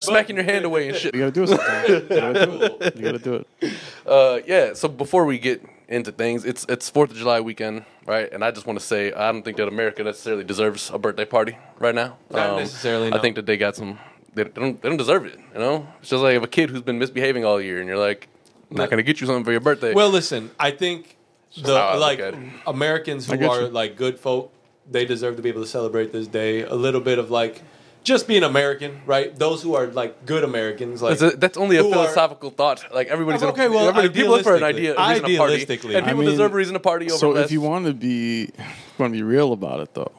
smacking your hand away and shit. You gotta do it. Sometime. You gotta do it. You gotta do it. Uh, yeah. So before we get into things, it's it's Fourth of July weekend, right? And I just want to say I don't think that America necessarily deserves a birthday party right now. Um, Not necessarily, I no. think that they got some. They don't. They don't deserve it. You know. It's just like if a kid who's been misbehaving all year, and you're like, I'm not gonna get you something for your birthday. Well, listen, I think the how I look like at it. Americans I who get are you. like good folk, they deserve to be able to celebrate this day. A little bit of like just being American, right? Those who are like good Americans, like That's, a, that's only a who are- philosophical thought. Like everybody's Okay, gonna, well, everybody, people look for an idea, a reason to party, and idealistically. people I mean- deserve a reason to party over. So less. if you want to be, want to be real about it though,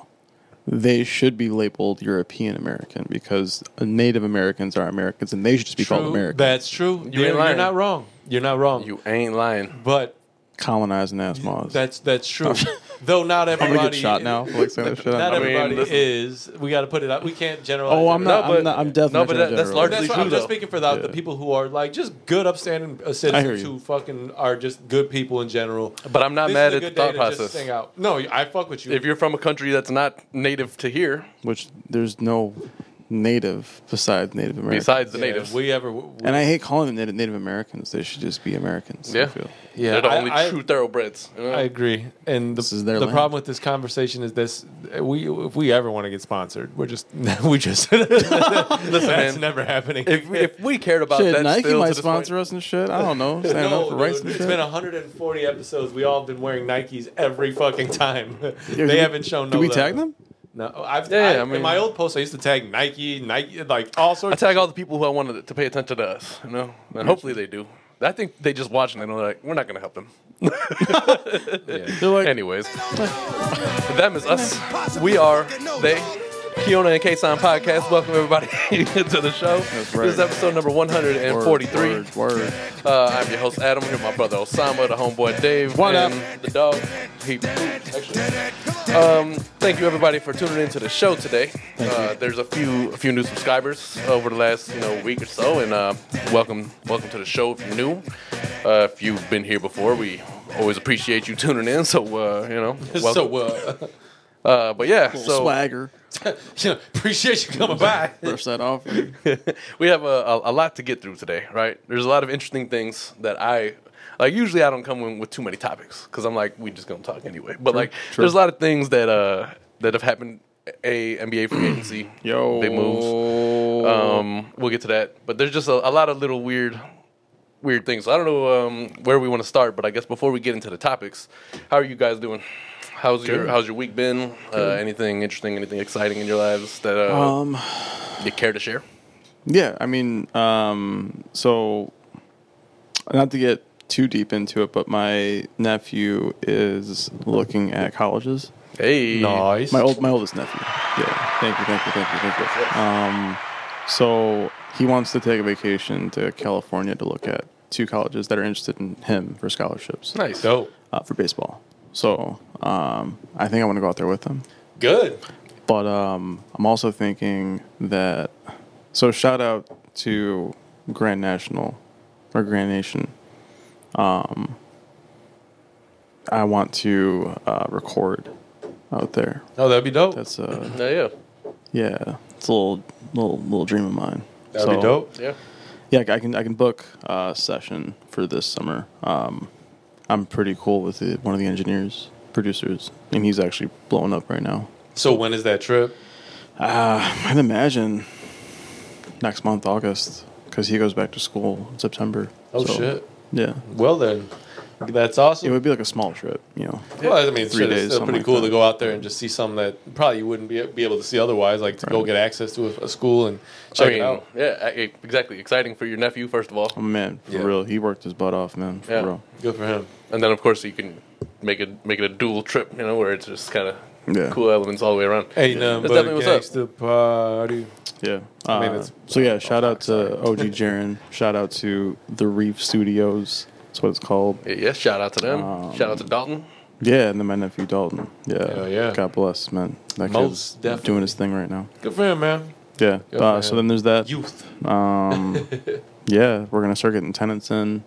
they should be labeled European American because Native Americans are Americans and they should just be called True, American. That's true. You are ain't lying. not wrong. You're not wrong. you ain't lying. but Colonizing ass moths. that's that's true. Though not I'm gonna everybody Oh. get shot now for like saying that shit. Not I mean, everybody listen. is. We got to put it out. We can't generalize. oh, I'm everybody. not. No, but- I'm, not I'm definitely. no, but that- that's largely That's It's what true, I'm just though. speaking for the, the Yeah. people who are like just good, upstanding uh, citizens you. who fucking are just good people in general. But I'm not This mad is a at the good day thought to process. Just hang out. No, I fuck with you. If you're from a country that's not native to here, Which there's no native besides Native Americans. besides the Yeah, natives, we ever. We, and I hate calling them Native, Native Americans. They should just be Americans. I Yeah. feel. yeah, they're the I- only I- true thoroughbreds. you know? I agree. And the, This is their the land. problem with this conversation is this: we if we ever want to get sponsored, we're just we just that's man. never happening. if, if we cared about Shit, that, Nike still to might this point- sponsor us and shit. I don't know. Standing up no, for rights dude, and it's shit. been 140 episodes. We all have been wearing Nikes every fucking time. do they we- haven't shown. Do no we love. tag them? No, I've Yeah, I, I in mean- my old posts I used to tag Nike, Nike, like all I sorts. tag all the people who I wanted to pay attention to us, you know, and hopefully they do. I think they just watch and they know like we're not gonna help them. They're like, Anyways, them is us. We are they. Kiona and Kason podcast. Welcome everybody to the show. right. This is episode number word, 143. Word, word. Uh, I'm your host Adam. Here with my brother Osama, the homeboy Dave, What and up? the dog. He pooped, actually. Um, thank you everybody for tuning into the show today. Uh, there's a few a few new subscribers over the last you know week or so, and uh, welcome welcome to the show if you're new. Uh, if you've been here before, we always appreciate you tuning in. So uh, you know, Of, welcome. so uh, Uh, but yeah, so Swagger. you know, appreciate you coming by. Brush that off. we have a, a, a lot to get through today, right? There's a lot of interesting things that I like. Usually, I don't come in with too many topics because I'm like, we just gonna talk anyway. But like, true. there's a lot of things that uh that have happened. A NBA free agency, Yo. big moves. Um, we'll get to that. But there's just a, a lot of little weird, weird things. I don't know um, where we want to start, but I guess before we get into the topics, how are you guys doing? How's your How's your week been? Uh, anything interesting? Anything exciting in your lives that uh, Um, you care to share? yeah, I mean, um, so not to get too deep into it, but my nephew is looking at colleges. Hey, Nice. My old, my oldest nephew. Yeah. Thank you, thank you, thank you, thank you. Um, so he wants to take a vacation to California to look at two colleges that are interested in him for scholarships nice. dope. uh, for baseball. So um, I think I want to go out there with him. Good. But um, I'm also thinking that. So shout out to Grand National or Grand Nation. Um, I want to uh, record out there. Oh, that'd be dope. That's uh, Yeah, yeah, yeah, it's a little little little dream of mine. that'd be dope. yeah. Yeah, I can I can book a session for this summer. Um, I'm pretty cool with it. One of the engineers, producers, and he's actually blowing up right now. So when is that trip? I'd imagine next month, August, because he goes back to school in September. Oh So, shit. Yeah, Well then, that's it awesome. would be like a small trip, you know. well, I mean, three shit, days, it's still something pretty like cool that. to go out there and just see something that probably you wouldn't be, be able to see otherwise. Like to go Right. get access to a, a school and check I mean, it out. yeah, I- I- exactly. Exciting for your nephew, first of all, Oh, man, for Yeah. real, he worked his butt off, man. For Yeah. real. Good for him. and then of course you can make it make it a dual trip, you know, where it's just kind of Yeah. cool elements all the way around. Ain't That's nothing but definitely a what's up. gangster party. Yeah. mean, Uh, it's- so yeah, shout out to OG Jaren. shout out to the Reef Studios. That's what it's called. Yeah, yeah, shout out to them. Um, shout out to Dalton. Yeah, and then my nephew Dalton. Yeah. Hell yeah. God bless, man. That Most kid's definitely. doing his thing right now. Good for him, man. Yeah. Good Uh, for so him. then there's that. Youth. Um, yeah, we're gonna start getting tenants in,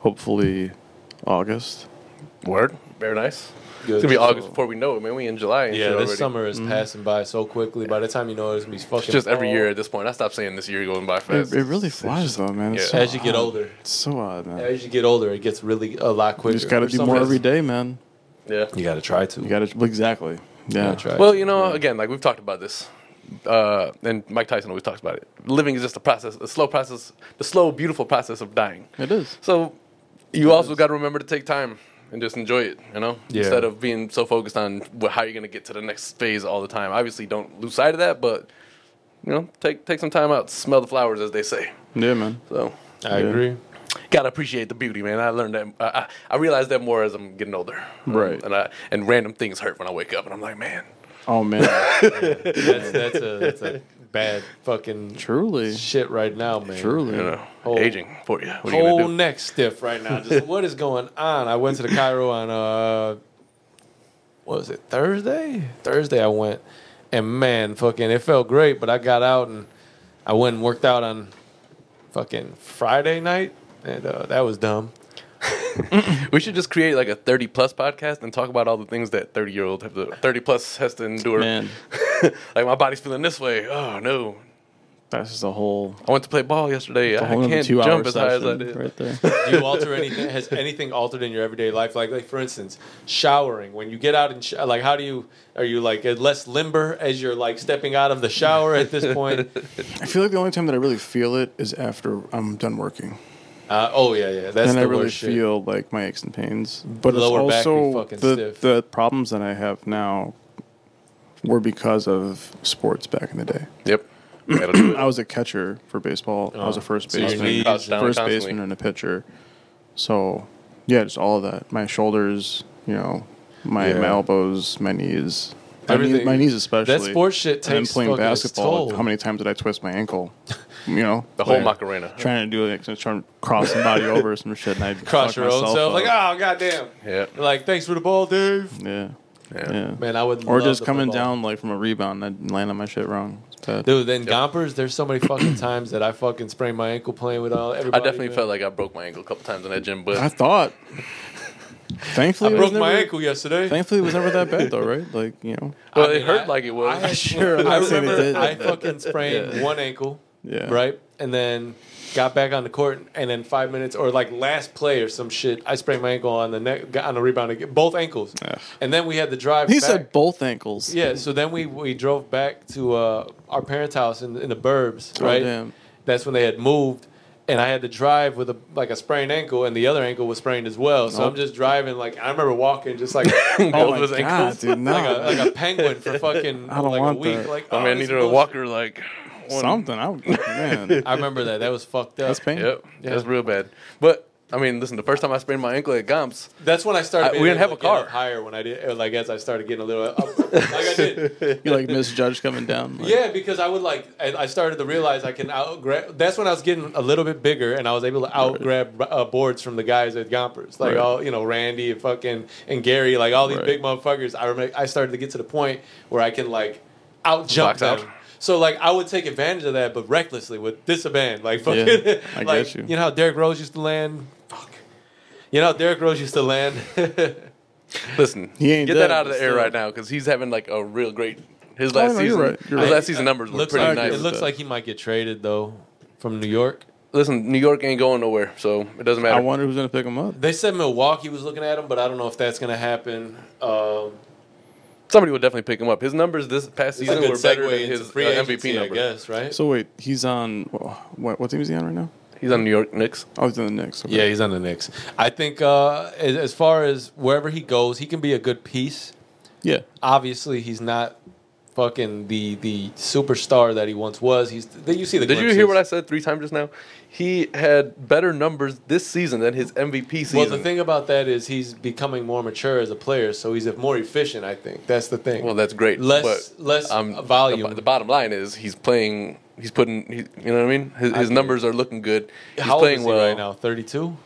hopefully, August. Word, very nice. It's gonna be August before we know it, man. We in July. And Yeah, shit this already. summer Mm-hmm. is passing by so quickly. By the time you know it, it's gonna be fucking. It's just every fall. year at this point. I stopped saying this year going by It, fast. it really flies though, man. It's yeah. so As you get odd. older, it's so odd, man. as you get older, it gets really a lot you quicker. just got to For do some more reason- every day, man. yeah. You got to try to. You got to exactly. Yeah, try. Well, you know, again, like we've talked about this, uh, and Mike Tyson always talks about it. Living is just a process, a slow process, the slow, beautiful process of dying. it is. So you also got to remember to take time and just enjoy it, you know, Yeah. instead of being so focused on wh- how you're going to get to the next phase all the time. Obviously, don't lose sight of that, but you know, take take some time out, smell the flowers, as they say. Yeah, man. So I Yeah. agree. gotta appreciate the beauty, man. I learned that. I, I, I realize that more as I'm getting older, Right. And I and random things hurt when I wake up, and I'm like, man, Oh man, That's that's a, that's a bad fucking truly, shit right now, man. truly. you know, Whole- aging for you. What are you Whole gonna do? neck stiff right now. Just what is going on? I went to the Cairo on uh, what was it Thursday? Thursday I went, and man, fucking, it felt great. But I got out and I went and worked out on fucking Friday night, and uh, that was dumb. We should just create like a 30 plus podcast and talk about all the things that 30 year old have to 30 plus has to endure. Man, like my body's feeling this way. Oh no. that's just a whole, I went to play ball yesterday. a I whole another can't two-hour jump as high as I session did. right there. Do you alter anything? Has anything altered in your everyday life? Like, like for instance, showering. When you get out and sh- like, how do you? Are you like less limber as you're like stepping out of the shower at this point? I feel like the only time that I really feel it is after I'm done working, Uh, oh yeah, yeah. That's and the I really worst shit. feel like my aches and pains. But Lower back it's be also fucking the stiff. the problems that I have now were because of sports back in the day. Yep. That'll do it. I was a catcher for baseball. I was a first Oh. so your baseman, knees Crouched down first constantly. baseman, and a pitcher. So yeah, just all of that. My shoulders, you know, my Yeah. my elbows, my knees. My knee- Everything. my knees especially. That sports shit And then takes playing fucking its basketball. toll. How many times did I twist my ankle? You know, The whole like, Macarena. Trying to do it, like, trying to cross the body over or some shit, and I Cross your own self. Like, ah! oh goddamn. Yeah. Like, thanks for the ball, Dave. yeah, Yeah. yeah. Man, I would. or love just to play coming ball. down like from a rebound and I land on my shit wrong. It's bad. Dude, then gompers. There's so many fucking times that I fucking sprained my ankle playing with all. I Everybody, definitely man. felt like I broke my ankle a couple times in that gym, but I thought. Thankfully, I it was broke my never- ankle yesterday. Thankfully, it was never that bad, though, right? Like, you know. well, I it mean, hurt I- like it I had- was. Sure, I I've seen it did. remember I fucking sprained one ankle, Yeah. right, and then got back on the court, and then five minutes or like last play or some shit, I sprained my ankle on the neck got on a rebound again, both ankles, Ugh. and then we had the drive. He back. said both ankles. Yeah, so then we, we drove back to uh, our parents' house in, in the Burbs, Oh, right? damn. That's when they had moved, and I had to drive with a like a sprained ankle, and the other ankle was sprained as well. So Nope. I'm just driving like I remember walking just like Oh, Both my his God, ankles. dude. No. like, a, like a penguin for fucking I don't like want a week. that. Like I oh, mean, I this needed is a bullshit. walker like one- Something. I would, man. I remember that. That was fucked up. That's painful. Yep, that's real bad. But I mean, listen, the first time I sprained my ankle at Gumps, That's when I started. I- being we didn't able have to a get car. up higher when I did. or, Like as I started getting a little up, like I did. You like misjudge coming down. Like, Yeah, because I would like I I started to realize I can out grab. That's when I was getting a little bit bigger, and I was able to out grab uh, boards from the guys at Gompers, like Right. all you know, Randy and fucking and Gary, like all these Right. big motherfuckers. I remember I started to get to the point where I can like out jump Box out. them. So like I would take advantage of that, but recklessly with disband, like fucking, Yeah, I like get you. know how Derrick Rose used to land. Fuck. You know how Derrick Rose used to land. listen, He ain't get that dead, out of but the air still. right now because he's having like a real great. His last Oh, no, you're season, right, you're his right. last season numbers look looks pretty like, nice. It looks like he might get traded though from New York. listen, New York ain't going nowhere, so it doesn't matter. I wonder who's gonna pick him up. They said Milwaukee was looking at him, but I don't know if that's going to happen. Um, Somebody will definitely pick him up. His numbers this past it's a season good were better segue than into his free uh, agency, MVP I number. guess, right? So wait, he's on what? What team is he on right now? He's on New York Knicks. Oh, he's on the Knicks. Okay. yeah, he's on the Knicks. I think uh, as, as far as wherever he goes, he can be a good piece. yeah. Obviously, he's not fucking the the superstar that he once was. He's did you see the? Did you hear what I said three times just now? He had better numbers this season than his MVP season. Well, the thing about that is he's becoming more mature as a player, so he's more efficient. I think that's the thing. Well, that's great. Less- but less I'm- volume. The, the bottom line is he's playing. He's putting. He, you know what I mean? His, his agree. numbers are looking good. He's how old playing is he well right now? Thirty two.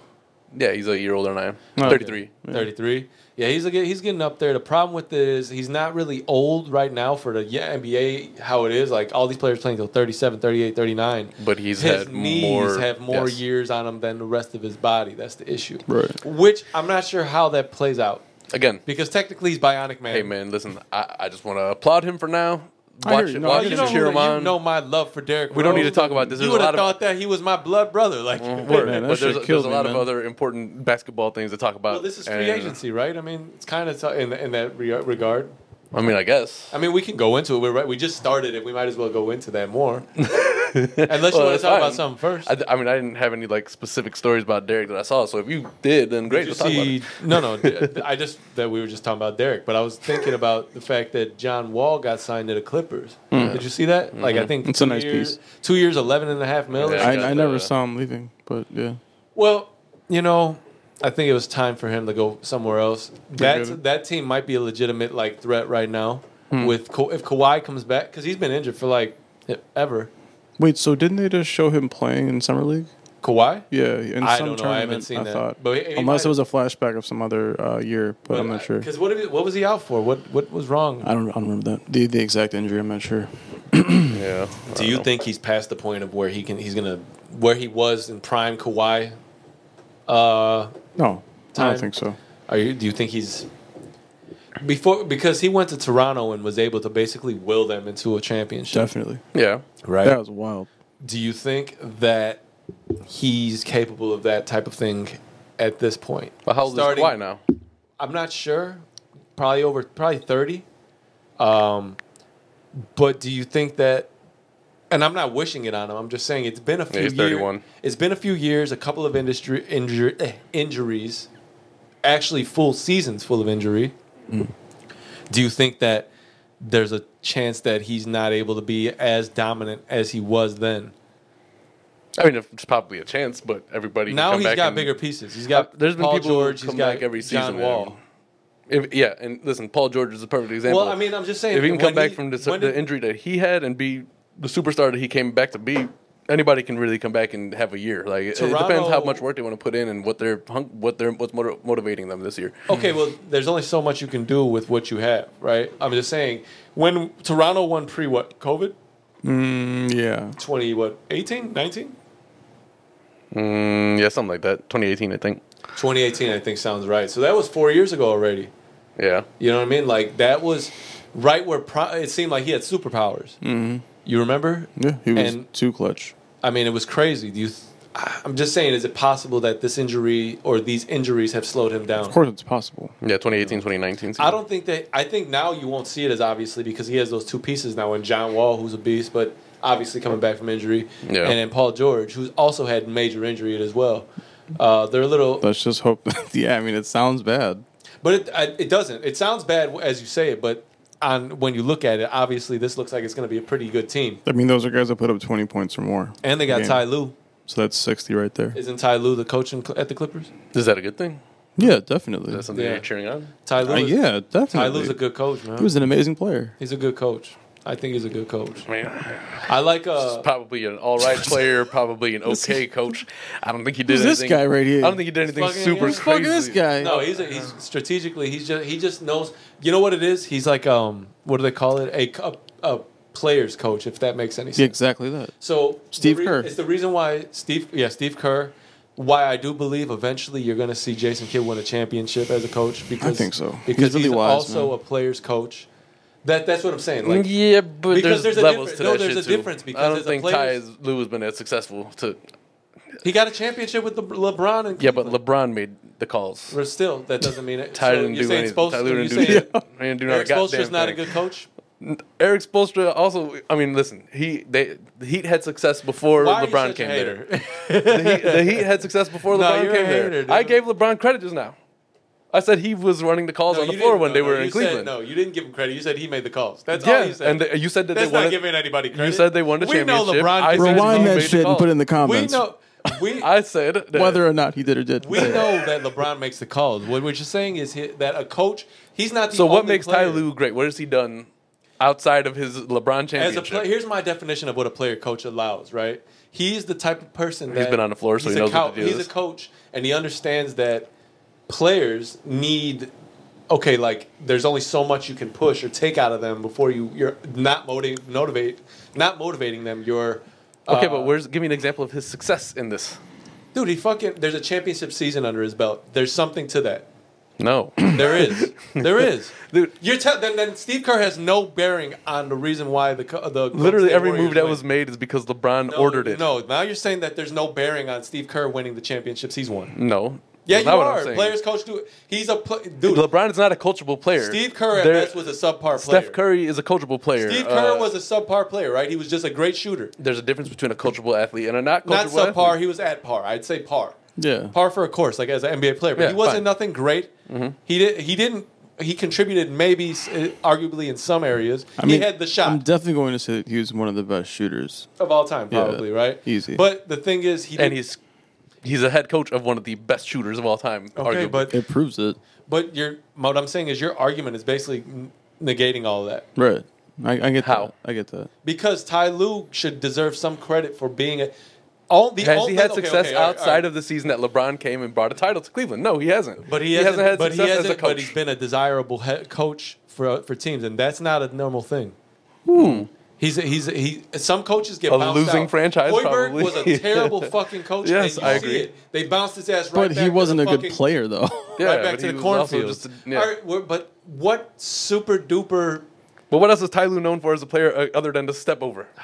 Yeah, he's a year older than I am. Okay. Thirty-three. 33. Yeah, he's a, get- he's getting up there. The problem with this, he's not really old right now for the yeah, NBA how it is. Like all these players playing till 37, 38, 39. But he's his had knees more- have more yes. years on him than the rest of his body. That's the issue. Right. Which I'm not sure how that plays out. Again, Because technically he's Bionic Man. hey man, listen, I, I just want to applaud him for now. I Watch hear it, you. No, I watch hear it, Oh, You know, cheer him you on. know my love for Derek. We don't Rose. need to talk about this. You There's a would have lot of- Mm-hmm. thought that he was my blood brother. Like, Word. Man, that but shit there's, there's killed a me, lot of man. other important basketball things to talk about. well, this is free and- uh, agency, right? I mean, it's kind of in, in that re- regard. I mean, I guess. I mean, we can go into it. We're right. We just started it. We might as well go into that more. Unless Well, you want that's to talk fine. about something first. I, d- I mean, I didn't have any like specific stories about Derek that I saw. So if you did, then great. Did you Let's talk about see- it. no, no. d- I just that we were just talking about Derek, but I was thinking about the fact that John Wall got signed to the Clippers. Hmm. Did you see that? Like, I think It's two a nice years, piece. Two years, eleven and a half mil. Yeah. I- I, got I never the- saw him leaving, but yeah. well, you know, I think it was time for him to go somewhere else. good. That that team might be a legitimate like threat right now. Hmm. With Ka- if Kawhi comes back, because he's been injured for like e-, ever. Wait, so didn't they just show him playing in summer league? Kawhi. Yeah, in I some don't know. I haven't tournament, seen that. thought. But he- he unless might- it was a flashback of some other uh, year, but, I'm not sure. Because what, did- what was he out for? What what was wrong? I don't, I don't remember that the the exact injury. I'm not sure. Yeah. Do you think he's past the point of where he can? He's gonna where he was in prime Kawhi. Uh, No, I Time. don't think so. are you? Do you think he's before because he went to Toronto and was able to basically will them into a championship, Definitely, Yeah. right? that was wild. Do you think that he's capable of that type of thing at this point? But how old Starting- is Kawhi now? I'm not sure. Probably over probably 30. Um but do you think that and I'm not wishing it on him. I'm just saying it's been a few he's year- 31. It's been a few years, a couple of industry injur, eh, injuries. Actually full seasons full of injury. Mm. Do you think that there's a chance that he's not able to be as dominant as he was then? I mean, it's probably a chance, but everybody can Now come he's back got and- bigger pieces. He's got Uh, There's been Paul people George, who he's come got back every John season. Wall. and- if- yeah, and listen, Paul George is a perfect example. Well, I mean, I'm just saying if he can when come back he- from the, when the did- injury that he had and be the superstar that he came back to be, anybody can really come back and have a year. Like it- it, depends how Toronto- much work they want to put in and what they're hung- what they're what's motiv- motivating them this year. Okay, well, there's only so much you can do with what you have, right? I'm just saying, when Toronto won pre what COVID Mm, yeah, 20 what 18 19 Mm, yeah, something like that. 2018, I think. 2018 I think sounds right. So that was four years ago already. Yeah, You know what I mean? Like that was right where pro- it seemed like he had superpowers. Mm-hmm. You remember? yeah, he was And- too clutch. I mean, it was crazy. Do you? Th- I'm just saying, is it possible that this injury or these injuries have slowed him down? Of course, it's possible. yeah, 2018, 2019. I don't think that. I think now you won't see it as obviously because he has those two pieces now, and John Wall, who's a beast, but obviously coming back from injury, Yeah. and then Paul George, who's also had major injury as well. Uh, they're a little, Let's just hope. yeah, I mean, it sounds bad. but it, I, it doesn't. It sounds bad as you say it, but on when you look at it, obviously this looks like it's going to be a pretty good team. I mean, those are guys that put up 20 points or more, And they got Yeah. Ty Lue. so that's 60 right there. Isn't Ty Lue the coach in, Cl- at the Clippers? Is that a good thing? Yeah, definitely. Is that something Yeah. you're cheering on? Ty Lue. Uh, is- yeah, Ty definitely. Lue's a good coach, man. he was an amazing player. he's a good coach. I think he's a good coach. I mean, I like. Uh, probably an all right player, probably an okay coach. I don't think he did Who's this anything. guy right here? I don't think he did anything Fucking- super who's crazy. guy. No, he's a, he's strategically he's just he just knows. You know what it is? He's like um what do they call it? A co- a, players coach if that makes any sense. exactly that. So Steve the Kerr. It's the reason why Steve yeah, Steve Kerr why I do believe eventually you're going to see Jason Kidd win a championship as a coach because think so. He's because he's, really wise, also man. a players coach. That that's what I'm saying. Like yeah, but Because there's, there's a levels difference- to no, that there's shit a too. difference because I don't as a think Ty player- is- Lue has been as successful to. he got a championship with the LeBron and Yeah, but Cleveland. LeBron made the calls. But still that doesn't mean it. Ty so didn't you're do saying anything. Spoelstra- Ty Lue you're didn't do shit. saying He didn't do not a Eric goddamn Spoelstra's not a thing. good coach. Eric Spoelstra also. I mean, listen, he they the Heat had success before Why are you LeBron such a came hater? there. The Heat, the Heat had success before No, LeBron you're a came there. hater, dude. I gave LeBron credit just now. I said he was running the calls No, on the you floor didn't- when no, they no, were you in said- Cleveland. no, you didn't give him credit. You said he made the calls. That's yeah, all you said. and the- you said that That's they wanted. not giving anybody credit. You said they won the We know championship. LeBron I did said it. he Rewind made that the shit and calls. put it in the We comments know. We, I said that- whether or not he did or did. we know that LeBron makes the calls. What we're just saying is he, that a coach, he's not the So what only makes player. Ty Lue great? What has he done outside of his LeBron championship? As a player, here's my definition of what a player coach allows. Right, he's the type of person that been on the floor, so he's he a knows what cou- the deal He's is. a coach, and he understands that players need. Okay, like there's only so much you can push or take out of them before you you're not motiv- motivate not motivating them. You're okay, uh, but where's give me an example of his success in this? dude, he fucking there's a championship season under his belt. There's something to that. No. There is. There is. Dude. You're tell then, then Steve Kerr has no bearing on the reason why the co- the Golden Literally State every Warriors move that win. was made is because LeBron No, ordered it. No, now you're saying that there's no bearing on Steve Kerr winning the championships he's won. No. Yeah, Mm. That's you not what I'm are. saying. Players coach do it. He's a pl- dude. LeBron is not a coachable player. Steve Kerr at There- best was a subpar player. Steph Curry is a coachable player. Steve Kerr Uh, was a subpar player, right? He was just a great shooter. There's a difference between a coachable athlete and a not coachable Not subpar. athlete. He was at par. I'd say par. Yeah. Par for a course, like as an NBA player. But Yeah, he wasn't fine. Mm-hmm. nothing great. He did. He didn't. He contributed maybe, s- uh, arguably, in some areas. he had the shot I'm definitely going to say that he was one of the best shooters. of all time, Yeah, probably right. easy. But the thing is, he And didn't- he's he's a head coach of one of the best shooters of all time. okay. arguably. But It proves it. But your what I'm saying is your argument is basically n- negating all of that Right. I, I get How? that. I get that. because Ty Lue should deserve some credit for being a. All, the has only- he had okay, success okay, all right, all outside right. of the season that LeBron came and brought a title to Cleveland? No, he hasn't. But he hasn't. had but he success hasn't. as a But he's coach. been a desirable head coach for for teams, and that's not a normal thing. He's a, he's a, he. Some coaches get Hmm. A bounced losing out. franchise, Hoiberg probably. was a terrible fucking coach. Yes, and you I see agree. it. They bounced his ass right. But back he to wasn't the a good fucking- player, though. yeah, right back but to he the was also cornfield. just a- yeah. All right, we're- but what super duper But what else is Ty Lue known for as a player uh, other than to step over? Oh,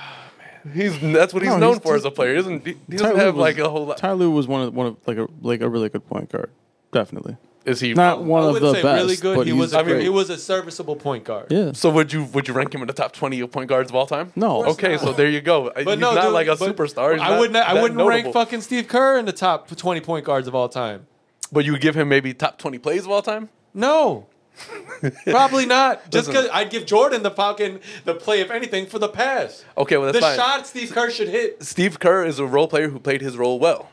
He's that's what he's No, known he's for as just- a player. He doesn't he, he Ty doesn't Lue have was- like a whole lot? Ty Lue was one of one of like a like a really good point guard. Definitely. Is he Not one of I the wouldn't say best. really good. But he was. A, A, mean, great. he was a serviceable point guard. Yeah. So would you would you rank him in the top twenty of point guards of all time? No. Of course Okay, not. so there you go. But he's not dude, like a but superstar. He's I not wouldn't. I that wouldn't rank notable. fucking Steve Kerr in the top twenty point guards of all time. But you would give him maybe top twenty plays of all time. No. Probably not. Just Listen. because I'd give Jordan the fucking the play, if anything, for the pass. Okay, well Oh, that's The fine. shot Steve Kerr should hit. Steve Kerr is a role player who played his role well.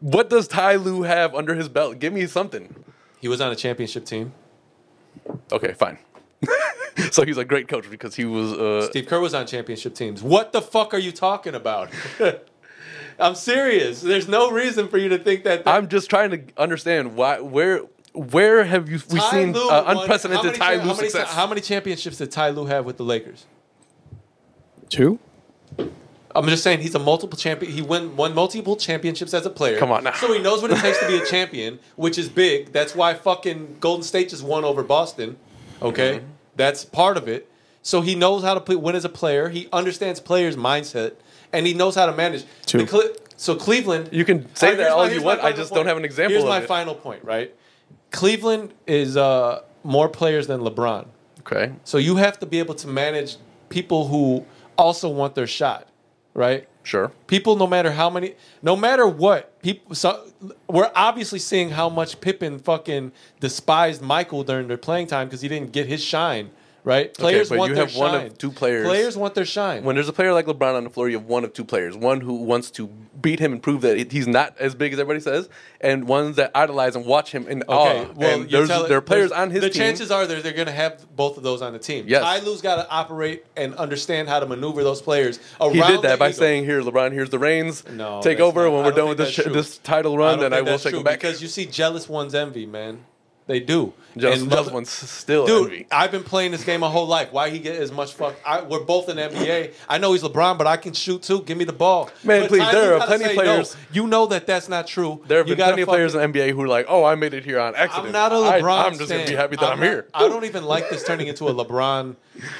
What does Ty Lue have under his belt? Give me something. He was on a championship team. Okay, fine. so he's a great coach because he was. Uh, Steve Kerr was on championship teams. What the fuck are you talking about? I'm serious. There's no reason for you to think that. I'm just trying to understand why, where, where have you we Ty seen Lue uh, won- unprecedented how Ty Lue many cha- how many success? cha- How many championships did Ty Lue have with the Lakers? Two? I'm just saying he's a multiple champion. He won won multiple championships as a player. Come on now. So he knows what it takes to be a champion, which is big. That's why fucking Golden State just won over Boston. Okay, Mm-hmm. that's part of it. So he knows how to play, win as a player. He understands players' mindset, and he knows how to manage. Two. The Cle- so Cleveland, You can say Alright, that here's all my- you here's my want, I final just don't have an example Here's of my it. final point. Right, Cleveland is uh, more players than LeBron. okay, So you have to be able to manage people who also want their shot, right? sure. People, no matter how many, no matter what, people. So we're obviously seeing how much Pippen fucking despised Michael during their playing time because he didn't get his shine. Right? Players but want you their have shine. one of two players- Players want their shine. When there's a player like LeBron on the floor, you have one of two players: one who wants to beat him and prove that he's not as big as everybody says, and ones that idolize and watch him in awe. well, uh, and you're there's, telling- there are players there's- on his The team. chances are they're, they're going to have both of those on the team. Yes. Ty Lue's got to operate and understand how to maneuver those players around. he did that the by ego. saying, "Here, LeBron, here's the reins. No, take that's over not- when I we're done don't with think this, that's sh- true. this title I run. don't Then I think will that's take true him back." because you see jealous ones envy, man. They do. Jealous, And jealous mother- one's still Dude, envy. I've been playing this game my whole life. Why he get as much fuck? I, we're both in the NBA. I know he's LeBron, but I can shoot too. Give me the ball, Man, But please, Ty there Lue are gotta plenty of say no. players- You know that that's not true. There have You been gotta plenty of fucking- players in the NBA who are like, "Oh, I made it here on accident. I'm not a I- LeBron. I'm just gonna be stan. happy that I'm, not- here." I don't even like this turning into a LeBron.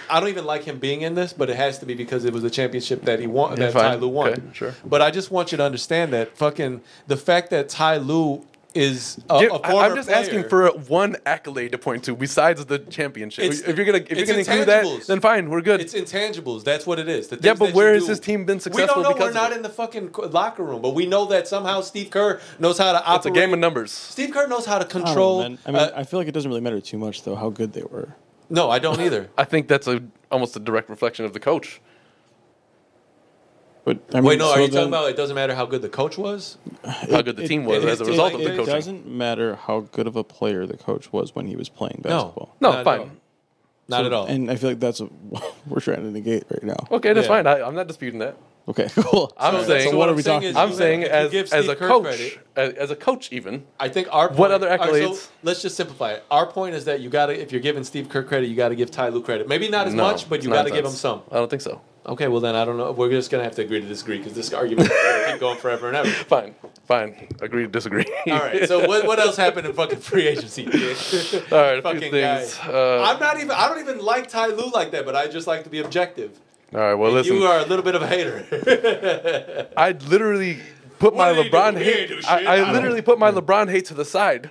I don't even like him being in this, but it has to be because it was a championship that he won. that fine. Ty Lue won. Okay, sure. But I just want you to understand that fucking the fact that Ty Lue is a, Give- a I- former I'm just player- asking for one accolade to point to besides the championship. It's- if you're gonna if you're it's gonna include that, intangibles. then fine, we're good. It's intangibles. That's what it is. The Yeah, things but that where you has do- his team been We don't successful know. because We're of not it? in the fucking co- locker room, but we know that somehow Steve Kerr knows how to operate. It's a game of numbers. Steve Kerr knows how to I don't control. know, man. I mean, uh, I feel like it doesn't really matter too much though how good they were. no, I don't either. I think that's a almost a direct reflection of the coach. But I mean, Wait, no. so are you then talking about it doesn't matter how good the coach was? How good the it- team was it- as a it- result it- of the It coaching. doesn't matter how good of a player the coach was when he was playing basketball. no, Not at fine. all. Not at all. And I feel like that's what we're trying to negate right now. Okay, that's Yeah. fine. I, I'm not disputing that. Okay, cool. I'm Sorry. So saying- what what I'm are we saying talking? is about? I'm you- saying if you as give as Steve a Kerr coach, credit- as, as a coach, even I think our point, other all so accolades? let's just simplify it. Our point is that you got to, if you're giving Steve Kerr credit, you got to give Ty Lue credit. Maybe not as No, much, but it's you got to give him nonsense. some. I don't think so. Okay, well then I don't know. We're just gonna have to agree to disagree because this argument is gonna keep going forever and ever. Fine, fine. Agree to disagree. All right. So what, what else happened in fucking free agency? Kid? All right, a few fucking things. guy. Uh, I'm not even. I don't even like Ty Lue like that, but I just like to be objective. all right, well, listen. You are a little bit of a hater. I literally put my What did he do? LeBron He hate. didn't do shit. I, I I don't- literally put my LeBron hate to the side,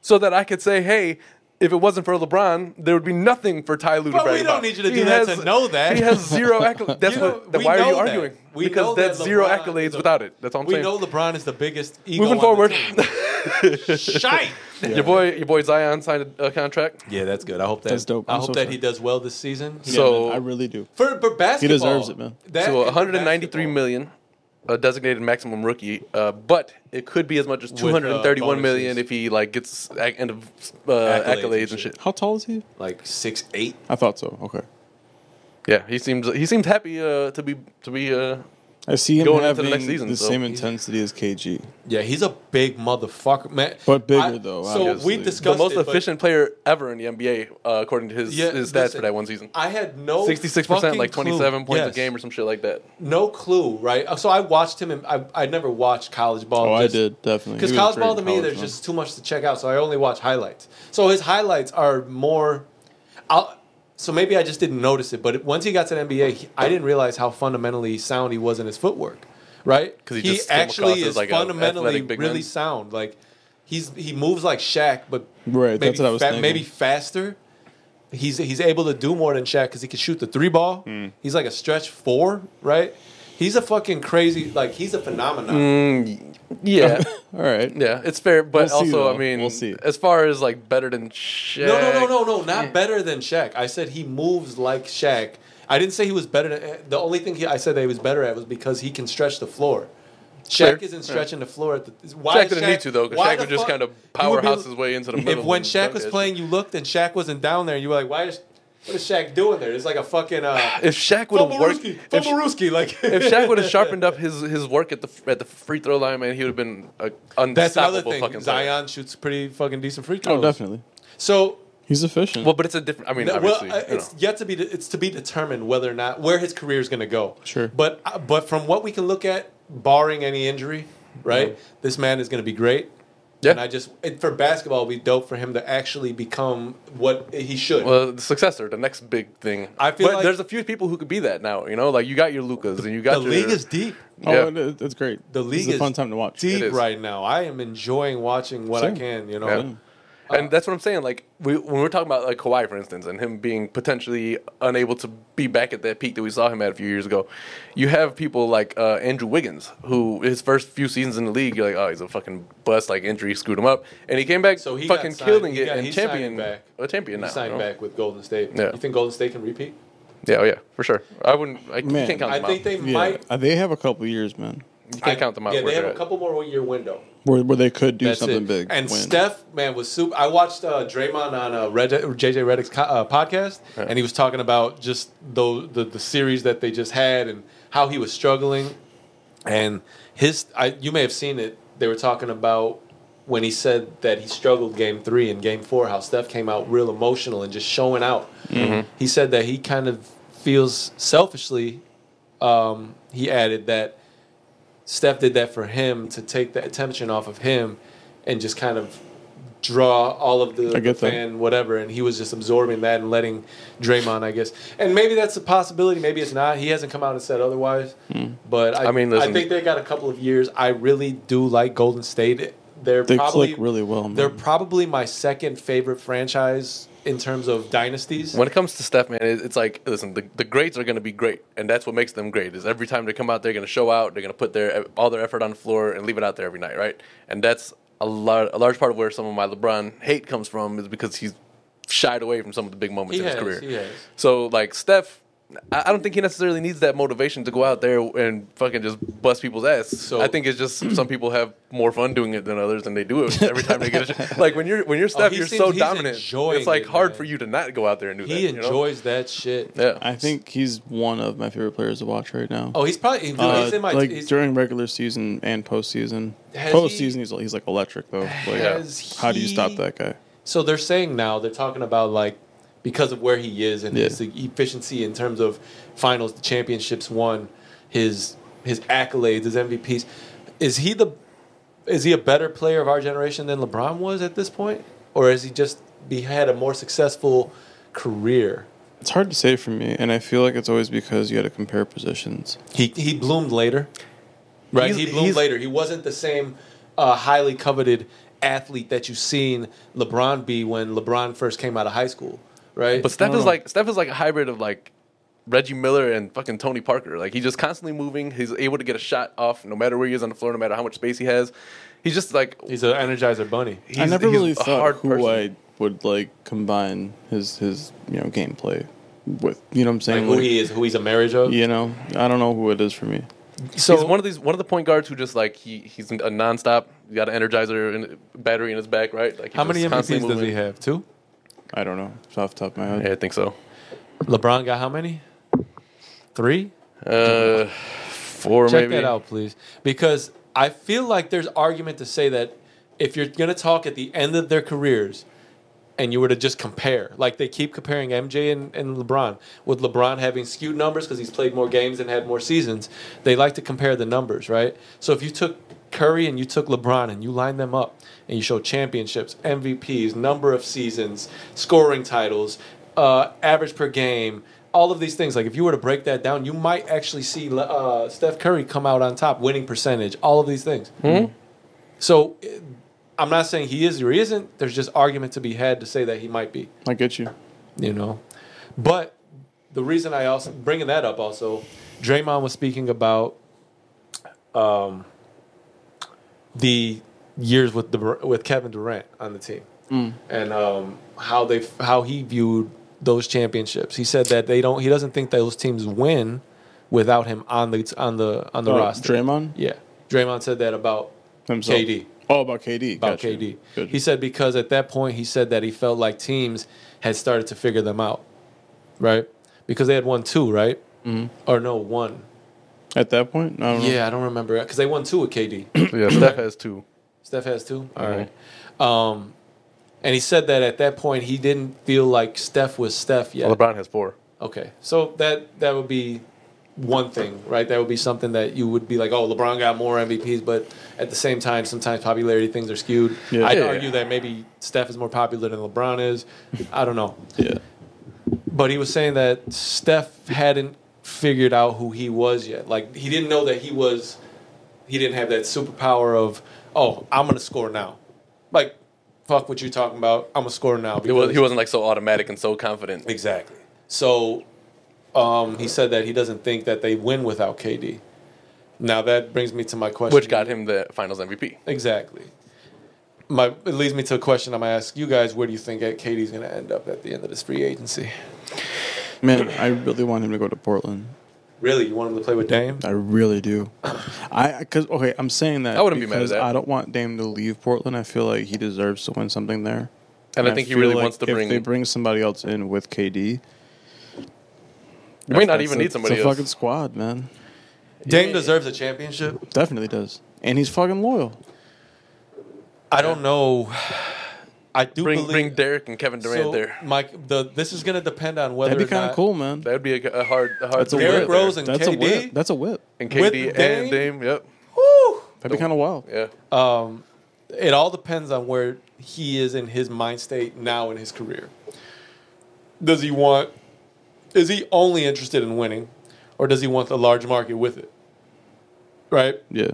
so that I could say, hey. If it wasn't for LeBron, there would be nothing for Ty Lue to But we brag don't about. need you to He do that to know that. He has zero accolades. That's You know, what. Then we why are you know that. arguing? We know because that that's zero LeBron is accolades a- without it. That's all I'm we saying. know LeBron is the biggest ego. Moving on forward, the team. shite. your boy, your boy Zion signed a, a contract. Yeah, that's good. I hope that. That's dope. I I'm hope so that sorry. he does well this season. So- I really do. for, for basketball, deserves it, man. That- so for 193 basketball. million, a designated maximum rookie, uh, but it could be as much as With, uh, 231 million bonuses. if he like gets ac- end of uh, Accolades accolades, and and shit. shit. How tall is he? like six eight. I thought so. Okay. Yeah, he seems he seems happy uh, to be to be. Uh, I see him Going into the having next season, the so- same intensity as KG. Yeah, he's a big motherfucker, man. But bigger, I- though, So obviously. we The the discussed most it, but efficient player ever in the NBA, uh, according to his, Yeah, his stats listen. for that one season. I had no 66%, like fucking 27 clue. points a Yes. game or some shit like that. no clue, right? So I watched him, and I, I never watched college ball. Oh, I just- did definitely. Because He was college great ball in to me, college, there's man. just too much to check out, so I only watch highlights. So his highlights are more. I'll, so maybe I just didn't notice it, but once he got to the NBA, he, I didn't realize how fundamentally sound he was in his footwork. Right? 'Cause he he, just came across actually as is like a fundamentally athletic big man. really sound. Like he's he moves like Shaq, but Right, maybe that's what I was thinking. maybe faster. He's he's able to do more than Shaq because he can shoot the three ball. Hmm. He's like a stretch four, right? He's a fucking crazy. Like he's a phenomenon. Yeah, All right. yeah, it's fair, but We'll see, also I though. mean, We'll see. as far as like better than Shaq. No, no, no, no, no. Not better than Shaq. I said he moves like Shaq. I didn't say he was better. Than, eh, the only thing he, I said that he was better at was because he can stretch the floor. Fair. Shaq isn't stretching the floor at the. Why Shaq is didn't need to though, because why Shaq the would just fuck- kind of you would be- powerhouse his way into the middle. If when and Shaq dunk was that playing, you looked and Shaq wasn't down there, and you were like, "Why is what is Shaq doing there?" It's like a fucking uh, shit. if Shaq would have worked, Fumble if, like if Shaq would have sharpened up his, his work at the at the free throw line, man, he would have been a unstoppable That's another fucking thing. player. Zion shoots pretty fucking decent free throws. Oh, definitely. So He's efficient. Well, but it's a different. I mean, No, well, obviously, uh, you know. it's yet to be it's to be determined whether or not where his career is going to go. Sure. but uh, but from what we can look at, barring any injury, right, this man is going to be great. Yeah. and I just it, for basketball, it'd be dope for him to actually become what he should. Well, the successor, the next big thing. I feel but like- there's a few people who could be that now. You know, like you got your Lucas and you got the your, league is deep, oh, yeah. it- it- it's great. The league it's a is fun time to watch. It deep is. right now. I am enjoying watching what I Same. can. You know, Yeah. and that's what I'm saying. Like we, when we're talking about like Kawhi, for instance, and him being potentially unable to be back at that peak that we saw him at a few years ago, you have people like uh, Andrew Wiggins, who his first few seasons in the league, you're like, oh, he's a fucking bust. Like injury screwed him up, and he came back, So he got fucking signed- killing he it got- and he's champion, signing back. a champion he now. signed you know? back with Golden State. Yeah. You think Golden State can repeat? Yeah, oh, yeah, for sure. I wouldn't. I, you Man. can't count I them think out. they Yeah, might. Uh, they have a couple years, man, you can't count them out. Yeah, where they have they're a at. couple more year window. where, where they could do That's something it. big. And win. Steph, man, was super. I watched uh, Draymond on uh, Red, JJ Reddick's co- uh, podcast, and he was talking about just the, the the series that they just had and how he was struggling. And his, I, you may have seen it. They were talking about when he said that he struggled game three and game four, how Steph came out real emotional and just showing out. Mm-hmm. He said that he kind of feels selfishly. Um, he added that Steph did that for him to take the attention off of him and just kind of draw all of the, I get the that. fan, whatever. And he was just absorbing that and letting Draymond, I guess. And maybe that's a possibility. Maybe it's not. He hasn't come out and said otherwise. Hmm. But I, I I mean, mean, listen- I think they got a couple of years. I really do like Golden State. They're They probably click really well, man. They're probably my second favorite franchise in terms of dynasties. When it comes to Steph, man, it- it's like, listen, the, the greats are going to be great, and that's what makes them great. Is every time they come out, they're going to show out, they're going to put their all their effort on the floor and leave it out there every night, right? And that's a lar- a large part of where some of my LeBron hate comes from is because he's shied away from some of the big moments He in his has, career. he has. So like Steph. I I don't think he necessarily needs that motivation to go out there and fucking just bust people's ass. So So- I think it's just some people have more fun doing it than others, and they do it every time they get a shot. Like when you're when you're Steph, Oh, he you're seems- so he's dominant. enjoying It's like it, hard man. for you to not go out there and do that. he you know? enjoys that shit. Yeah. I think he's one of my favorite players to watch right now. Oh, he's probably he's Uh, in my like he's, during regular season and postseason. Has Postseason, he- he's he's like electric though. Like, Has how do you stop he- that guy? So they're saying now they're talking about like because of where he is and his efficiency in terms of finals, championships won, his his accolades, his MVPs. Is he the is he a better player of our generation than LeBron was at this point, or has he just be, had a more successful career? It's hard to say for me, and I feel like it's always because you had to compare positions. He he bloomed later, right? He's- he bloomed he's- later. He wasn't the same uh, highly coveted athlete that you've seen LeBron be when LeBron first came out of high school, right? But Steph No, is no. like Steph is like a hybrid of like Reggie Miller and fucking Tony Parker. Like he's just constantly moving. He's able to get a shot off no matter where he is on the floor, no matter how much space he has. He's just like he's an Energizer Bunny. he's, I never he's really a thought who I would like combine his his you know gameplay with. You know what I'm Like saying? who Like, he is, who he's a marriage of. you know, I don't know who it is for me. So he's one of these one of the point guards who just like he he's a nonstop. You got an energizer and battery in his back, right? Like he's how many just MVPs constantly does he moving. have? Two. I don't know. It's off the top of my head. Yeah, I think so. LeBron got how many? Three. Uh, four Check maybe. that out, please, because I feel like there's argument to say that if you're going to talk at the end of their careers, and you were to just compare, like they keep comparing MJ and, and LeBron, with LeBron having skewed numbers because he's played more games and had more seasons, they like to compare the numbers, right? So if you took Curry and you took LeBron and you lined them up and you show championships, MVPs, number of seasons, scoring titles, uh, average per game, all of these things, like if you were to break that down, you might actually see Le- uh, Steph Curry come out on top, winning percentage, all of these things. So eh, I'm not saying he is or he isn't. There's just argument to be had to say that he might be, I get you. you know. But the reason I also bringing that up also, Draymond was speaking about um, the years with the with Kevin Durant on the team and um, how they how he viewed those championships. He said that they don't. He doesn't think those teams win without him on the on the on the Uh, roster. Draymond Yeah, Draymond said that about himself. KD. Oh, about KD. about Gotcha. KD. Gotcha. He said because at that point he said that he felt like teams had started to figure them out, right? Because they had won two, right? Mm-hmm. Or no, one. at that point. I don't Yeah, I don't remember because they won two with KD. Yeah, Steph has two. Steph has two. All Mm-hmm. right. Um, and he said that at that point he didn't feel like Steph was Steph yet. LeBron has four. Okay, so that that would be one thing, right? That would be something that you would be like, oh, LeBron got more MVPs, but at the same time, sometimes popularity things are skewed. Yeah. I'd Yeah. argue that maybe Steph is more popular than LeBron is. I don't know, know. Yeah. but he was saying that Steph hadn't figured out who he was yet. Like he didn't know that he was. He didn't have that superpower of, oh, I'm gonna score now. Like, fuck what you're talking about. I'm gonna score now. It was, because- he wasn't like so automatic and so confident. Exactly. So um, he said that he doesn't think that they win without KD. Now that brings me to my question. which got him the Finals MVP. Exactly. My, it leads me to a question I'm going to ask you guys. Where do you think that KD's going to end up at the end of this free agency? Man, I really want him to go to Portland. Really? You want him to play with Dame? I really do. I because okay, I'm saying that I wouldn't be mad at because that. I don't want Dame to leave Portland. I feel like he deserves to win something there. And I think he feel really like wants to if bring- They bring somebody else in with KD. You may not that's even a- need somebody it's a else. fucking squad, man. Dame deserves a championship. Definitely does, and he's fucking loyal. I don't know. I do bring believe bring Derek and Kevin Durant so, there. Mike, the, this is going to depend on whether That'd be or kind of not- cool, man. That would be a, a hard a hard That's a duo Derrick there. Rose and That's a KD? whip. That's a whip. and with KD Dame? Uh, and Dame. Yep. Woo! That'd be kind of wild. Yeah. it all depends on where he is in his mind state now in his career. Does he want is he only interested in winning or does he want the large market with it? Right? Yeah,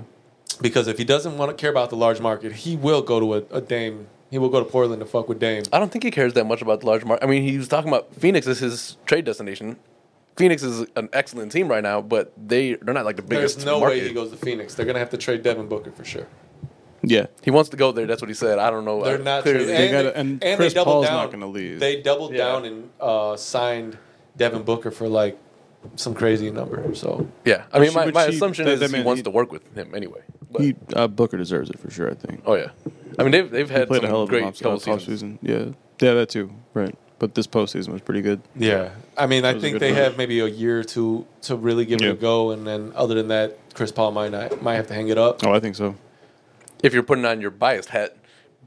Because if he doesn't want to care about the large market, he will go to a, a Dame. He will go to Portland to fuck with Dame. I don't think he cares that much about the large market. I mean, he was talking about Phoenix as his trade destination. Phoenix is an excellent team right now, but they they're not like the biggest. There's no market. way he goes to Phoenix. They're gonna have to trade Devin Booker for sure. yeah. He wants to go there. That's what he said. I don't know. They're I- not clearly- trading. They gotta- and Chris doubled Paul's not gonna leave. They doubled Yeah. down and uh, signed Devin Booker for like some crazy number. So Yeah. I mean, she- my, but my she- assumption that- is that he man- wants he- to work with him anyway. But, He uh, Booker deserves it for sure. I think oh yeah. I mean, they've they've had played a hell some of a great off- couple uh, seasons. postseason. Yeah, yeah, that too. Right, but this postseason was pretty good. Yeah, I mean, I was a think good they run. have maybe a year or two to really give it Yeah. a go, and then other than that, Chris Paul might not, might have to hang it up. Oh, I think so. If you're putting on your biased hat,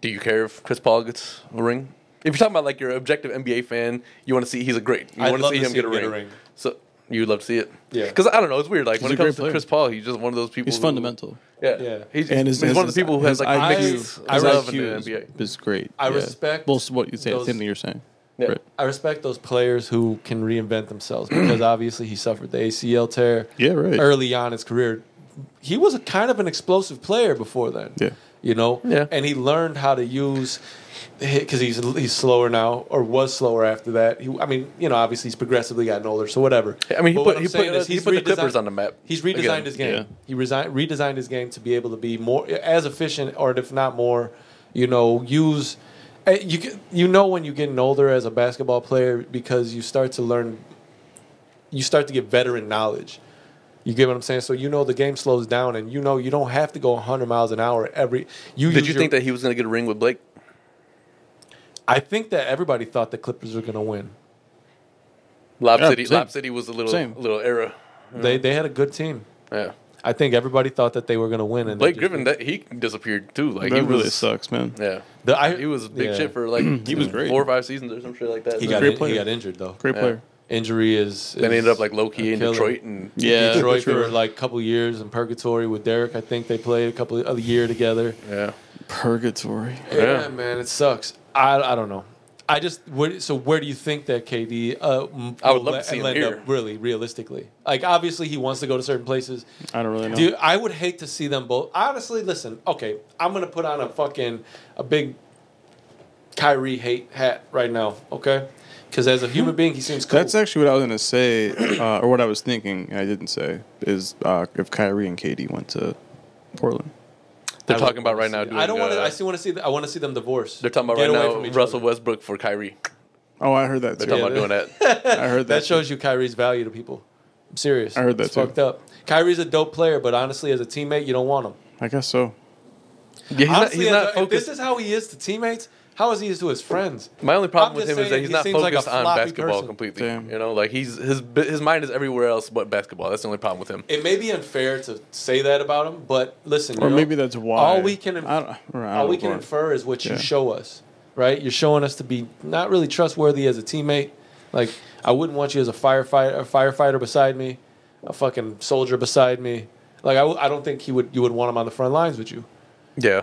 do you care if Chris Paul gets a ring? If you're talking about like your objective NBA fan, you want to see he's a great. You I'd want to love see to him see get, him a, get a ring. ring. So you'd love to see it. Yeah. Because I don't know, it's weird. Like when a it comes great to player. Chris Paul, he's just one of those people. He's fun who- to mental. Yeah. Yeah. He's, And his- he's one of his- the people who has his like IQ mixed I his love in IQ the is, NBA. is great. I respect Well, so what you say, those- same thing you're saying. Yeah. Right. I respect those players who can reinvent themselves because obviously he suffered the ACL tear Yeah, right. early on in his career. He was a kind of an explosive player before then. Yeah. You know? Yeah. And he learned how to use because he's he's slower now or was slower after that. He, I mean, you know, obviously he's progressively gotten older, so whatever. I mean, he But put what I'm he put, saying the- is he he's put the redesigned- Clippers on the map. He's redesigned again. his game. Yeah. He resi- redesigned his game to be able to be more as efficient, or if not more, you know, use. eh, You can- you know when you're getting older as a basketball player because you start to learn, you start to get veteran knowledge. You get what I'm saying? So you know the game slows down, and you know you don't have to go 100 miles an hour every. You Did use you your- think that he was going to get a ring with Blake? I think that everybody thought the Clippers were going to win. Lob Yeah, City. same. Lob City was a little Same. little era. They they had a good team. Yeah. I think everybody thought that they were going to win, and they Blake just- Griffin that he disappeared too. Like that he really was sucks, man. Yeah. The- I- he was big yeah. shit for like he was great. four or five seasons or some shit like that. He So got, great in- he player. got injured though. Great Yeah. player. injury is. then he is ended up like low key a in killer. Detroit and Yeah. Detroit for Detroit. like a couple years in purgatory with Derek. I think they played a couple of a year together. yeah. Purgatory. Yeah. Yeah, man, it sucks. I I don't know. I just where, so where do you think that KD? Uh, m- I would will love to see end him up here. really, realistically, like obviously he wants to go to certain places. I don't really know. Dude, I would hate to see them both. Honestly, listen. Okay, I'm gonna put on a fucking a big Kyrie hate hat right now. Okay, because as a human being, he seems cool. That's actually what I was gonna say, uh, or what I was thinking. and I didn't say is uh, if Kyrie and Katie went to Portland. They're I talking about wouldn't right now. see- Doing, I don't want to. uh, I still want to see. th- I want to see them divorce. They're talking about Get away right from now each Russell other. Westbrook for Kyrie. Oh, I heard that. They're Too. talking Yeah, about doing that. I heard that. That shows you Kyrie's value to people. I'm serious. I heard that it's too. Fucked up. Kyrie's a dope player, but honestly, as a teammate, you don't want him. I guess so. Yeah, he's honestly, not, he's as not a- if focused. this is how he is to teammates. How is he to his friends? My only I'm problem with just him is that saying he's he not seems like a focused on floppy basketball person. completely. Damn. You know, like he's his bi- his mind is everywhere else but basketball. That's the only problem with him. It may be unfair to say that about him, but listen. you Or know, maybe that's why. all we can. Inf- I don't, or I all don't we know. can infer is what Yeah. you show us, right? You're showing us to be not really trustworthy as a teammate. Like I wouldn't want you as a firefighter, a firefighter beside me, a fucking soldier beside me. Like I, w- I don't think he would. You would want him on the front lines with you. Yeah,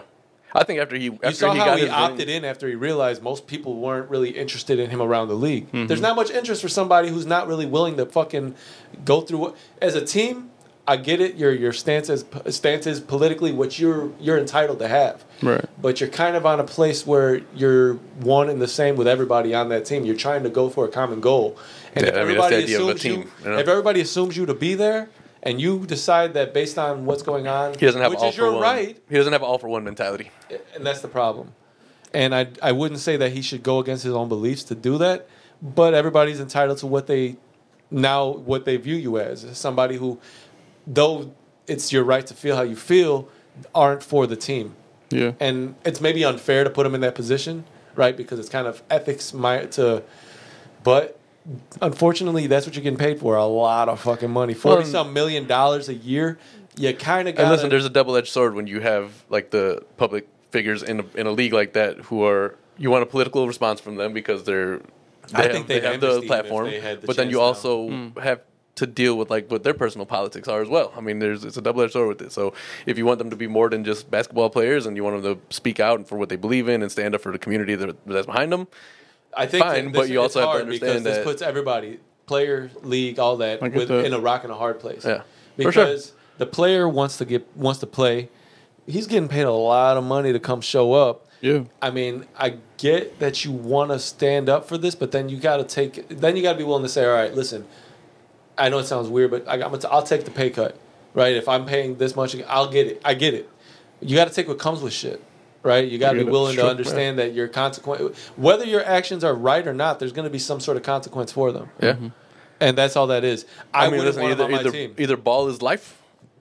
I think after he after You saw he how got he his opted ring, in after he realized most people weren't really interested in him around the league. Mm-hmm. There's not much interest for somebody who's not really willing to fucking go through. What, as a team, I get it. Your your stance is stance is politically what you're you're entitled to have. Right. But you're kind of on a place where you're one and the same with everybody on that team. You're trying to go for a common goal, and Yeah, if I mean, that's everybody the idea of a assumes you, team, you know? if everybody assumes you to be there, and you decide that based on what's going on, He doesn't have which all is for your one. right He doesn't have all for one mentality. and that's the problem. And I I wouldn't say that he should go against his own beliefs to do that, but everybody's entitled to what they now what they view you as somebody who, though it's your right to feel how you feel, aren't for the team. Yeah. And it's maybe unfair to put him in that position, right? Because it's kind of ethics my to, but. Unfortunately, that's what you're getting paid for—a lot of fucking money, forty some million dollars a year. You kind of got. And listen, there's a double edged sword when you have like the public figures in a, in a league like that who are you want a political response from them because they're they I have, think they they'd have amnesty the them if platform, they had the but then you chance now. Hmm. also have to deal with like what their personal politics are as well. I mean, there's it's a double edged sword with it. So if you want them to be more than just basketball players and you want them to speak out and for what they believe in and stand up for the community that, that's behind them, I think fine, that but this- you also have it's to hard because understand this that- puts everybody, player, league, all that, I get with, that. in a rock and a hard place. Yeah, for because sure. the player wants to get wants to play. He's getting paid a lot of money to come show up. Yeah. I mean, I get that you want to stand up for this, but then you got to take. Then you got to be willing to say, "All right, listen, I know it sounds weird, but I, I'm gonna t- I'll take the pay cut, right? If I'm paying this much, I'll get it. I get it. You got to take what comes with shit, right? You got to Yeah, be willing sure, to yeah. understand that your consequence, whether your actions are right or not, there's gonna be some sort of consequence for them, yeah. and that's all that is. I, I, mean, wouldn't listen, want him either on my either, team. either ball is life.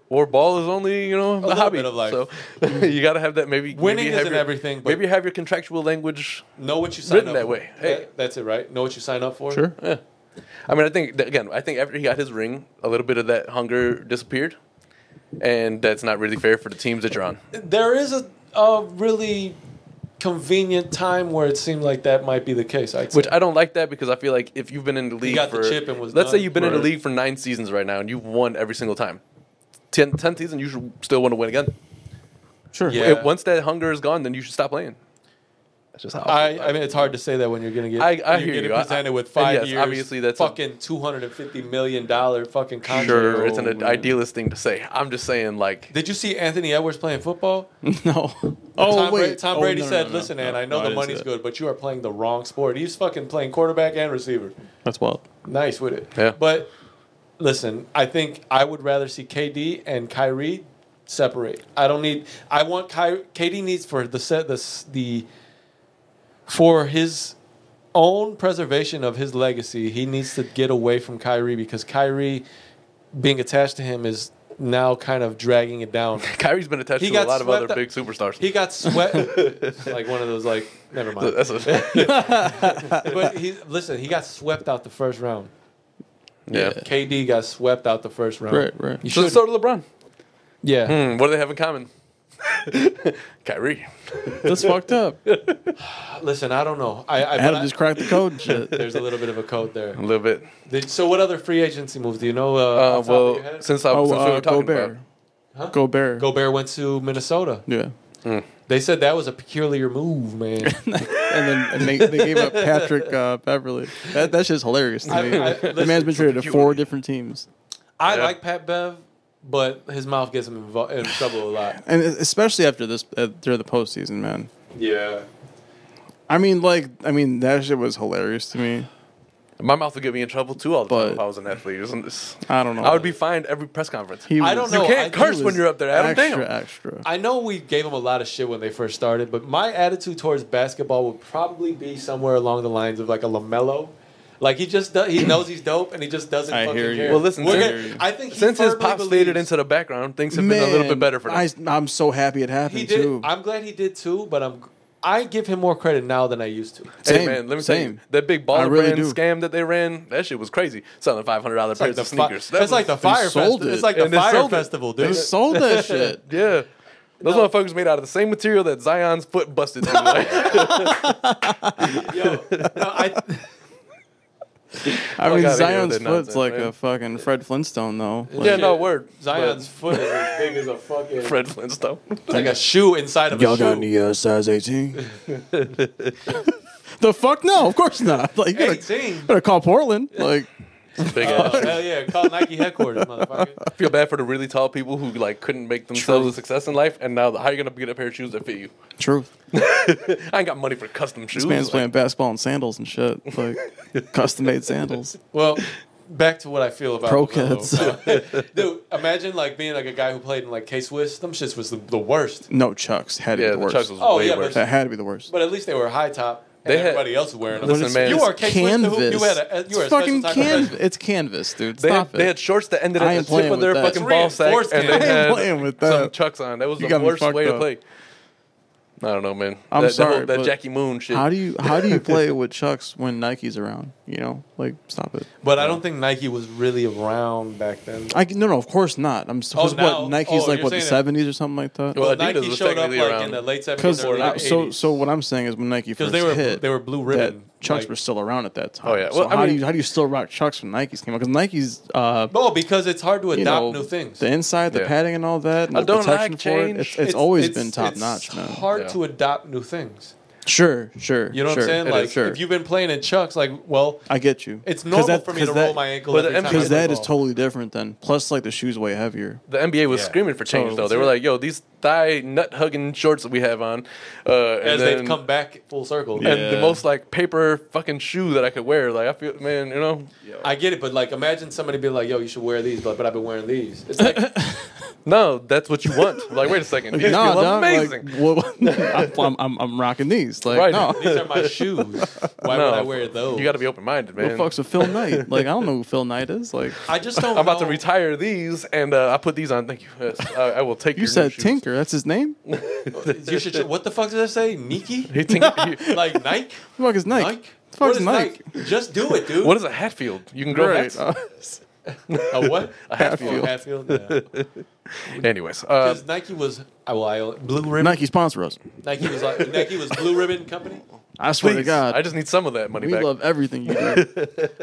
Or ball is only you know the little hobby bit of life. So you got to have that maybe Winning maybe have isn't your- everything, but- maybe have your contractual language know what you sign written up that for. way. Hey. That- that's it, right? Know what you sign up for. Sure. I mean, I think that- again, I think after he got his ring, a little bit of that hunger disappeared, and that's not really fair for the teams that you're on. there is a, a really convenient time where it seemed like that might be the case. I'd say. Which I don't like that because I feel like if you've been in the league got the for chip and was let's say done. you've been in Right. the league for nine seasons right now and you've won every single time. Ten, 10th season, you should still want to win again. Sure. Yeah. If- once that hunger is gone, then you should stop playing. That's just how I, I mean, it's hard to say that when you're going to get I- I you're hear getting you. I- presented with and five yes, years, obviously that's a- fucking two hundred and fifty million dollar fucking feel. contract. Sure, it's an man. idealist thing to say. I'm just saying, like, Did you see Anthony Edwards playing football? No. Tom Brady, Tom Oh, Brady no, no, said, no, no, "Listen, no, man, I no, know the didn't see money's that. good, but you are playing the wrong sport. He's fucking playing quarterback and receiver. That's wild. Nice with it. Yeah. But listen, I think I would rather see KD and Kyrie separate. I don't need. I want Kyrie. KD needs for the set the s- the for his own preservation of his legacy. He needs to get away from Kyrie because Kyrie being attached to him is now kind of dragging it down. Kyrie's been attached He to a got lot of swept other up- big superstars. He got sweat like one of those like never mind. That's a, but he listen, he got swept out the first round. yeah. KD got swept out the first round. Right, right. You So, should. so did LeBron. yeah. Hmm, what do they have in common? Kyrie. That's fucked up. Listen, I don't know. I, I, but Adam I just cracked the code. and Shit. there's a little bit of a code there. A little bit. Did, so, what other free agency moves do you know? Uh, Uh, off the top of your well, head? since, I, Oh, since we uh, were talking Gobert. about Huh? Gobert. Gobert went to Minnesota. Yeah. They said that was a peculiar move, man. and then and they, they gave up Patrick uh, Beverly. That, that's just hilarious to I- me. I- the listen, man's been traded to four different teams, I Yeah. like Pat Bev, but his mouth gets him invo- in trouble a lot. and e, especially after this uh, during the postseason, man. Yeah. I mean, like, I mean, that shit was hilarious to me. my mouth would get me in trouble too all the But- time if I was an athlete. Isn't this? I don't know. I would be fined every press conference. He I was- don't know. you can't I- curse he when was you're up there, Adam. Extra, Damn. extra. I know we gave him a lot of shit when they first started, but my attitude towards basketball would probably be somewhere along the lines of like a Lamelo. Like he just does, he knows he's dope and he just doesn't I fucking hear you. care. Well, listen, We're since- gonna- I think he Since his firmly pops faded believes- into the background, things have been a little bit better for him. I, am so happy it happened he did. too. I'm glad he did too, but I'm I give him more credit now than I used to. Hey Same, man, let me tell you same. that big I baller really brand do. scam that they ran. That shit was crazy. Selling five hundred dollar pairs the of fi- sneakers. That it's like the was- fire sold festival. it. It's like And the they fire sold it. festival, they dude. sold that shit. yeah. Those No. motherfuckers made out of the same material that Zion's foot busted. through, like, Yo, no, I, I Fuck mean, outta here with Zion's that nonsense, foot's like man. a fucking Fred Flintstone, though. Like, yeah, no word. Zion's foot is as big as a fucking But Fred Flintstone. it's like a shoe inside of a Y'all shoe. got any uh, size 18? the fuck? No, of course not. Like, you gotta- 18. Better call Portland. Like, Big ass. Oh, hell yeah! Call Nike headquarters, motherfucker. Uh, I feel bad for the really tall people who like couldn't make themselves a success in life, and now how are you gonna get a pair of shoes that fit you? truth. I ain't got money for custom shoes. This man's Like, playing basketball in sandals and shit. Like, custom made sandals. Well, back to what I feel about Pro LaMelo. Dude, imagine like being like a guy who played in like K Swiss. Them shits was the, the worst. No, Chucks had to yeah, be the, the worst. Chucks was Oh, way yeah, but- worse. that had to be the worst. But at least they were high top. And They had- everybody else was wearing them. Listen, man, you it's are K Swiss. the hoop, You had a you were a it's fucking special type of canvas. freshman. It's canvas, dude. They had, Stop they it. had shorts that ended I at ain't the tip playing of their with that. fucking It's ball sack, reinforced and now. they I ain't had playing with some that. chucks on. That was the got me worst fucked way to up. play. I don't know, man. I'm that, sorry, that, whole, that but Jackie Moon shit. How do you how do you play with Chucks when Nike's around? You know, like stop it. But I don't think Nike was really around back then. I no no of course not. I'm supposed Oh, now- what Nike's oh, like you're what the saying that- seventies or something like that. Well, Well, Adidas Nike was showed up technically like around. in the late Because seventies, early uh, so 80s. so what I'm saying is when Nike first they were hit, they were blue that ribbon. Chucks like- were still around at that time. Oh, yeah. So Well, I how do mean- you how do you still rock Chucks when Nikes came out? Because Nikes uh no, Oh, because it's hard to you know, adopt new things. Uh, The inside, the Yeah. padding, and all that. And I the don't protection like for it, change. It's, it's, always been it's- top it's notch, man. Hard Yeah. to adopt new things. Sure, sure. You know sure, what I'm saying? it Like is, sure. if you've been playing in chucks, like well, I get you. it's 'Cause normal that- for me 'cause to that- roll my ankle but the every time. NBA I because play that ball. is totally different than. Plus, like the shoes way heavier. the NBA was Yeah. screaming for change, So- though. They were like, "Yo, these thigh nut hugging shorts that we have on," uh, and as then, they've come back full circle. and the Yeah. most like paper fucking shoe that I could wear. Like I feel, man, you know, I get it, but like imagine somebody being like, "Yo, you should wear these," but but I've been wearing these. It's like no, that's what you want. like, wait a second, these Nah, feel dog, amazing. Like, what, I'm, I'm, I'm rocking these. Like, Right. no. these are my shoes. Why No, would I wear those? you got to be open minded, man. Who the fucks with Phil Knight? Like, I don't know who Phil Knight is. Like, I just don't. I'm about to know. retire these, and uh, I put these on. Thank you. Yes, I, I will take. you your new said shoes. Tinker. That's his name. Who You should. What the fuck does that say? Nike? He tinkered. He- Like Nike? the fuck is Nike? Nike? Who the fuck What is is Nike? Just do it, dude. what is a hat field? You can grow Right. hats. Uh, A what? a Hatfield. Um, Oh, Hatfield. Yeah. Anyways, uh, 'Cause Nike was I well, I, Blue Ribbon. Nike. Nike sponsor us. was like Nike was Blue Ribbon Company. I swear to please, God, I just need some of that money we back. love everything you do.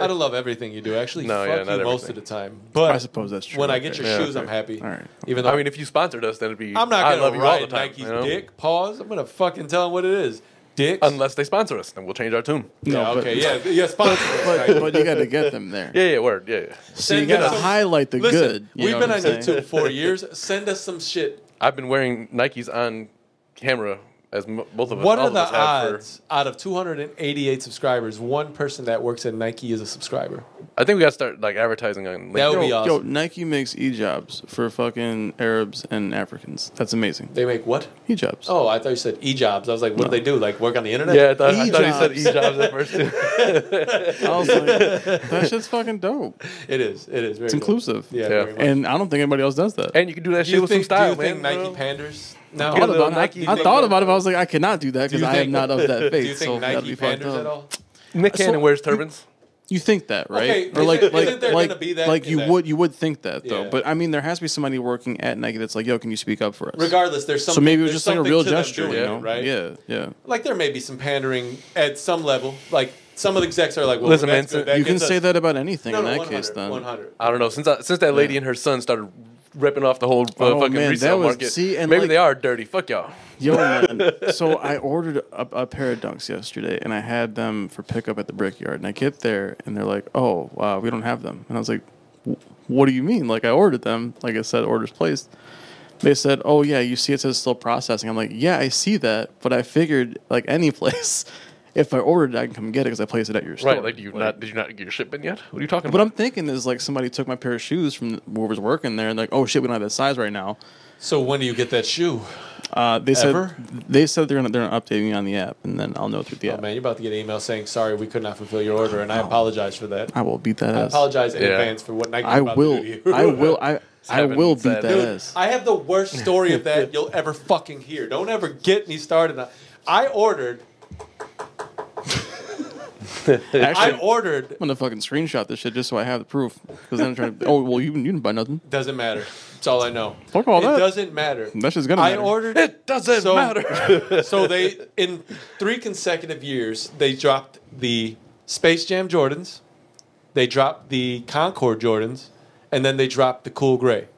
I don't love everything you do. Actually, No, fuck yeah, you not most of everything. the time. But I suppose that's true. When I get your Yeah, shoes, I'm okay. happy. All right. Even though I mean, if you sponsored us, then it'd be I'm not I gonna love you all ride the time. Nike's you know? dick. Pause. I'm gonna fucking tell him what it is. Dick. Unless they sponsor us, then we'll change our tune. no, yeah, but- okay. Yeah. Yeah. Sponsor. us, But, Nike. but you got to get them there. Yeah, yeah, word, yeah, yeah. So you Send got to us- highlight the Listen, good. you we've know been on what I'm saying? YouTube for years. Send us some shit. I've been wearing Nikes on camera as m- both of us. What all are of the us have for- odds out of 288 subscribers, one person that works at Nike is a subscriber? I think we got to start like advertising on That would LinkedIn. be Yo, awesome. yo, Nike makes e-jobs for fucking Arabs and Africans. That's amazing. They make what? E-jobs. Oh, I thought you said e jobs. I was like, what do they do? Like work on the internet? yeah, I thought, I thought he said E-jobs. e-jobs at first. Too. I was like, that shit's fucking dope. it is. It is. Very It's inclusive. Yeah, Yeah. Very much. And I don't think anybody else does that. and you can do that do shit you with some think, do style, you think man. Nike you know? panders? No, I thought, about, it. Nike I thing thought about it. I was like, I cannot do that Do because you I am think- not of that face. Do you think so that'd Nike be fucked panders up. at all? Nick Cannon wears turbans. You think that, right? Okay, isn't- isn't there gonna like, be that like in you that? would, you would think that though. Yeah. But I mean, there has to be somebody working at Nike that's like, yo, can you speak up for us? Regardless, there's something. so maybe it was there's just like a something real to them gesture, doing you it, know? right? Yeah, yeah. Like there may be some pandering at some level. Like some of the execs are like, well, Listen, that's man, good. That you can gets us- say that about anything No, in no, that 100, case, then. 100. I don't know. Since I, since that lady and her son started ripping off the whole uh, Oh, fucking man, resale that was- market, see, and maybe like- they are dirty. Fuck y'all. Yo, man. so I ordered a, a pair of dunks yesterday, and I had them for pickup at the brickyard. And I get there, and they're like, "Oh, wow, we don't have them." And I was like, "Wh- "What do you mean? Like I ordered them? Like I said, orders placed." They said, "Oh yeah, you see, it says still processing." I'm like, "Yeah, I see that, but I figured like any place, if I ordered, it, I can come get it because I placed it at your store." Right? Like, do you not? Did you not get your shipment yet? What are you talking What about? I'm thinking is like somebody took my pair of shoes from whoever's working there, and like, "Oh shit, we don't have that size right now." So when do you get that shoe? Uh, they said Ever? they said they're gonna they're gonna update me on the app, and then I'll know through the Oh app. man, you're about to get an email saying sorry we could not fulfill your order, and I apologize for that. Oh. I will beat that I ass. apologize in Yeah. advance for what Nike. I about to will. do to you. I will. I I happened. will It's beat that sad. Dude, ass. I have the worst story of that you'll ever fucking hear. Don't ever get me started. on- I ordered. I Actually, I'm ordered. gonna fucking screenshot this shit just so I have the proof. Because then I'm trying to. Oh well, you, you didn't buy nothing. Doesn't matter. That's all I know. Fuck all it that. doesn't matter. That shit's gonna I matter. ordered. It doesn't so, matter. so they in three consecutive years they dropped the Space Jam Jordans, they dropped the Concord Jordans, and then they dropped the Cool Gray.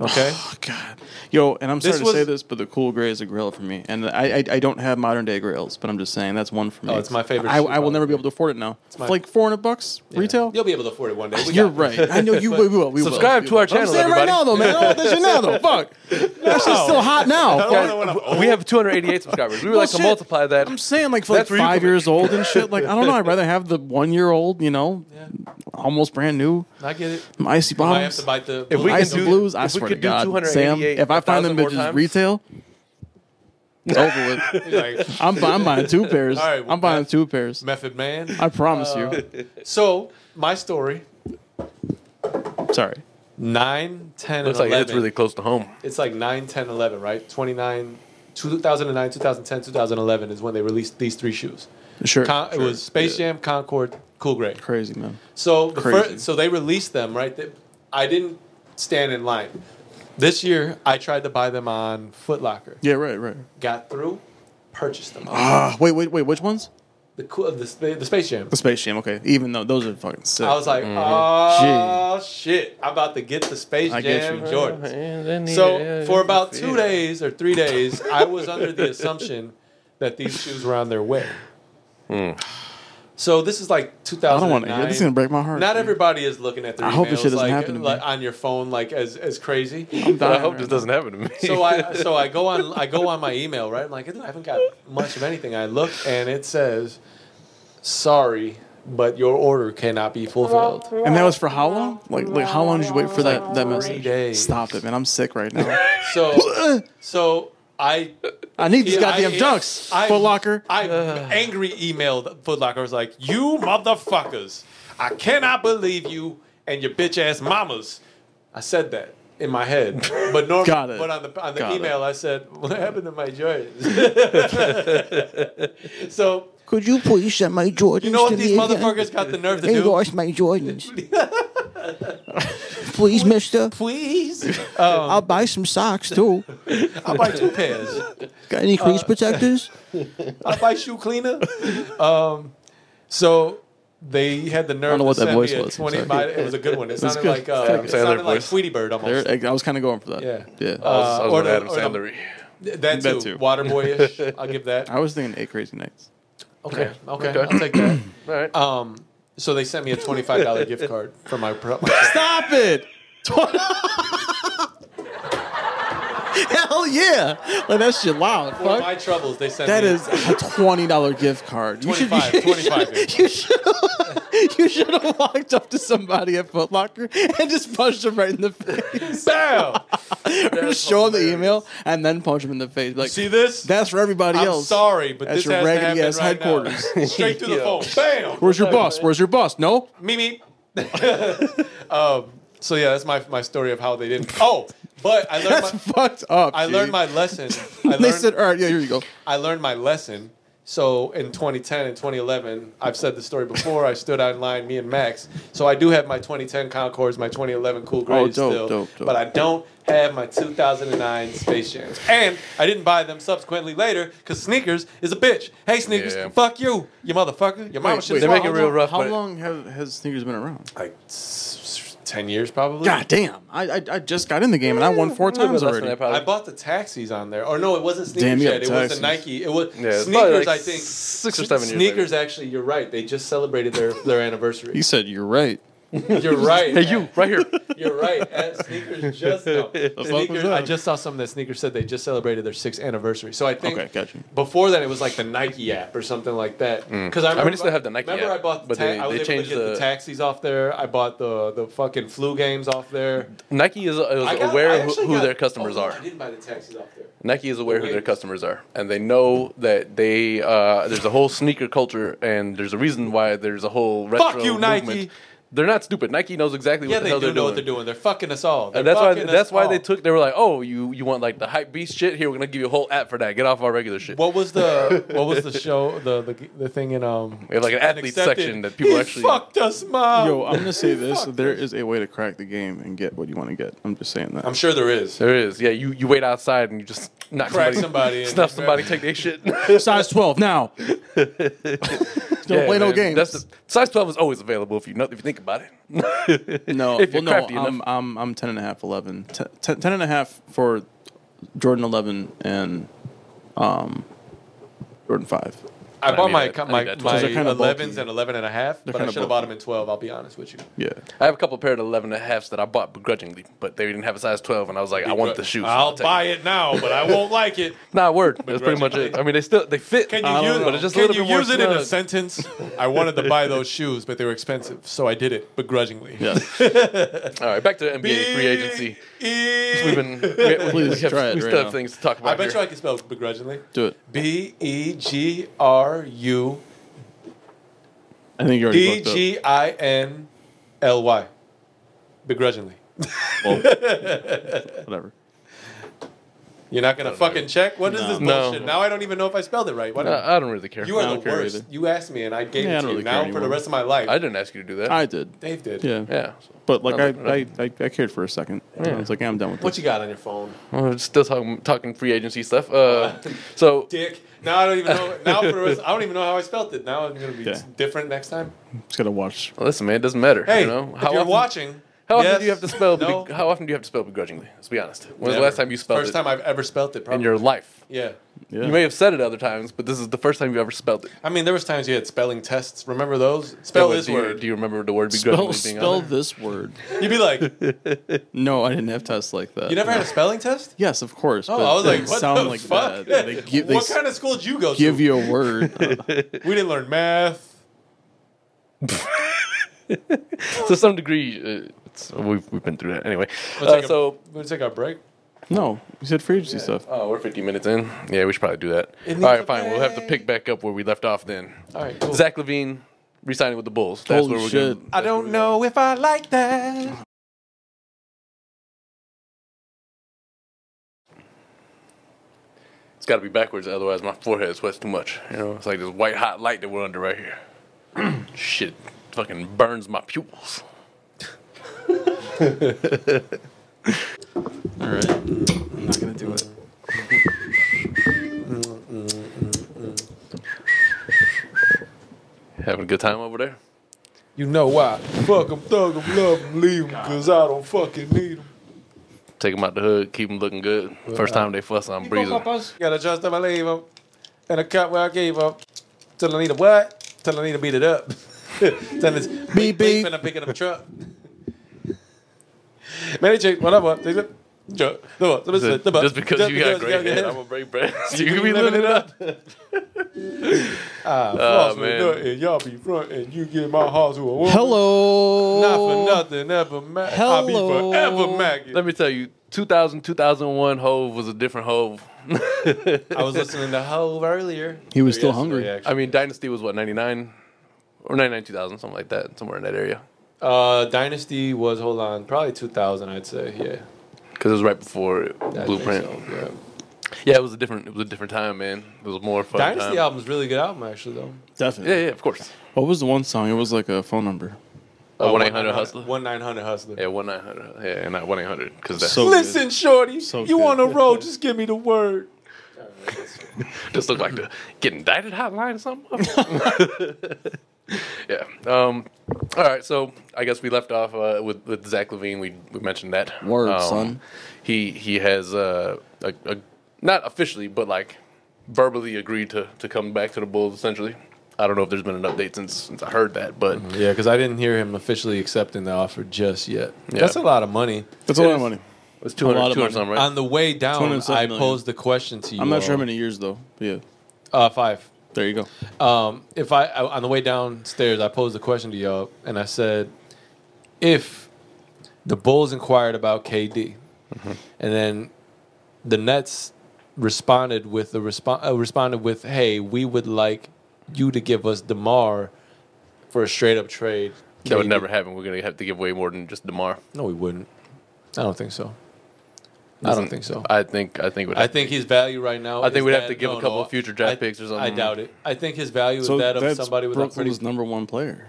Okay. Oh god. Yo, and I'm sorry This to say was- this, but the cool gray is a grail for me, and I I, I don't have modern day grails, but I'm just saying that's one for me. Oh, it's my favorite I, shoe, I will never be probably. able to afford it now. It's my- like 400 bucks retail. You'll be able to afford it one day. We You're got right. I know you we will. We will. Subscribe We to will. our But I'm channel, saying right everybody. now though, man. I want that shit now though. Fuck. That shit's still hot now. don't know when I'm we have 288 subscribers. We would like to Bullshit. multiply that. I'm saying like for like That's where you five come in. years old and shit. Like I don't know. I'd rather have the one year old, you know, Yeah. almost brand new I get it. my icy I might have bombs, to bite the. If we can icy do- blues. I if we swear to could do God, 288 Sam, if I find 1,000 them more bitches times? retail, it's over with. like, I'm, bu- I'm buying two pairs. All right, well, I'm buying that's- two pairs. Method Man. I promise you. So my story. Sorry. Nine, ten, Looks and like 11. it's really close to home. it's like 9 10 11 right 29 2009 2010 2011 is when they released these three shoes Sure. Con- it was space jam concord cool gray Crazy man. so the Crazy. fir- so they released them right They- i didn't stand in line this year i tried to buy them on Foot Locker. Yeah. Right. Right. got through purchased them Ah. wait. Wait. Wait. Which ones? the, cool, the, spa- the space jam The Space Mm-hmm. Jam. Okay. Even though those are fucking sick. I was like, oh shit! I'm about to get the Space I get Jam you. Jordans. So for about two days or three days, I was under the assumption that these shoes were on their way. So this is like Hmm. I don't want 2009. to hear. This is gonna break my heart. Not everybody is looking at their I emails hope this shit doesn't like, happen to me. like on your phone like as as crazy. I'm But dying I hope right this now. doesn't happen to me. So I so I go on I go on my email right. I'm like I haven't got much of anything. I look and it says, "Sorry, but your order cannot be fulfilled." And that was for how long? Like, like how long did you wait for that that message? days. Stop it, man! I'm sick right now. So so I I need these Yeah, goddamn I- dunks. I- Foot Locker. I angry emailed Foot Locker. I was like, "You motherfuckers! I cannot believe you and your bitch ass mamas." I said that in my head, but normally, Got it. but on the on the Got it. email, I said, "What happened to my Jordans?" so Could you please send my Jordans you know what to these me again? motherfuckers got the nerve to They do? lost my Jordans. Please, mister. Please, I'll buy some socks too. I'll buy two pairs. Got any crease protectors? I'll buy shoe cleaner. Um, so they had the nerve. don't know to what that send voice me a was, I'm 20 sorry. by- it was a good one. It sounded good. like uh, Adam it Sandler sounded like voice. Tweety Bird almost. There, I, I was kind of going for that. Yeah. Yeah. I was, I was Uh, or going the- Adam or the- Sandler. that, that too, too. Waterboy-ish. I'll give that. I was thinking Eight Crazy Nights. Okay, okay, Okay. I'll take that. All right. Um, so they sent me a twenty-five dollar gift card for my. Pro- my Stop it! Hell yeah! Like that shit loud. for Fuck. my troubles, they sent That me is a twenty dollar gift card. You should, 25, 25. dude. you should, you should have walked up to somebody at Foot Locker and just punched them right in the face. Bam! just show them the email and then punch them in the face. Like, See this? that's for everybody I'm else. sorry, but That's this your has to raggedy happen ass right now. headquarters. Straight through the phone. Bam! Where's your boss? Where's your boss? No. Mimi. um, so yeah, that's my my story of how they didn't. Oh, but I learned That's my, fucked up. I G. learned my lesson. I They learned, said, "All right, yeah, here you go." I learned my lesson. So in 2010 and 2011, I've said the story before. I stood out in line, me and Max. So I do have my 2010 Concords, my 2011 Cool Grades Oh, dope, still, dope, dope. but I don't have my 2009 Space Jams, and I didn't buy them subsequently later because sneakers is a bitch. Hey sneakers, Yeah. fuck you, you motherfucker, your mama Wait, should. wait, They make it how real long- rough, How but- long have, has sneakers been around? like s- s- 10 years probably. God damn! I, I I just got in the game and I won four times already. I bought the taxis on there. Or no, it wasn't sneakers Damn, you got yet. It was taxis. the Nike. It was Yeah, it's probably sneakers. like I think six or seven years Sneakers. Actually, you're right. They just celebrated their their anniversary. He said, "You're right." you're right. Hey, you right here. You're right. At sneakers just no. Sneakers, that? I just saw something that sneakers said they just celebrated their sixth anniversary. So I think Okay, gotcha. before that it was like the Nike app or something like that. Because Mm. mean, I, remember- they still have the Nike Remember, app, I bought the but ta- they- I was they able to changed get the, the- taxis off there. I bought the the fucking flu games off there. Nike is, is I got- I aware of who, actually who got- their customers oh, are. I didn't buy the taxis off there. Nike is aware who their Wait. customers are, and they know that they uh, there's a whole sneaker culture, and there's a reason why there's a whole retro Fuck you, movement. Nike. They're not stupid. Nike knows exactly what Yeah, the they hell do know they're doing. what they're doing. They're fucking us all. They're And that's why fucking that's us why all. they took. They were like, "Oh, you you want like the hype beast shit? Here, we're gonna give you a whole app for that. Get off our regular shit." What was the what was the show the the, the thing in um? we have like an athlete Unaccepted? section that people He actually. fucked us, mom. Yo, I'm gonna say this: there is a way to crack the game and get what you want to get. I'm just saying that. I'm sure there is. There is, yeah. You you wait outside and you just knock Crack somebody somebody, and snuff just- somebody, take their shit. size 12 now. Don't Yeah, play no man. games. That's the, size twelve is always available if you know, if you think about it. no, if well, you're no, crafty I'm, enough. I'm, I'm 10 and a half, 11. 10, 10 and a half for Jordan 11 and um, Jordan 5. I bought need my that- I need my, that 12. my They're kinda 11s bulky. and 11 and a half, but I kinda should have bought bulky. them in 12. I'll be honest with you. Yeah. I have a couple pair of 11 and a halfs that I bought begrudgingly, but they didn't have a size 12, and I was like, I want the shoes. I'll take buy it now, but I won't like it. Nah, word. That's pretty much it. I mean, they still they fit. Can I you don't use, know, but it's just a can little you bit more use it in a snug. sentence? I wanted to buy those shoes, but they were expensive, so I did it begrudgingly. E, Yeah. All right, back to the NBA free agency. We've been we, we, we, Please have, try it we still right have now. things to talk about. I bet you here. I can spell begrudgingly. Do it. B E G R U I think you already D booked up. G I N L Y. Begrudgingly. Whatever. You're not gonna fucking check? What is this No. bullshit? Now I don't even know if I spelled it right. What I, I don't really care. you are I the don't care worst. either. You asked me and I gave Yeah, it I to don't you. really Now care for the anymore. rest of my life. I didn't ask you to do that. I did. Dave did. Yeah. yeah. But like, Nothing. I, I, I, I cared for a second. I was like, yeah, I'm done with What this. you got on your phone? Well, we're still talking talking free agency stuff. Uh, so Dick. Now I don't even know. Now for the rest, I don't even know how I spelled it. Now I'm gonna be Yeah. different next time. Just got to watch. listen, man, it doesn't matter. Hey, you know if you're often, watching. How often yes, do you have to spell? No. How often do you have to spell begrudgingly? Let's be honest. When's Never. the last time you spelled First it time I've ever spelled it. Probably. in your life? yeah. Yeah. You may have said it other times, but this is the first time you've ever spelled it. I mean, there was times you had spelling tests. Remember those? Spell Yeah, but this do you- word. do you remember the word spell begrudgingly being spell on there? this word. You'd be like, you No, I didn't have tests like that. never had a spelling test? Yes, of course. Oh, but I was they like, didn't what sound the like fuck? that. They give, they what kind of school did you go give to? you a word. Uh, we didn't learn math. To some degree, uh, it's, we've, we've been through that anyway. Let's Uh, take a- so, We'll take our break. No, you said free agency stuff. oh, we're 50 minutes in. Yeah, we should probably do that. It All right, needs a fine. We'll have to break. pick back up where we left off then. All right, cool. Zach Levine resigning with the Bulls. That's Holy where we're shit. Gonna, I don't know if I like that. it's got to be backwards, otherwise my forehead sweats too much. You know, it's like this white hot light that we're under right here. Shit, fucking burns my pupils. All right. I'm not gonna do it. Having a good time over there? You know why? Fuck them, thug them, love them, leave them, cause I don't fucking need them. Take them out the hood, keep them looking good. First time they fuss, I'm breezing. Gotta trust them, I leave them. And a cut where I gave them. Till I need a what? Till I need to beat it up. Till it's beep beep. And I'm picking up a truck. Many chicks, whatever. They look. Truck. Look, look, look, look, Just because just you got great you head, got I'm gonna break bread. So You you can be be living living it up. Ah, false man. man. And y'all be front and you give my heart to a woman. Hello. Not for nothing, ever Mac. I'll be Hello. forever Maggie. Let me tell you, 2000, 2001 Hove was a different Hove. I was listening to Hove earlier. He was still hungry. I mean, Dynasty was what, 99? Or 99, 2000, something like that, somewhere in that area. Uh, Dynasty was hold on, probably 2000, I'd say. Yeah, Because it was right before I think Blueprint. so, yeah. Yeah, it was a different. It was a different time, man. It was more fun. Dynasty time. album's really good album actually though. Definitely. Yeah, yeah, of course. What was the one song? It was like a phone number. One eight hundred hustler. Oh, One nine hundred hustler. Yeah, one nine hundred. Yeah, not one eight hundred. Because that So Listen, shorty, So you good. on the road? Just give me the word. just looked like the get indicted hotline or something. yeah. Um. All right. So I guess we left off uh, with with Zach Levine. We we mentioned that Word, um, son. He he has uh a, a, not officially but like verbally agreed to to come back to the Bulls essentially. I don't know if there's been an update since since I heard that, but Mm-hmm. Yeah, because I didn't hear him officially accepting the offer just yet. Yeah. That's a lot of money. That's a lot of money. it's 200, lot of 200 money. something, right? On the way down, 207 I million. posed the question to you. I'm not all. sure how many years though. But yeah. Uh, five. There you go. um, if I, I on the way downstairs, I posed a question to y'all, and I said, if the Bulls inquired about KD, Mm-hmm. and then the Nets responded with the respo- uh, responded with, "Hey, we would like you to give us Demar for a straight up trade." that would KD. never happen. We're gonna have to give away more than just Demar. No, we wouldn't. I don't think so. I don't think so. I think I think it would I think his value right now. I think is we'd have that- to give a no, couple no, of future draft I- picks or I something. doubt it. I think his value is that of that's somebody with Brooklyn's a pretty number one player.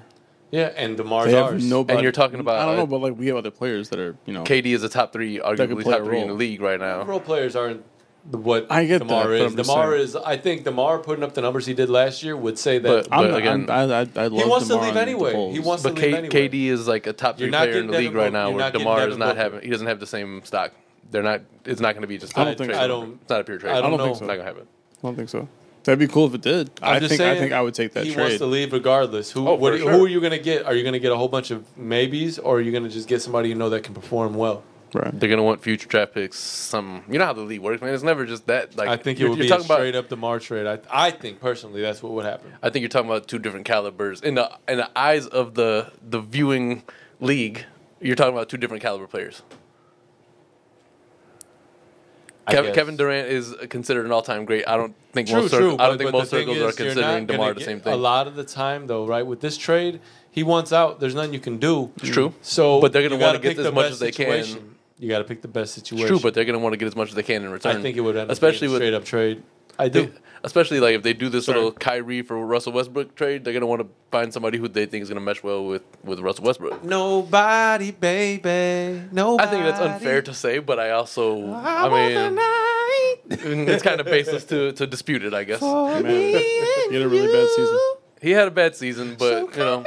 Yeah, and Demar's They have ours. nobody. And you're talking about- I don't know, but like we have other players that are you know. KD is a top three, could arguably play top a three in the role. league right now. Role players aren't the- what I get that, Demar but is. I'm just Demar saying- is. I think Demar putting up the numbers he did last year would say that. But- I'm, not- again- I'm, I, I, I love he wants DeMar to and leave the anyway. Bulls. He wants But to leave K- anyway. KD is like a top You're three not player in getting the league Devin right Booker. now, You're where not getting Demar is Devin not Booker. having. He doesn't have the same stock. They're not. It's not going to be just. I a don't think trade. so. I don't- It's not a pure trade. I don't know. It's not going to happen. I don't think so. That'd be cool if it did. I'm I just think I saying think I would take that he wants trade. to leave regardless. Who? Oh, what, for do- sure. Who are you going to get? Are you going to get a whole bunch of maybes, or are you going to just get somebody you know that can perform well? right. They're going to want future draft picks. Some. You know how the league works, man. It's never just that. Like I think it you're, would you're be a talking straight about. up Demar trade. I, I think personally that's what would happen. I think you're talking about two different calibers in the in the eyes of the the viewing league. You're talking about two different caliber players. I Kev- guess. Kevin Durant is considered an all-time great. I don't think True, most true. circles, I but- don't think but most the thing circles are is, you're not considering gonna Demar the get- same thing. A lot of the time, though, right? With this trade, he wants out. There's nothing you can do. It's true. So, But they're gonna you gotta wanna get pick as the much best as they can. situation. You got to pick the best It's situation. true, but they're going to want to get as much as they can in return. I think it would end especially especially up with straight up trade. I do. especially like if they do this little Kyrie for Russell Westbrook trade, they're going to want to find somebody who they think is going to mesh well with with Russell Westbrook. Nobody, baby. Nobody. I think that's unfair to say, but I also I, mean it's kind of baseless to to dispute it. I guess He had a really bad season. he had a bad season, but you know.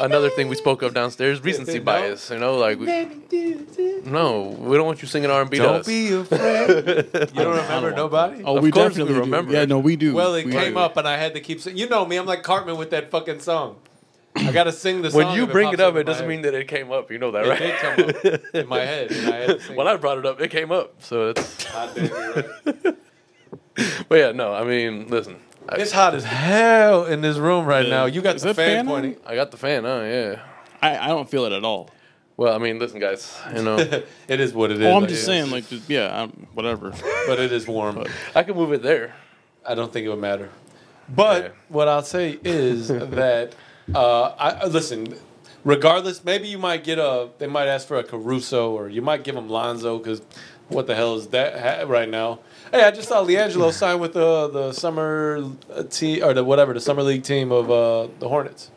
Another thing we spoke of downstairs, recency No. bias. You know, like we, no, we don't want you singing R and B. Don't be afraid. you don't remember nobody? Oh, Of we course we definitely do. remember Yeah, it. no, we do. Well, it We came do. up, and I had to keep saying, you know me, I'm like Cartman with that fucking song. I gotta sing the song. When you if bring pops it up, in it my doesn't head. mean that it came up. You know that, it right? did come up in my head. And I had to sing when I it. brought it up, it came up. So it's. God damn, you're right. But yeah, no. I mean, listen. I, It's hot as hell in this room right now. You got the that fan fan on? pointing. I got the fan. Oh yeah. I, I don't feel it at all. Well, I mean, listen, guys. You know, It is what it is. Oh, I'm I just guess. saying, like, just, yeah, I'm, whatever. but it is warm. I can move it there. I don't think it would matter. But Yeah. what I'll say is that uh, I uh, listen. Regardless, maybe you might get a. They might ask for a Caruso, or you might give them Lonzo because what the hell is that ha- right now? Hey, I just saw Leangelo sign with the the summer uh, team or the whatever the summer league team of uh, the Hornets.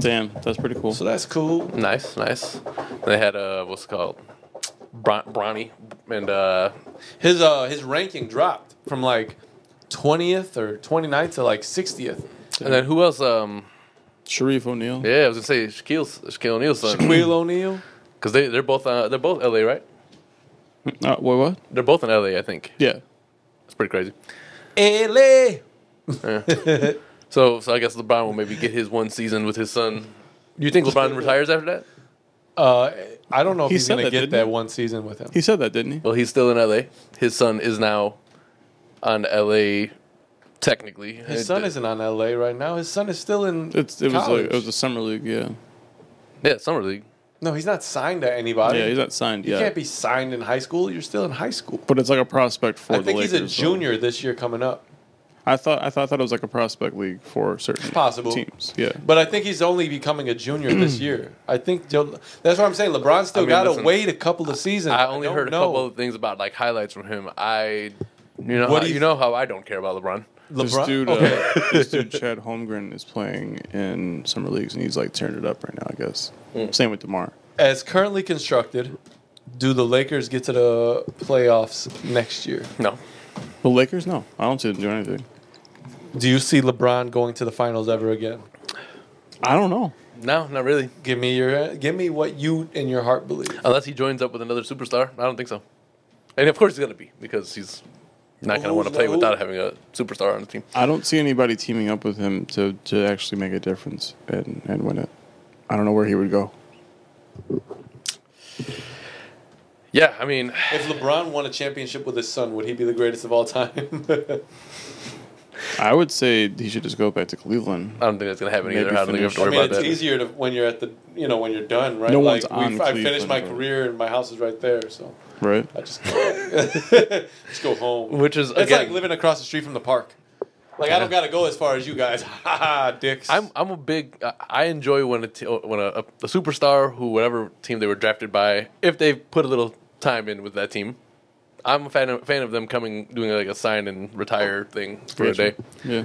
Damn, that's pretty cool. So that's cool. Nice, nice. They had uh, what's it called Bron- Bronny and uh, His uh his ranking dropped from like 20th or 29th to like 60th. and then who else? Um, Sharif O'Neal. yeah, I was gonna say Shaquille's, Shaquille O'Neal's son Shaquille O'Neal. because they they're both uh, they're both LA, right? Uh, wait, what? They're both in LA, I think. Yeah. It's pretty crazy. LA. So, so I guess LeBron will maybe get his one season with his son. Do you think LeBron retires after that? Uh, I don't know if He he's said gonna that, get didn't that he? one season with him. He said that, didn't he? Well, he's still in LA. His son is now on LA, technically. His son isn't on LA right now. His son is still in. It's, it was college. like, it was a summer league. Yeah. yeah, summer league. no, he's not signed to anybody. yeah, he's not signed You yet. can't be signed in high school. You're still in high school. but it's like a prospect for I the think he's a Lakers, though. junior this year coming up. I thought I thought that was like a prospect league for certain possible. teams. Yeah. But I think he's only becoming a junior this year. I think Joe- that's what I'm saying. LeBron's still I mean, got to listen, wait a couple of seasons. I only don't heard a know. couple of things about like highlights from him. I, you know, What how, do you- you know how I don't care about LeBron. This LeBron- dude, okay. uh, this dude, Chad Holmgren is playing in summer leagues, and he's like tearing it up right now. I guess. Hmm. Same with Demar. as currently constructed, do the Lakers get to the playoffs next year? No, The Lakers, no, I don't see them doing anything. Do you see LeBron going to the finals ever again? I don't know. no, not really. Give me your, give me what you in your heart believe. Unless he joins up with another superstar, I don't think so. And of course he's gonna be because he's not gonna want to Who's play the- without having a superstar on the team. I don't see anybody teaming up with him to, to actually make a difference and, and win it. I don't know where he would go. Yeah, I mean, If LeBron won a championship with his son, would he be the greatest of all time? I would say he should just go back to Cleveland. I don't think that's gonna happen Maybe either. I don't think we have to finish. worry I mean, about it's that. easier to, when you're at the, you know, when you're done, right? No like, one's on we've- I finished my Cleveland, right? career and my house is right there, so Right? I just go, just go home. Which is it's again, like living across the street from the park. Like I don't gotta go as far as you guys, ha ha, dicks. I'm I'm a big. I- I enjoy when a t- when a, a superstar who whatever team they were drafted by, if they put a little time in with that team, I'm a fan of, fan of them coming doing like a sign and retire thing for a day. Yeah.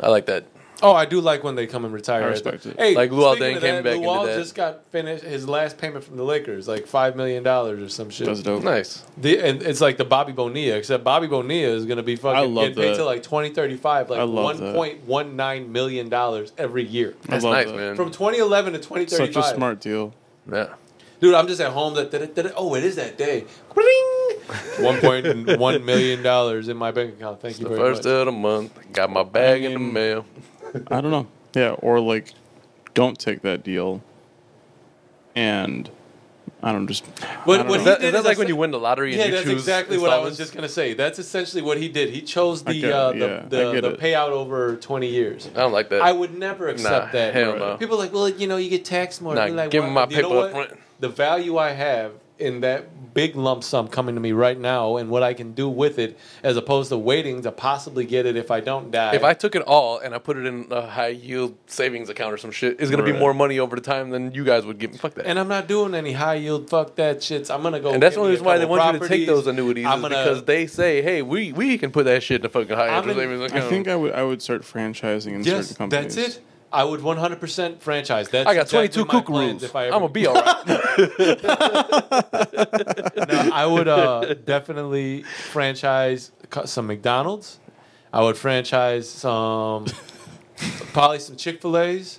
I like that. Oh, I do like when they come and retire. I respect it. Hey, Like Luol speaking of Deng came that, back and Luol did that. just got finished his last payment from the Lakers, like five million dollars or some shit. That's dope. Nice. The, and it's like the Bobby Bonilla, except Bobby Bonilla is gonna be fucking I love getting paid that. to like twenty thirty five, like I love that. one point one nine million dollars every year. I That's love nice, that. man. From twenty eleven to twenty thirty Such a five. smart deal. yeah. Dude, I'm just at home. That, that, that, oh, it is that day. One point one million dollars in my bank account. Thank you The very first much. of the month, got my bag in the mean- mail. I don't know. Yeah, or like, don't take that deal. And I don't just. But I don't what know. Is he that, did is that is like when I you win the lottery and yeah, you that's choose exactly what I installments? was just gonna say. That's essentially what he did. He chose the get it, uh, the, yeah, I the, get the it. payout over twenty years. I don't like that. I would never accept that. Uh, hell no. People are like, well, you know, you get taxed more. Nah, You're like, give me well, my you know paper up what? front. The value I have in that big lump sum coming to me right now, and what I can do with it, as opposed to waiting to possibly get it if I don't die. if I took it all and I put it in a high yield savings account or some shit, it's gonna be Right. more money over the time than you guys would give. me. Fuck that. And I'm not doing any high yield fuck that shits. I'm gonna go. And that's the give me only a reason why they couple want you to take properties. those annuities I'm is gonna- because they say, "Hey, we, we can put that shit in the fucking high I'm interest in- savings I account." think I would I would start franchising in Yes, certain companies. that's it. I would 100% franchise. That's I got twenty two exactly my kookaroos. plans If I I'm ever, gonna be all right. No, I would uh, definitely franchise cu- some McDonald's. I would franchise some, probably some Chick Fil A's.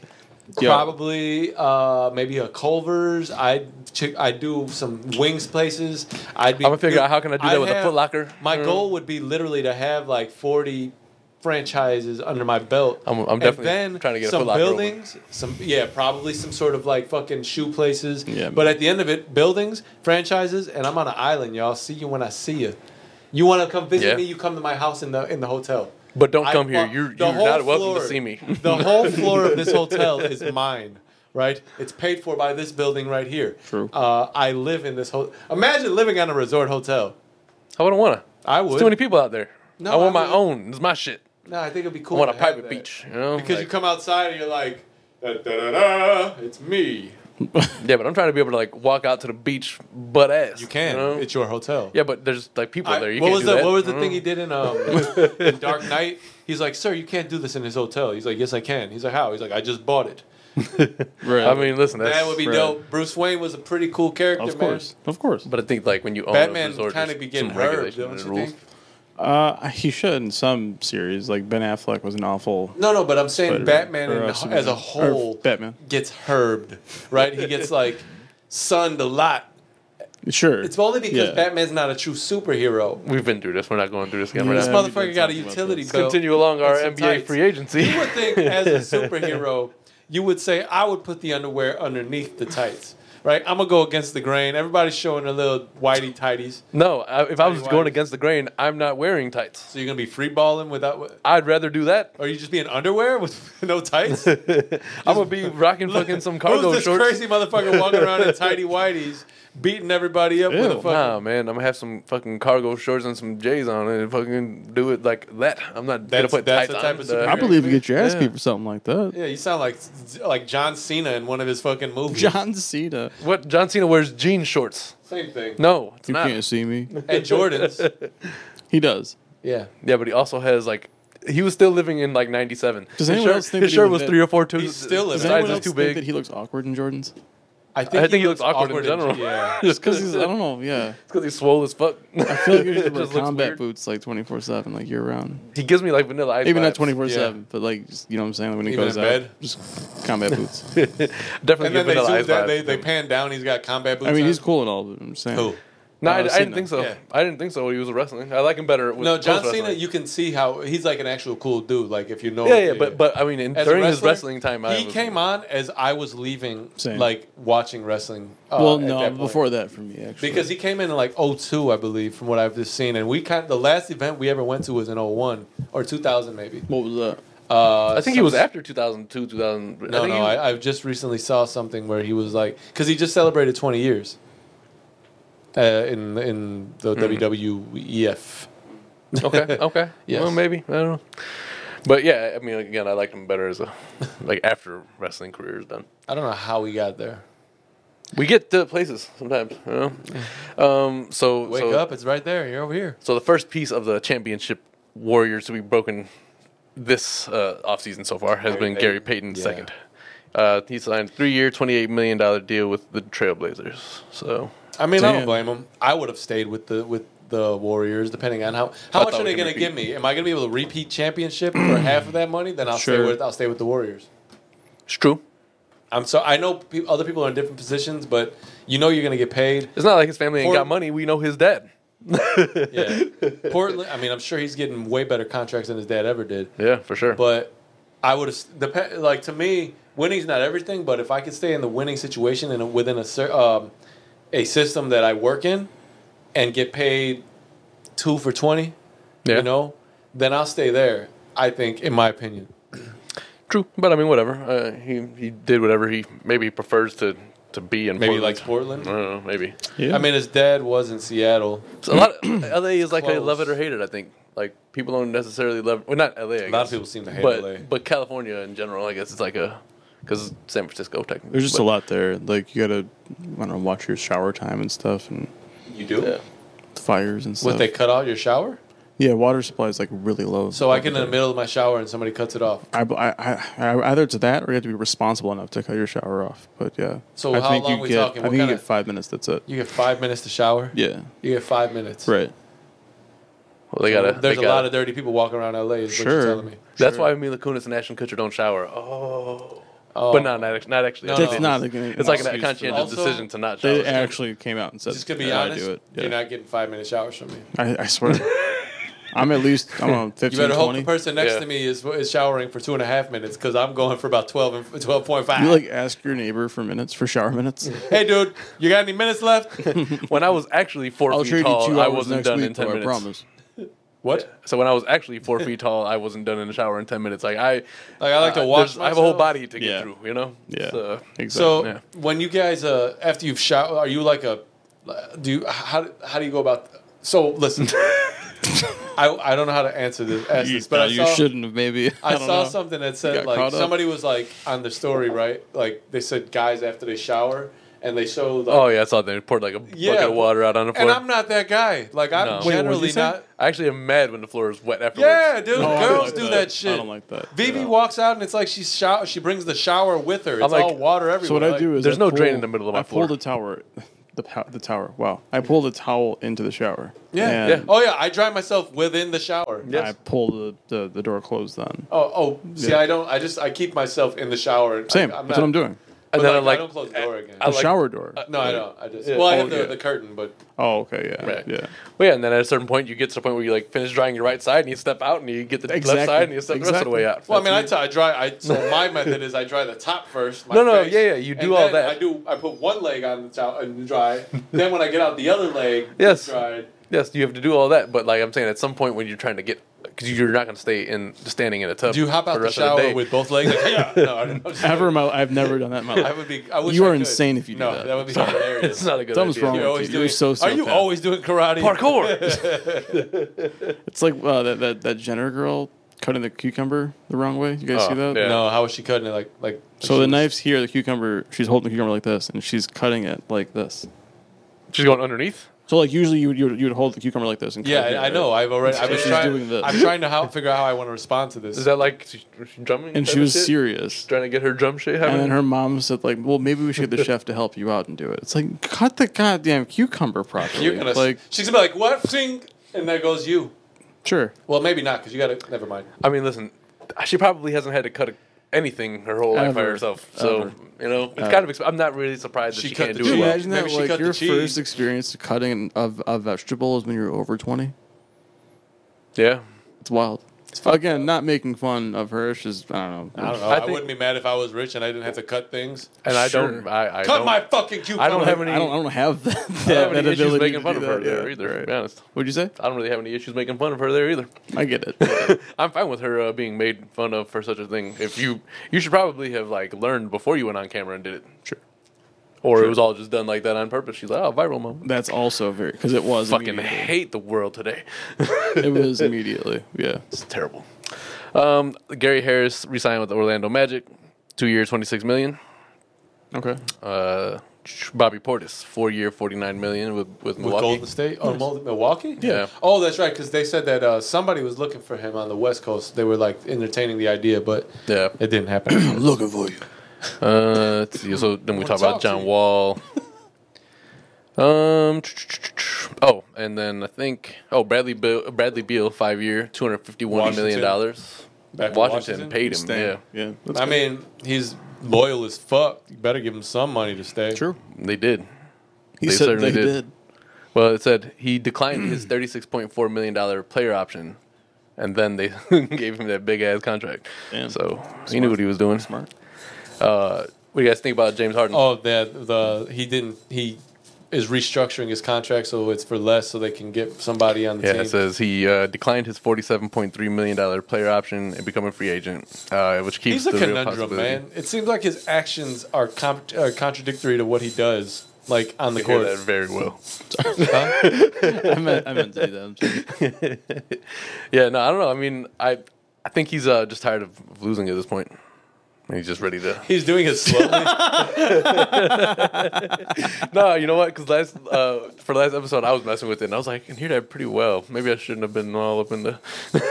Yeah. Probably uh, maybe a Culver's. I chick. I do some wings places. I'd be. I'ma figure out how can I do that I'd with a have- Foot Locker. My Mm. goal would be literally to have like forty franchises under my belt. I'm- I'm And definitely then trying to get a some Foot Locker open. buildings. Some yeah, probably some sort of like fucking shoe places. Yeah, but man. at the end of it, buildings, franchises, and I'm on an island, y'all. See you when I see you. You want to come visit Yeah. me? You come to my house in the in the hotel. But don't I come here. fu- You're the you're whole not welcome floor- to see me. The whole floor of this hotel is mine, right? It's paid for by this building right here. True. Uh, I live in this hotel. Imagine living on a resort hotel. I wouldn't wanna. I would. There's too many people out there. No, I want I my own. It's my shit. No, I think it'd be I cool. want a to have private that. beach. You know? Because you Like- come outside and you're like, da da da da, it's me. yeah, but I'm trying to be able to like walk out to the beach butt ass. You can. know? It's your hotel. yeah, but there's like people I- there. You what can't was do the that. What was the Mm. thing he did in um in Dark Knight? He's like, sir, you can't do this in his hotel. He's like, yes, I can. He's like, how? He's like, I just bought it. Right. I mean, listen, that's, That would be dope. Bruce Wayne was a pretty cool character, of man. course, of course. But I think like when you own Batman a resort, kind there's of be getting some herbed, regulation don't and you rules. think? Uh, he should in some series. Like Ben Affleck was an awful. No, no, but I'm saying Spider-Man. Batman Or, in, uh, as Superman. a Or whole Batman. gets herbed, right? He gets like sunned a lot. Sure. It's only because Yeah. Batman's not a true superhero. We've been through this. We're not going through this again. We're This not- Yeah. we motherfucker did got a talk about utility this. belt. Continue along our and NBA some tights. free agency. You would think as a superhero, you would say, I would put the underwear underneath the tights. Right? I'm gonna go against the grain. Everybody's showing their little whitey tighties. No, I, if I was Tighty going whities. against the grain, I'm not wearing tights. So you're gonna be free balling without I'd rather do that. or you just be in underwear with no tights? I'm gonna be rocking fucking some cargo Who's this shorts. crazy motherfucker walking around in tighty whities, beating everybody up with a Ew. fucking Nah, man, I'm gonna have some fucking cargo shorts and some J's on and fucking do it like that. I'm not That's- gonna put that's tights the on. type of Uh, I superhero. believe you get your ass Yeah. beat for something like that. Yeah, you sound like like John Cena in one of his fucking movies. John Cena. What John Cena wears jean shorts? Same thing. No, it's You not. can't see me. And Jordans. He does. Yeah. Yeah, but he also has like he was still living in like '97. Does his anyone shirt, else think his that he shirt would was fit? three or four two? He's still living. Does Size anyone sizes else too think big. that he looks awkward in Jordans? I think he looks awkward in general. yeah. Just Because he's, I don't know, yeah. because he's swole as fuck. I feel like you It should wear just looks combat weird. boots like 24 7, like year round. He gives me like vanilla ice. Maybe vibes. not 24 7, but like, just- you know what I'm saying? Like when he Even goes in out, bed? just combat boots. Definitely And give then they vanilla zoom ice that, vibes. they, they pan down. He's got combat boots. I mean, on. he's cool and all, but I'm saying. Who? no, I, I Uh, didn't Cena. think so. Yeah. I didn't think so. when He was a wrestling. I like him better. With No, John post Cena. wrestling. You can see how he's like an actual cool dude. Like if you know. Yeah, yeah, but but I mean, in, As a during his wrestler, wrestling time, I he was- came on as I was leaving, Same. like watching wrestling. Uh, Well, at that no, point. before that for me, actually. Because he came in in like 02, I believe, from what I've just seen. And we kind the last event we ever went to was in 01 or 2000, maybe. What was that? Uh, I think he was after 2002, 2000. No, think no, he- I, I just recently saw something where he was like, because he just celebrated 20 years uh, in in Hmm. the E WWEF. okay, okay, Yes. well, maybe I don't know. But yeah, I mean, again, I liked him better as a like after wrestling career is done. I don't know how he got there. We get to places sometimes, you know. Um, so Wake so, up, it's right there. You're over here. So the first piece of the championship warriors to be broken this uh, offseason so far has been Gary Payton yeah. second. Uh, he signed three-year, twenty-eight million dollar deal with the Trailblazers. So I mean, I don't Damn. blame him. I would have stayed with the with the Warriors, depending on how how I much thought are we they can going to repeat. give me? Am I going to be able to repeat championship for half of that money? Then I'll stay Sure. with I'll stay with the Warriors. it's true. I'm so I know pe- other people are in different positions, but you know you're going to get paid. It's not like his family ain't Or- got money. We know his dad. Yeah, Portland. I mean, I'm sure he's getting way better contracts than his dad ever did. Yeah, for sure. But I would have depend like to me, winning's not everything. But if I could stay in the winning situation and within a cer- um, a system that I work in and get paid two for twenty, yeah, you know, then I'll stay there. I think, in my opinion, true. But I mean, whatever. Uh, he he did whatever he maybe prefers to to be in. maybe Portland. like Portland. I don't know. Maybe Yeah. I mean, his dad was in Seattle. so a lot. Of, LA is like a Close. love it or hate it. I think like people don't necessarily love. Well, not LA. I A guess. lot of people seem to hate but LA. but California in general, I guess it's like a because San Francisco technically. There's just but- a lot there. Like, you gotta, I don't know, watch your shower time and stuff and You do. Yeah. fires and stuff. What they cut out your shower? yeah, water supply is like really low. So I get in the middle of my shower and somebody cuts it off. I, I, I, I- either it's that or you have to be responsible enough to cut your shower off. But yeah. So I how think long you we get, I talking? What think you kinda- get five minutes. That's it. You get five minutes to shower. Yeah. You get five minutes. Right. Well, they got There's a lot of dirty people walking around LA. Is what Sure. you're telling me. That's why Mila Kunis and Ashton Kutcher don't shower. Oh, Oh, but no, not act- not actually. No, They That's just- not a- an It's like a excuse for conscientious that. decision to not shower. They actually came out and said, Just gonna be "Yeah, honest, I do it. you're Yeah. not getting five minute showers from me. I, I swear. I'm at least, I'm on 15, You better hope 20. the person next Yeah. to me is, is showering for two and a half minutes because I'm going for about twelve and twelve point five. You like ask your neighbor for minutes for shower minutes. hey, dude, you got any minutes left? when I was actually 4 I'll feet trade you tall, two I hours wasn't next done week, in ten though, minutes. I promise. what? So when I was actually four feet tall, I wasn't done in the shower in ten minutes. Like I, Like I like to uh, wash. there's- I have a whole myself. body to get Yeah. through. You know. Yeah, So, exactly. So Yeah. when you guys uh, after you've showered, are you like a do you how how do you go about? So listen, I I don't know how to answer this, ask you, this but I you saw, shouldn't have. Maybe I, don't saw know. something that You said got like caught up. somebody was like on the story right, like they said guys after they shower and they show the Oh yeah, I saw they poured like a bucket of water out on the floor. And I'm not that guy. Like I'm No. Wait, what'd you generally say? not. I actually am mad when the floor is wet afterwards. Yeah, dude. Oh, I don't girls like do that, shit. I don't like that. Vivi Yeah. walks out and it's like she shower. She brings the shower with her. It's like- all water everywhere. So what I Like, do is there's I no drain in the middle of my I pull floor. the tower, the pow- the tower. Wow, I pull the towel into the shower. Yeah. and Oh yeah, I dry myself within the shower. I pull the, the, the door closed. Then Oh, oh. See, Yeah. I don't. I just I keep myself in the shower. I- same. I'm that's not- what I'm doing. but, And then like, I'm like, I don't close the door again. Uh, I The like- uh, shower door. no, I don't. I just. Yeah. Well, I Oh, have the, yeah. the curtain, but oh, okay, yeah, Right. yeah. Well, yeah, and then at a certain point, you get to the point where you like finish drying your right side, and you step out, and you get the Exactly. left side, and you step the rest of the way out. Well, I mean, I t- I dry. I so my method is I dry the top first. My No, no, face, yeah, yeah, you and do all then that. I do. I put one leg on the towel and dry. then when I get out the other leg, Yes. it's dried. yes, you have to do all that, but like I'm saying, at some point when you're trying to get, because you're not going to stay in standing in a tub. Do you hop for out the rest of shower day. with both legs? Like, yeah. No, I don't, Ever in my, I've never done that in my I life. would be. I wish You I are could. insane if you do no, that. that would be hilarious. It's not a good Something's idea. wrong. You're always You're doing. so are you sociopath. always doing karate? Parkour. It's like uh, that that that Jenner girl cutting the cucumber the wrong way. You guys Oh, see that? yeah. No, how was she cutting it? Like, like. So the knife's here. The cucumber. She's holding the cucumber like this, and she's cutting it like this. She's going underneath. So like usually you would you would, you would hold the cucumber like this. And cut it Yeah, here, I I right? know. I've already. I was She's trying. doing this. I'm trying to how, figure out how I want to respond to this. Is that like she, she drumming? And type she of was shit? serious. Trying to get her drum shit. And then happening? her mom said, like, well, maybe we should get the chef to help you out and do it. It's like, cut the goddamn cucumber properly. You're gonna. like, she's gonna be like, what? Sing, and there goes you. sure. Well, maybe not because you got to. Never mind. I mean, listen, she probably hasn't had to cut a, anything her whole life by Ever. herself. So Ever. Uh, you know, it's kind of. Exp- I'm not really surprised that She she, cut can't the do it. Can you cheese. Well. imagine Maybe that? she Like, cut the your cheese. first experience cutting of a vegetable is when you were over 20. Yeah. It's wild. Again, not making fun of her. She's, I don't know. I don't know. I I, think- wouldn't be mad if I was rich and I didn't have to cut things. And I Sure. don't. I, I cut don't, my fucking cucumber. I don't have any. I don't, I don't have that, that, I don't have that any issues ability making to fun do of her that. there Yeah, either. To right. be honest, What'd you say? I don't really have any issues making fun of her there either. I get it. I'm fine with her uh, being made fun of for such a thing. If you, you should probably have like learned before you went on camera and did it. Sure. Or it was all just done like that on purpose. She's like, oh, viral moment. That's also very, because it was Fucking immediately. hate the world today. It was immediately. Yeah. It's terrible. Um, Gary Harris re-signed with the Orlando Magic, two years, twenty-six million. Okay. Uh, Bobby Portis, four year, forty-nine million with with With Milwaukee. Golden State or Mil- Milwaukee? Yeah. Oh, that's right. Because they said that uh, somebody was looking for him on the West Coast. They were like entertaining the idea, but yeah. it didn't happen. Looking for you. Uh, let's see. So then we Wanna talk about talk to John you. Wall. Um. Oh, and then I think oh Bradley Bill, Bradley Beal five year two hundred fifty one million dollars. Back Washington, to Washington? paid him. Staying. Yeah. That's I mean, he's loyal as fuck. You better give him some money to stay. true. Yeah, they did. He They said certainly they did. did. Well, it said he declined his thirty six point four million dollar player option, and then they gave him that big ass contract. Damn. So he knew what he was doing. Smart. Uh, what do you guys think about James Harden? Oh, that the he didn't he is restructuring his contract so it's for less so they can get somebody on the Yeah, team. it says he uh, declined his forty-seven point three million dollar player option and become a free agent, uh, which keeps He's a the real conundrum, possibility. man. It seems like his actions are com- uh, contradictory to what he does, like on the I hear court. that very well. I meant, I meant to do that. I'm sorry. Yeah, no, I don't know. I mean, I I think he's uh, just tired of of losing at this point. And he's just ready to. He's doing it slowly. no, you know what? Because last uh, for last episode, I was messing with it, and I was like, I can hear that pretty well. Maybe I shouldn't have been all up in the.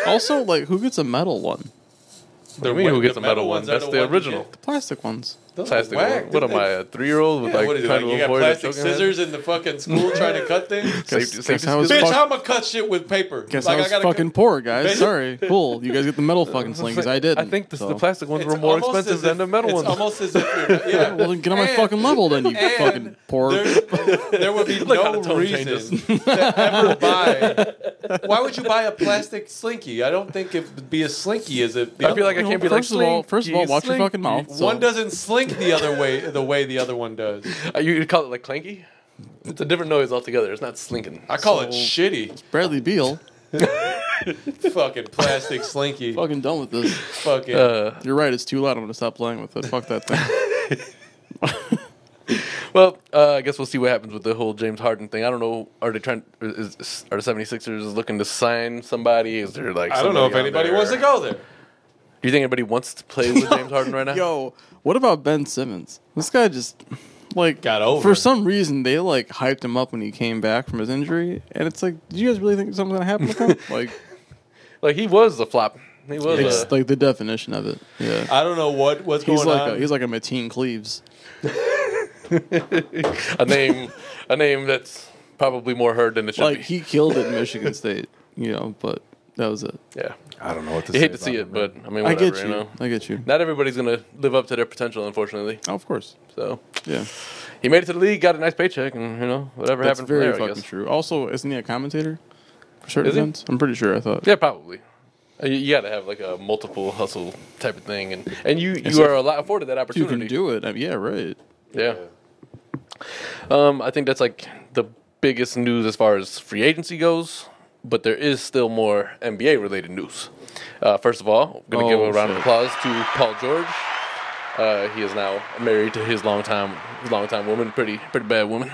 also, like, who gets a metal one? the mean, who gets a metal one? That's the original. The plastic ones. Plastic. one. What am I, a three-year-old with Yeah, like what is it, trying like, to you got avoid a plastic choking hazard? scissors in the fucking school trying to cut things? Safety, Guess- safety guess I was skills? Bitch, Fuck. I'm gonna cut shit with paper. Guess Like, I was gotta fucking cut- poor, guys. Bitch. Sorry. Cool. You guys get the metal fucking sling because I didn't. I think this, the so. plastic ones It's were more almost expensive as than if- the metal it's ones. Almost as if you're, yeah. Well, then get on my And- fucking level then, you and fucking poor. There's- There would be how the no tone reason to ever buy. Why would you buy a plastic slinky? I don't think it would be as slinky as it. the I feel other like I Well, can't be like. first of all, "Slink, first of all, you watch your slink, fucking you mouth. one. so- One doesn't slink the other way the way the other one does. Uh, You you call it like clanky? It's a different noise altogether. It's not slinking. I call it shitty. Bradley Beal. Fucking plastic slinky. Fucking done with this. Fucking. Uh, You're right. It's too loud. I'm gonna stop playing with it. Fuck that thing. well, uh, I guess we'll see what happens with the whole James Harden thing. I don't know. Are they trying? Is, is- are the 76ers looking to sign somebody? Is there like I don't know if somebody on anybody there? wants to go there. Do you think anybody wants to play with James Harden right now? Yo, what about Ben Simmons? This guy just. like Got over for it. some reason they like hyped him up when he came back from his injury, and it's like, do you guys really think something's gonna happen with him? like, Like he was the flop. He was. it's a- like the definition of it. Yeah, I don't know what what's he's going like a, on. he's like a Mateen Cleaves. a name a name that's probably more heard than it should Like be. he killed it in Michigan State, you know. But that was it. yeah, I don't know what to you say. hate to about see man. it, but I mean, whatever, I get you. you. know. I get you. Not everybody's gonna live up to their potential, unfortunately. Oh, of course. So Yeah, he made it to the league, got a nice paycheck, and you know whatever that's happened from very there. I fucking guess. true. Also, isn't he a commentator for certain Is he? events? I'm pretty sure. I thought. Yeah, probably. Uh, You, you got to have like a multiple hustle type of thing, and and you you so- are a lot afforded that You opportunity. can do it. I mean, yeah, right. Yeah. Um, I think that's like the biggest news as far as free agency goes, but there is still more NBA related news. Uh, first of all, going to give Oh, a round of shit. applause to Paul George. Uh, he is now married to his longtime his longtime woman, pretty pretty bad woman.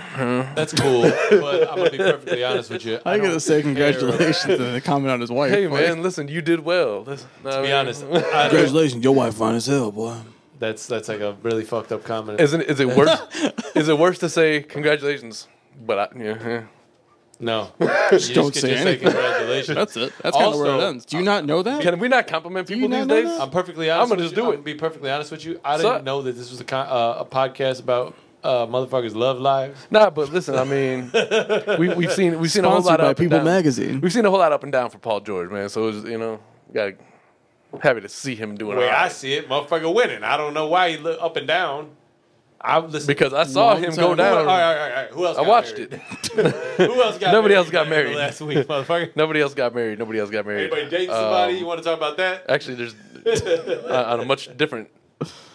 That's cool. but I'm gonna be perfectly honest with you. I, don't gotta say care. congratulations and then comment on his wife. hey Like, man, listen, you did well. That's, To be honest, I don't- Congratulations, your wife fine as hell, boy. that's that's like a really fucked up comment. Isn't is it worse? is it worse to say congratulations? But I, yeah, yeah. no, you just don't could say just anything. congratulations. That's it. That's kind of where it Also- ends. Do you not know that? can we not compliment people not these know days? that? I'm perfectly honest. I'm gonna with just you. do I'm it. gonna Be perfectly honest with you. I So- didn't know that this was a, con- uh, a podcast about uh, motherfuckers' love lives. Nah, but listen, I mean, we, we've seen we've seen a whole Sponsored lot by up and People down. Magazine. We've seen a whole lot up and down for Paul George, man. So it was, you know, got happy to see him doing The way all I right. see it, motherfucker winning. I don't know why he look up and down. I listen because I saw Long him time go ago. Who, all down. right, all right, all right. Who else? I got watched married? it. Who else got? Nobody married else got in the married. last week, motherfucker. Nobody else got married. Nobody else got married. Anybody dating Um, somebody? you want to talk about that? actually, there's uh, on a much different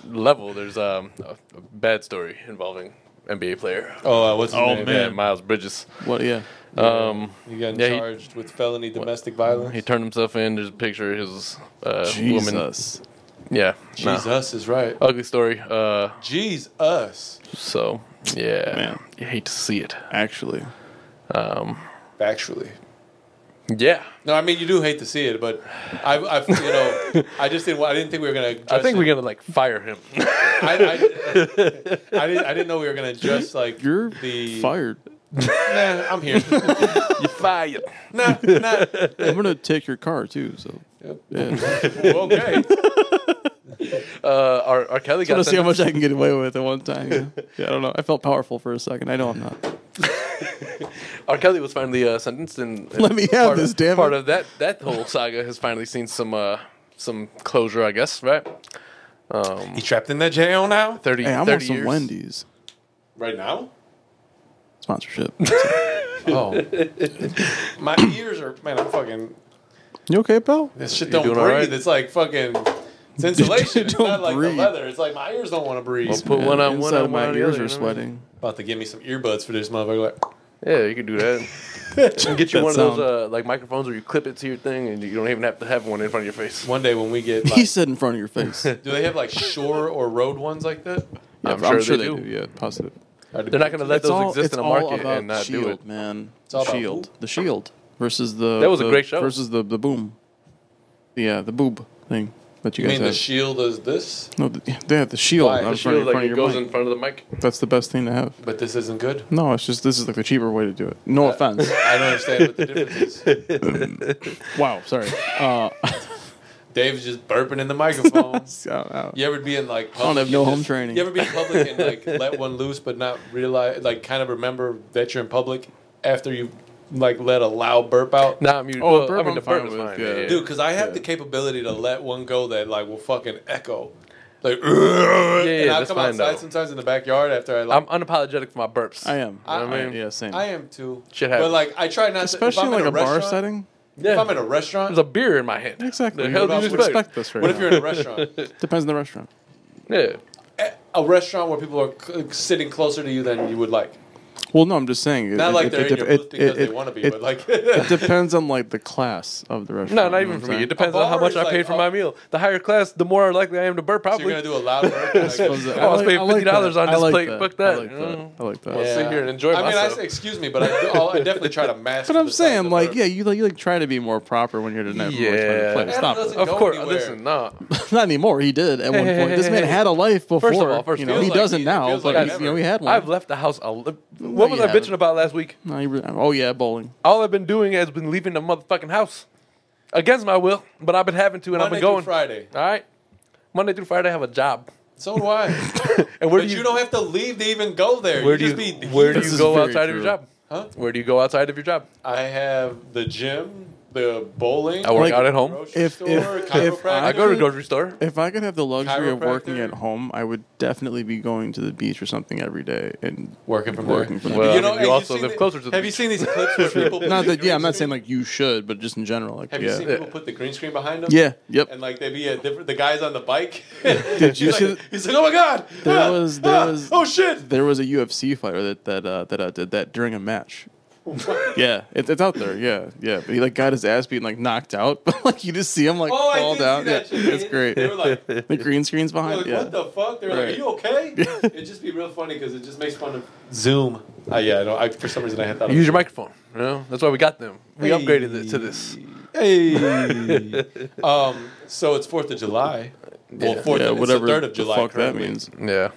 level. There's um, a, a bad story involving NBA player. Oh, uh, what's his Oh, name? man. Yeah, Miles Bridges. What? Yeah. Um, He got Yeah, he- charged with felony domestic violence. he turned himself in. There's a picture of his uh, woman. Jesus. Yeah, nah. Jesus is right. ugly story. Uh, Oh. Jesus. So yeah, Man. you hate to see it. Actually, Factually. Yeah, No, I mean you do hate to see it, but I, I you know, I just didn't. I didn't think we were gonna. I address think it. we're gonna like fire him. I, I, I didn't. I didn't know we were gonna address like you're the. fired. Nah, I'm here. you fired. nah, nah. I'm gonna take your car too. So yeah. Well, okay. Uh, R. R. Kelly I'm got to see how sentenced. much I can get away with at one time. you know? Yeah, I don't know. I felt powerful for a second. I know I'm not. R. Kelly was finally uh, sentenced, and, and Let me have part this, Of, damn it. part of that that whole saga has finally seen some uh, some closure, I guess. Right? He's trapped in that jail now. 30, Hey, I want 30 some years. Wendy's Right now. sponsorship. Oh, my ears are man. I'm fucking. you okay, pal? This shit don't doing breathe. all right? It's like fucking. It's insulation. it's don't not like breathe. the leather. It's like my ears don't want to breathe. Well, put one on Inside one on my one on the ears other, are you know what I mean? sweating. About to give me some earbuds for this motherfucker. Like, Yeah, you can do that. And get you That one of sound. those uh, like microphones where you clip it to your thing, and you don't even have to have one in front of your face. one day when we get, uh, He like, said in front of your face. do they have like shore or road ones like that? I'm, I'm sure, they, do. Yeah, positive. They're not gonna let It's those all- exist it's in a all market about and not shield, do it. E man. all about shield, E the shield versus the That was a the- great show. versus the the boom. Yeah, the boob thing that you, You guys mean the have. shield is this, no, the, yeah, they have the shield. Why? out The in The front of- shield like front of it your goes mic. in front of the mic. That's the best thing to have. but this isn't good? No, it's just this is like the cheaper way to do it. No offense. I don't understand what the difference is. wow, sorry. Uh, Dave's just burping in the microphone. so, uh, You ever be in like public, have and no just- home training. You ever be in public and like let one loose but not realize like kind of remember that you're in public after you like let a loud burp out? Nah, I mean, Oh, well, I bourbon mean the fine bourbon's with, fine. yeah. Yeah, yeah. Dude, because I have the capability to let one go that like will fucking echo. Like, yeah, yeah, and I'll that's come fine, outside though. sometimes in the backyard after I like. I'm unapologetic for my burps. I You am. know what I I- mean? yeah, same. I am too. Shit happens. but like I try not Especially in to. if I'm like in a bar restaurant- setting. If I'm in a restaurant, There's a beer in my hand. Exactly. The hell What do you about- expect? respect this right what if now. you're in a restaurant? Depends on the restaurant. Yeah. a restaurant where people are c- sitting closer to you than you would like. Well, no, I'm just saying. it- Not it- like it- they're it in dep- your it- booth because it- they it- want to be, it- but like it depends on like the class of the restaurant. No, not you know even for what me. I'm It saying? depends on how bar much is I like pay for a- my meal. The higher class, the more likely I am to burp. so you're Probably. gonna do a loud burp. like, Suppose that- I was paying like- $50 like that. on I this like plate. Fuck that, I like you that. know? I like that. Yeah. sit here and enjoy I mean, I myself. say excuse me, but I, do- I'll- I definitely try to match. But to I'm the size saying, of like, the- yeah, you like you like try to be more proper when you're at a network. Yeah. place. Man, Stop. doesn't- it. Of go course. anywhere. Listen, nah. Not anymore. He did at one hey, point. hey, This man hey, hey. had a life before. of all, first you of know, all. he Feels doesn't like- now, feels but like he, never. you know, he had one. I've left the house. A li- No, what was you I bitching haven't. about last week? No, he re- oh yeah, bowling. All I've been doing has been leaving the motherfucking house against my will, but I've been having to, and Monday I've been going. through Friday. All right, Monday through Friday, I have a job. So do I. And where but do you, you don't have to leave to even go there. where do you you just be where do This you is go very outside of true. your job? Huh? Where do you go outside of your job? I have the gym, the bowling. I work Like- out at home. grocery If- store, if- chiropractor. if I I go to the grocery store. If I could have the luxury of working Chiropractor. at home, I would definitely be going to the beach or something every day. And working from Working working from from there. Well, you know, I mean, you and also seen live the- closer to the Have you beach. seen these clips where people? put not the that, yeah, I'm green not saying screen- like you should, but just in general, like Have you yeah, seen people put the green screen behind them? yeah, yep. And like they be a different. The guys on the bike. Did you he's see Like, he's like, oh my god! There Ah! was- there Ah! was- Oh shit! There was a UFC fighter that that uh, that uh, did that during a match. yeah, it, it's out there. Yeah, yeah. But he like got his ass being like knocked out, but like you just see him like Oh, I fall did see down. that yeah, shit. it's They- great. They were like, they the green screen's were behind. like, yeah. what the fuck? They're Right. like, are you okay? It'd just be real funny because it just makes fun of Zoom. Uh, yeah, I don't, I, for some reason I had thought. of- Use your microphone. You know that's why we got them. We Hey. upgraded it to this. Hey. um, so it's Fourth of July. Well, Fourth yeah, of whatever it's the third of the July. fuck currently. that means. Yeah.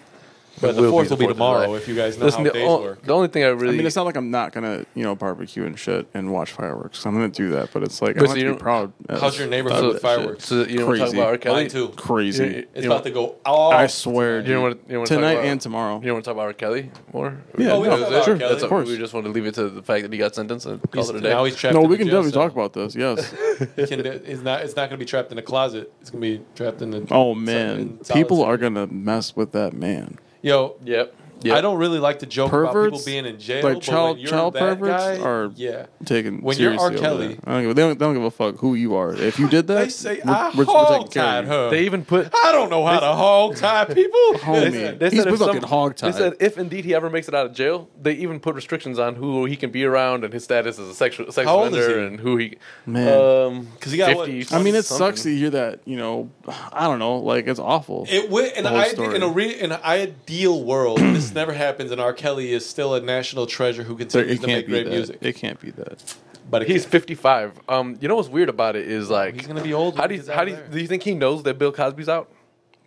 But It the fourth will be, Fourth of tomorrow. July. If you guys know Listen, the, how days oh, o- work. the only thing I really I mean, it's not like I'm not gonna, you know, barbecue and shit and watch fireworks. I'm gonna do that, but it's like But I so want you to be don't- proud. as How's your neighborhood about with that fireworks? so you don't talk Crazy. about R. Kelly. Mine too. shit. Crazy. You- you- It's you about to go all. Oh, I swear, You dude. don't want to, you don't want to tonight talk about, and tomorrow. You don't want to talk about R. Kelly more? Yeah, Oh, we no, don't know sure, about R. that's That's of Kelly. course. course. We just want to leave it to the fact that he got sentenced and call He's, it a now day. he's trapped. no, in we a can jail definitely cell. talk about this. Yes. He can, it's not. It's not going to be trapped in a closet. It's going to be trapped in the. Oh man, in solid people state. are gonna mess with that man. Yo, Yep. yep. I don't really like to joke about people Perverts, being in jail. like but child- when you're child that perverts guy, are- Yeah. Taking When you're R. seriously over Kelly- that. I don't give, a- they, don't, they don't give a fuck who you are. If you did that, They say we're- I we're- we're taking hog care of tied you. her. They even put. I don't know how to hog tie people. Homie. He's if fucking hog-tied. They said if indeed he ever makes it out of jail, they even put restrictions on who he can be around and his status as a sexual sex How old is offender he? and who he. Man. um, 'Cause he got what, I mean, it sucks to something. hear that. You know, I don't know. Like it's awful. It would in, The whole an ide- story. in a re- in an ideal world, this never happens, and R. Kelly is still a national treasure who There- continues it to make can't be great that. music. It can't be that. but it He's can't. 55. Um, you know what's weird about it is like he's gonna be old. How when do you, he's how out do you, there. do you think he knows that Bill Cosby's out?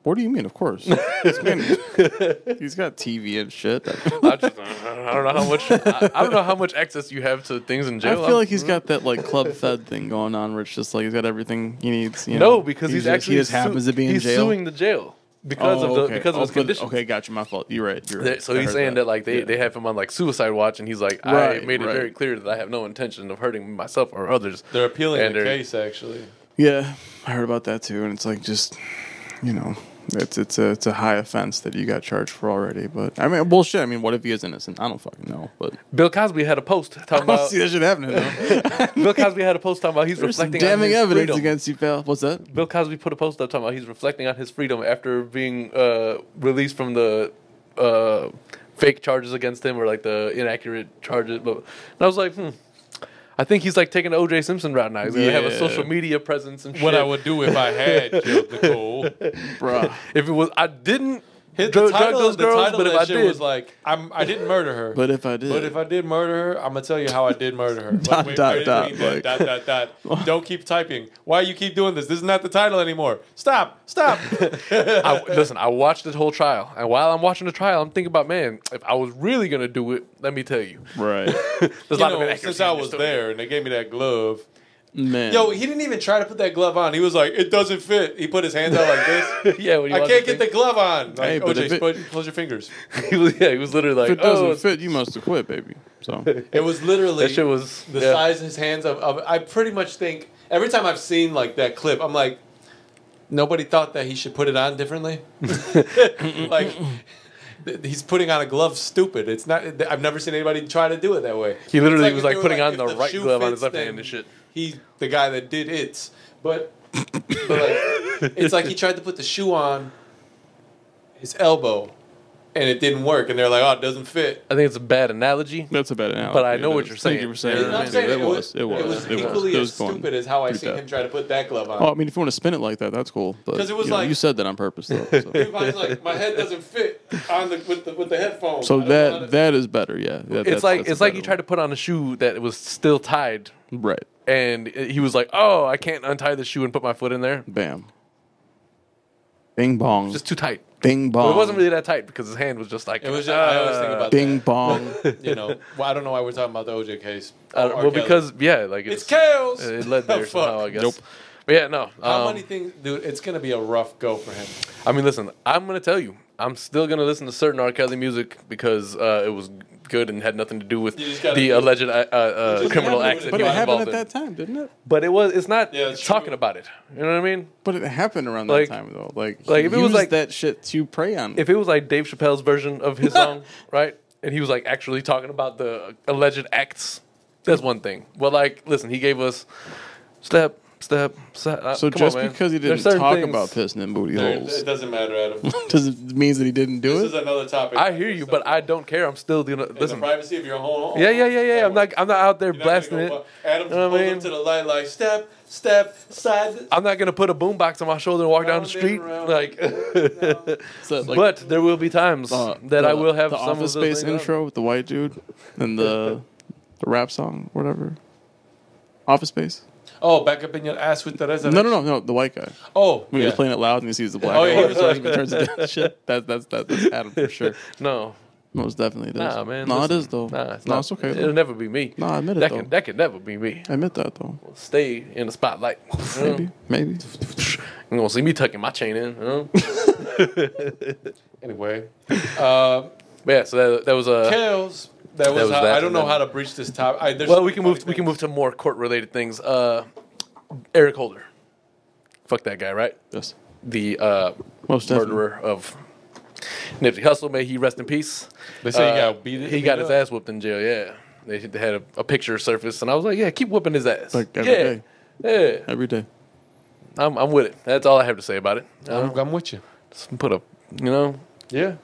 What do you mean? Of course, This man- he's got TV and shit. I, just, I don't know how much I, I don't know how much access you have to things in I jail. feel like he's got that like club fed thing going on, where it's just like he's got everything he needs. You know? no because he's, just- actually he just su- happens to be in he's jail. suing the jail because Oh, of the okay. because of Oh, his for the- condition. Okay, gotcha. My fault. You're right. You're They- right. So I he's heard saying that, like they, Yeah. they have him on like suicide watch, and he's like, I Right, made it right. very clear that I have no intention of hurting myself or others. They're appealing And the they're- case actually. Yeah, I heard about that too, and it's like just, you know, it's it's a it's a high offense that you got charged for already. But I mean, bullshit. I mean, what if he is innocent? I don't fucking know. But Bill Cosby had a post talking I don't about see that Oh, shit happening. Though. Bill Cosby had a post talking about he's There's some reflecting on damning his evidence freedom. against you, pal. What's that? Bill Cosby put a post up talking about he's reflecting on his freedom after being uh, released from the uh, fake charges against him or like the inaccurate charges. But and I was like, hmm. I think he's like taking the OJ Simpson route now. He's gonna have a Yeah. social media presence and shit. What I would do if I had killed Nicole. Bruh. if it was I didn't His, dr- the drug title, those the girls, title but of if that I shit did- was like, I'm, I didn't murder her. But if I did, But if I did murder her, I'm gonna tell you how I did murder her. Like, Dot, dot, dot, like- dot, dot, dot. Don't keep typing. Why you keep doing this? This is not the title anymore. Stop, stop. I, listen, I watched this whole trial, and while I'm watching the trial, I'm thinking about, man, if I was really gonna do it, let me tell you, right, there's a you lot of know, inaccuracy since I in this was story. there and they gave me that glove. man. Yo, he didn't even try to put that glove on. He was like, "It doesn't fit." He put his hands out like this. Yeah, when he I watched can't the get the glove on. Like, Hey, but OJ, if it- put- close your fingers. he was, yeah, he was literally like, if it doesn't oh, fit, you must have quit, baby. So It was literally that shit was the yeah. size of his hands. Of, of I pretty much think every time I've seen like that clip, I'm like, nobody thought that he should put it on differently. like th- he's putting on a glove, stupid. It's not. th- I've never seen anybody try to do it that way. He literally It's was, if like, they were putting on if the right shoe glove on fits, his left hand then and shit. He's the guy that did it, but but like it's like he tried to put the shoe on his elbow, and it didn't work, and they're like, "Oh, it doesn't fit." I think it's a bad analogy. That's a bad analogy. But I know That what is- you're thank saying. you for Yeah, saying you that. know what I'm Dude, saying? It was. It was. It was it was. equally It as was going stupid as how I pretty seen bad. him try to put that glove on. Oh, I mean, if you want to spin it like that, that's cool. But 'Cause it was you, know, like- you said that on purpose, though. So, Everybody's like, "My head doesn't fit on the with the with the headphones." so I don't wanna- that that is better. Yeah, That- It's that's- like that's a it's like better you tried to put on a shoe that was still tied, one. right. and he was like, "Oh, I can't untie the shoe and put my foot in there. Bam. Bing bong. Just too tight." Bing bong. But it wasn't really that tight because his hand was just like Um, ah. It was just, I always think about Bing bong. that. You know, well, I don't know why we're talking about the OJ case. Uh, Or R. well, Kelly. because yeah, like oh, it's Kales. It led there Fuck. somehow, I guess. But yeah, no. How um, many things, dude? It's gonna be a rough go for him. I mean, listen, I'm gonna tell you, I'm still gonna listen to certain R. Kelly music because uh, it was good and had nothing to do with You just gotta the do- alleged uh, uh, just criminal gotta do acts it. that But he it was happened involved at in. that time, didn't it? But it was, it's not Yeah, it's talking true. about it. You know what I mean? But it happened around Like- that time, though. Like, like, he if it was used like- that shit to prey on. If it was like Dave Chappelle's version of his song, right, and he was like actually talking about the alleged acts, that's one thing. Well, like, listen, he gave us step, step, step. uh, so come just on, man. because he There's didn't certain talk things- about pissing in booty There- holes It doesn't matter, Adam. doesn't means that he didn't do This it. is another topic. I hear you, but In I don't care. I'm still gonna the listen. privacy of your home. Yeah, yeah, yeah, yeah. I'm not. I'm not out there You're not blasting gonna go it. bu- Adam You know what I pulled mean? up to the light like step, step, side. I'm not gonna put a boombox on my shoulder and walk down the street. Round and round. Like, So, like, but there will be times uh, that the- I will have the some office of those space things up. intro with the white dude and the the rap song, whatever. Office space. Oh, back up in your ass with the resurrection. No, no, no, no. The white guy. Oh, When he was yeah. playing it loud and he sees the black Oh, oh, yeah, yeah, guy, he was so like- he turns it down. Shit, that, that's that, that's Adam for sure. No, Most definitely it is. nah, man. no, listen. it is though. Nah, it's, no, not, it's okay. It'll Though. never be me. No, I admit it that though. can that can never be me. I admit that though. Stay in the spotlight. You know? Maybe, maybe. You're gonna see me tucking my chain in. You know? Anyway, uh, but yeah, so that, that was uh, a. Kales. That was, was how, that, I don't and know then- how to breach this topic. I, there's Well, so we can many move. We things. can move to more court related things. Uh, Eric Holder. Fuck that guy, right? Yes. The uh, Most definitely. murderer of Nipsey Hussle. May he rest in peace. They say he Uh, got beat. He got his ass whooped in jail. Yeah, they they had a, a picture surface, and I was like, "Yeah, keep whooping his ass." Like every yeah, day. yeah, Every day. I'm, I'm with it. That's all I have to say about it. Um, Uh-huh. I'm, I'm with you. just put a, you know, Yeah.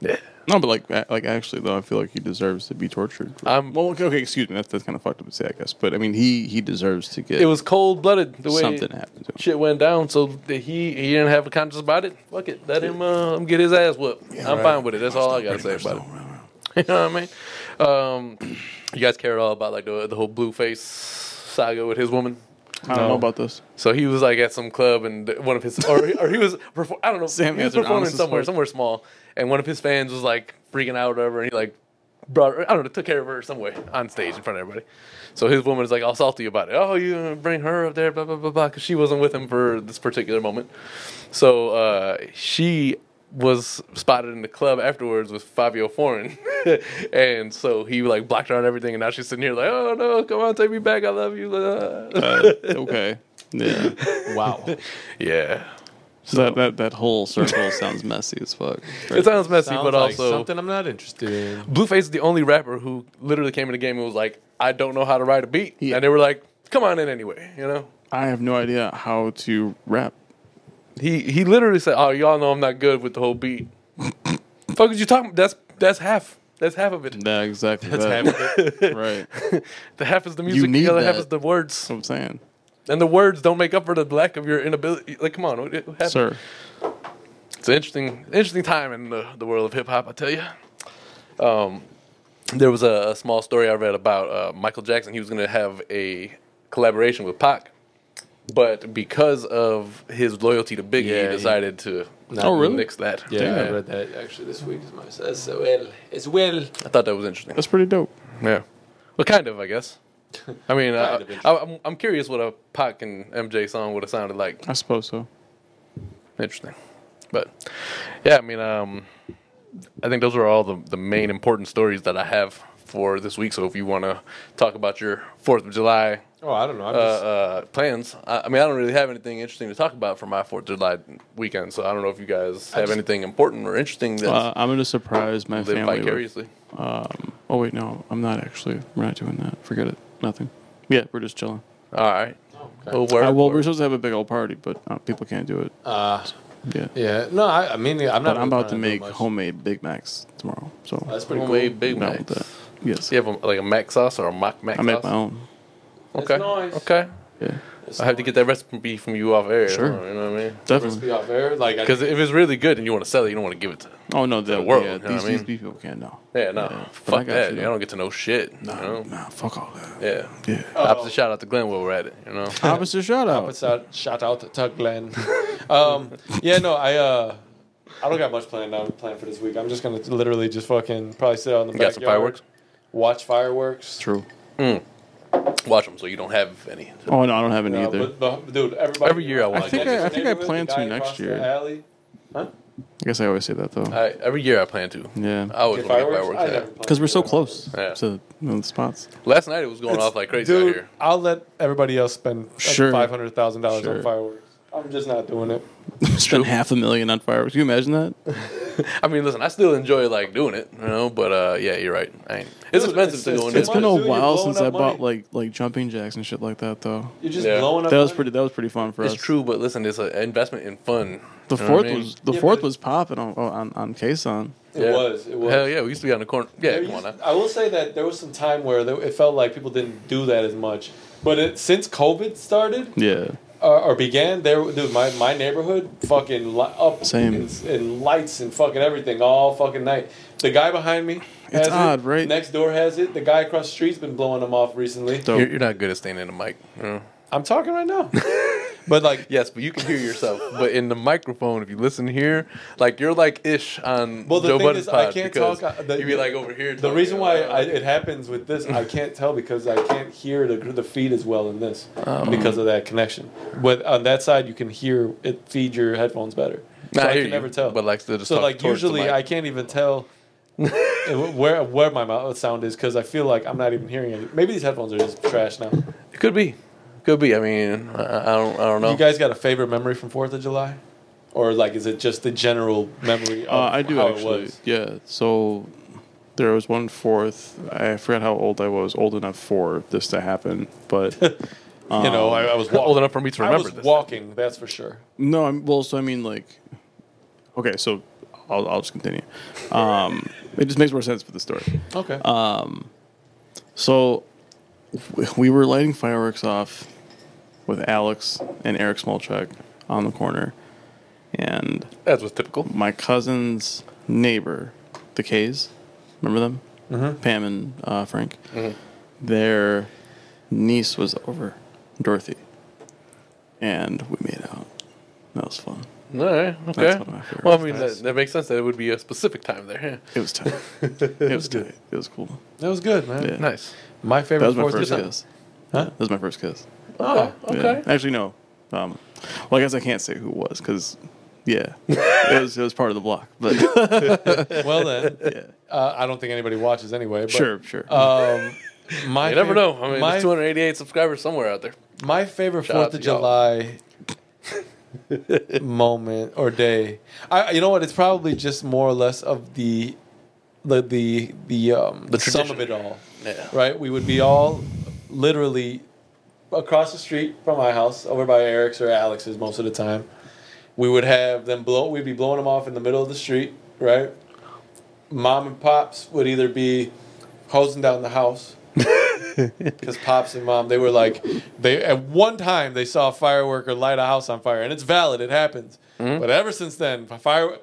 yeah. No, but like, a- like actually though, I feel like he deserves to be tortured. for- I'm- well, okay, okay, excuse me. That's, that's kind of fucked up to say, I guess. But I mean, he he deserves to get It was cold blooded the way something happened to him. shit went down. So that he he didn't have a conscience about it. Fuck it, let him uh, let him get his ass whooped. I'm fine with it. That's all I gotta say about it. You know what I mean? Um, you guys care at all about like the the whole blueface saga with his woman? I don't know about this. So he was like at some club and th- one of his or, or he was perfor- I don't know Sam he was answered performing honest as somewhere fuck. somewhere small and one of his fans was like freaking out or whatever and he like brought her, I don't know took care of her some way on stage in front of everybody. So his woman is like all salty about it. Oh, you gonna bring her up there, blah blah blah blah, because she wasn't with him for this particular moment. So uh, she was spotted in the club afterwards with Fabio Foreign, and so he like blocked her on everything, and now she's sitting here like, oh no, come on, take me back, I love you. Uh, okay. Yeah. Wow. yeah. So that, that that whole circle sounds messy as fuck. It sounds messy, Sounds but like also something I'm not interested in. Blueface is the only rapper who literally came in the game and was like, "I don't know how to write a beat," Yeah. and they were like, "Come on in anyway," you know. I have no idea how to rap. He he literally said, "Oh, y'all know I'm not good with the whole beat." Fuck, is you talking? That's that's half. That's half of it. Yeah, exactly. That's that. happening. Right. That's The half is the music. need the other half that. is the words, what I'm saying. and the words don't make up for the lack of your inability. Like, come on, what, what happened? Sir. It's an interesting, interesting time in the, the world of hip hop. I tell you, um, there was a, a small story I read about uh, Michael Jackson. He was going to have a collaboration with Pac, but because of his loyalty to Biggie, Yeah, he he- decided to Oh, really? nix that. Yeah, I Damn. read that actually this week as myself. As well, as well. I thought that was interesting. That's pretty dope. Yeah, well, kind of, I guess. I mean, uh, Kind I, of I, I'm, I'm curious what a Pac and MJ song would have sounded like. I suppose so. Interesting. But yeah, I mean, um, I think those are all the, the main important stories that I have for this week. So if you want to talk about your 4th of July Oh, I don't know. I'm uh, just, uh, plans, I, I mean, I don't really have anything interesting to talk about for my 4th of July weekend. So I don't know if you guys have just- anything important or interesting that Uh, I'm gonna surprise my live family. with- vicariously. um, oh wait, no, I'm not actually. We're not doing that. Forget it. Nothing. Yeah, we're just chilling. All right. oh, okay. Well, where, Uh, well, we're supposed to have a big old party, but uh, people can't do it. uh, Yeah. Yeah. No, I, I mean, I'm not. But I'm about to really make trying do much. homemade Big Macs tomorrow. So That's pretty Homemade cool. Big I'm down Mac. with that. Yes. Do you have a, like a mac sauce or a mock mac I sauce? make my own. Okay. nice. Okay. Yeah. I have to get that recipe from you off air. Sure. You know what I mean? Definitely. Recipe off air, like I- Because if it's really good and you want to sell it, you don't want to give it to. Oh no, the world, world. Yeah, you know these, what I mean? these people can't know. Yeah, no. But I Fuck got that. you, You, though. don't get to know shit. you Nah, know? nah, fuck all that. Yeah. Yeah. Opposite shout out to Glenn while we're at it. You know. Opposite shout out. What's out? Shout out to Tug Glenn. um, yeah, no, I uh, I don't got much planned on planned for this week. I'm just gonna literally just fucking probably sit out in the You got backyard, some fireworks? watch fireworks. True. Watch them so you don't have any. Oh no, I don't have any No, either. but, but, dude, everybody. Every year I watch I think I, I think I Neighborhood, plan the guy to next across the year. I Alley. guess I always say that though. I, every year I plan to. I Yeah. always Get want to get fireworks. fireworks. I yeah. never plan Because we're so to. close Yeah. to you know, the spots. Last night it was going off like crazy out Dude, here. I'll let everybody else spend Sure. five hundred thousand dollars on Sure. fireworks. I'm just not doing it. Spend half a million on fireworks. Can you imagine that? I mean, listen, I still enjoy like doing it, you know. But uh, yeah, you're right. I ain't, it's Dude, expensive it's- to go in it's- there. It's been a Dude, you're while blowing since up I bought money. like like jumping jacks and shit like that though. You're just Yeah. blowing up. That was money. pretty. That was pretty fun for It's us. true, but listen, it's an investment in fun. The You know what I fourth mean? was the Yeah, fourth but- was popping on oh, on on Kson. It was. It was. Hell yeah, we used to be on the corner. Yeah, There come on used- now. I will say that there was some time where there, it felt like people didn't do that as much. But it, since COVID started Yeah, or, or began, there, dude, my, my neighborhood fucking li- up Same. In, in lights and fucking everything all fucking night. The guy behind me, It's has odd, it. right? Next door has it. The guy across the street's been blowing them off recently. Dope. You're, you're not good at staying in the mic. you know? I'm talking right now, but like, Yes, but you can hear yourself. but in the microphone, if you listen here, like you're like ish on Well, the Joe thing Budden's is, I pod can't because talk, uh, the- you'd be like over here. the talking, reason why uh, I, it happens with this, I can't tell because I can't hear the, the feed as well in this Oh. because of that connection. But on that side, you can hear it feed your headphones better. So Nah, I, hear can you, never tell. But like, still just so talk like towards the usually mic. I can't even tell where where my mouth sound is because I feel like I'm not even hearing it. Maybe these headphones are just trash now. It could be, could be. I mean, I, I don't, I don't know. You guys got a favorite memory from Fourth of July, or like is it just the general memory? Oh, Of uh, I do how It actually. was? Yeah, so there was one fourth. I forgot how old I was. Old enough for this to happen, but you know, I, I was walking. old enough for me to remember I was this. walking. That's for sure. no. I'm well. So I mean, like, okay. So I'll I'll just continue. Um, it just makes more sense for the story. Um, Okay. So w- we were lighting fireworks off with Alex and Eric Smolchuk on the corner, and That's what's typical. my cousin's neighbor, the K's, remember them? Pam and uh, Frank. Their niece was over, Dorothy, and we made out. That was fun. All right, okay. That's one of my favorites. Well, I mean, that, that makes sense that it would be a specific time there. yeah. It was tight. it was tight. It was cool. that was good, man. Yeah. Nice. My That favorite was my Fourth of first July. kiss. Huh? That was my first kiss. Oh, okay. Yeah. Actually, no. Um, well, I guess I can't say who it was because, yeah, it was it was part of the block. But Well then, yeah, uh, I don't think anybody watches anyway. But, sure, sure. Um, my You never fav- know. I mean, my, there's 288 subscribers somewhere out there. my favorite Shout out Fourth of to y'all. July moment or day. I, you know what? It's probably just more or less of the the the the um The sum of tradition. it all. Yeah. right? We would be all literally across the street from my house, over by Eric's or Alex's most of the time. We would have them blow. We'd be blowing them off in the middle of the street, right? Mom and pops would either be hosing down the house because pops and mom they were like they at one time they saw a firework or light a house on fire, and it's valid. It happens. Mm-hmm. But ever since then, fire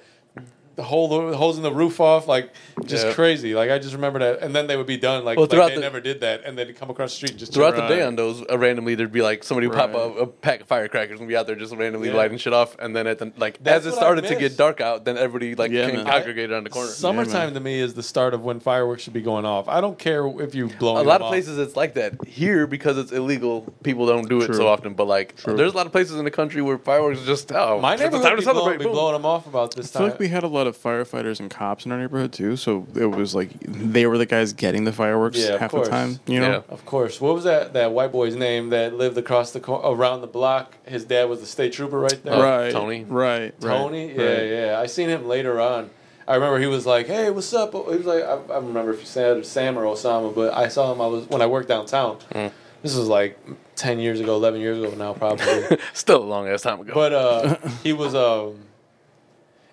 the whole the hosing the roof off like just Yeah. crazy. Like I just remember that, and then they would be done. Like, Well, like, throughout they the- never did that, and they'd come across the street and just Throughout Right. the day on those, uh, randomly there'd be like somebody would pop Right. a, a pack of firecrackers and be out there just randomly Yeah. lighting shit off. And then at the like That's as it what I started to get miss. dark out, then everybody like Yeah, came man. congregated on the corner. Summertime to me is the start of when fireworks should be going off. I don't care if you blow a lot of places it's like that. Here because it's illegal, people don't do it True. so often. But like, there's a lot of places in the country where fireworks is just oh, My it's the neighborhood time to be, blowing, celebrate. be boom. blowing them off about this I feel time. like we had a lot of firefighters and cops in our neighborhood too, so it was like they were the guys getting the fireworks Yeah, of half course. Uh, the time. You know, of course. What was that? That white boy's name that lived across the cor- around the block. His dad was a state trooper right there. Oh, right, Tony. right, right, Tony. Yeah, right. yeah. I seen him later on. I remember he was like, "Hey, what's up?" He was like, "I, I don't remember if he said Sam or Osama, but I saw him. I was when I worked downtown. This was like ten years ago, eleven years ago now, probably. Still a long ass time ago. But uh, he was um,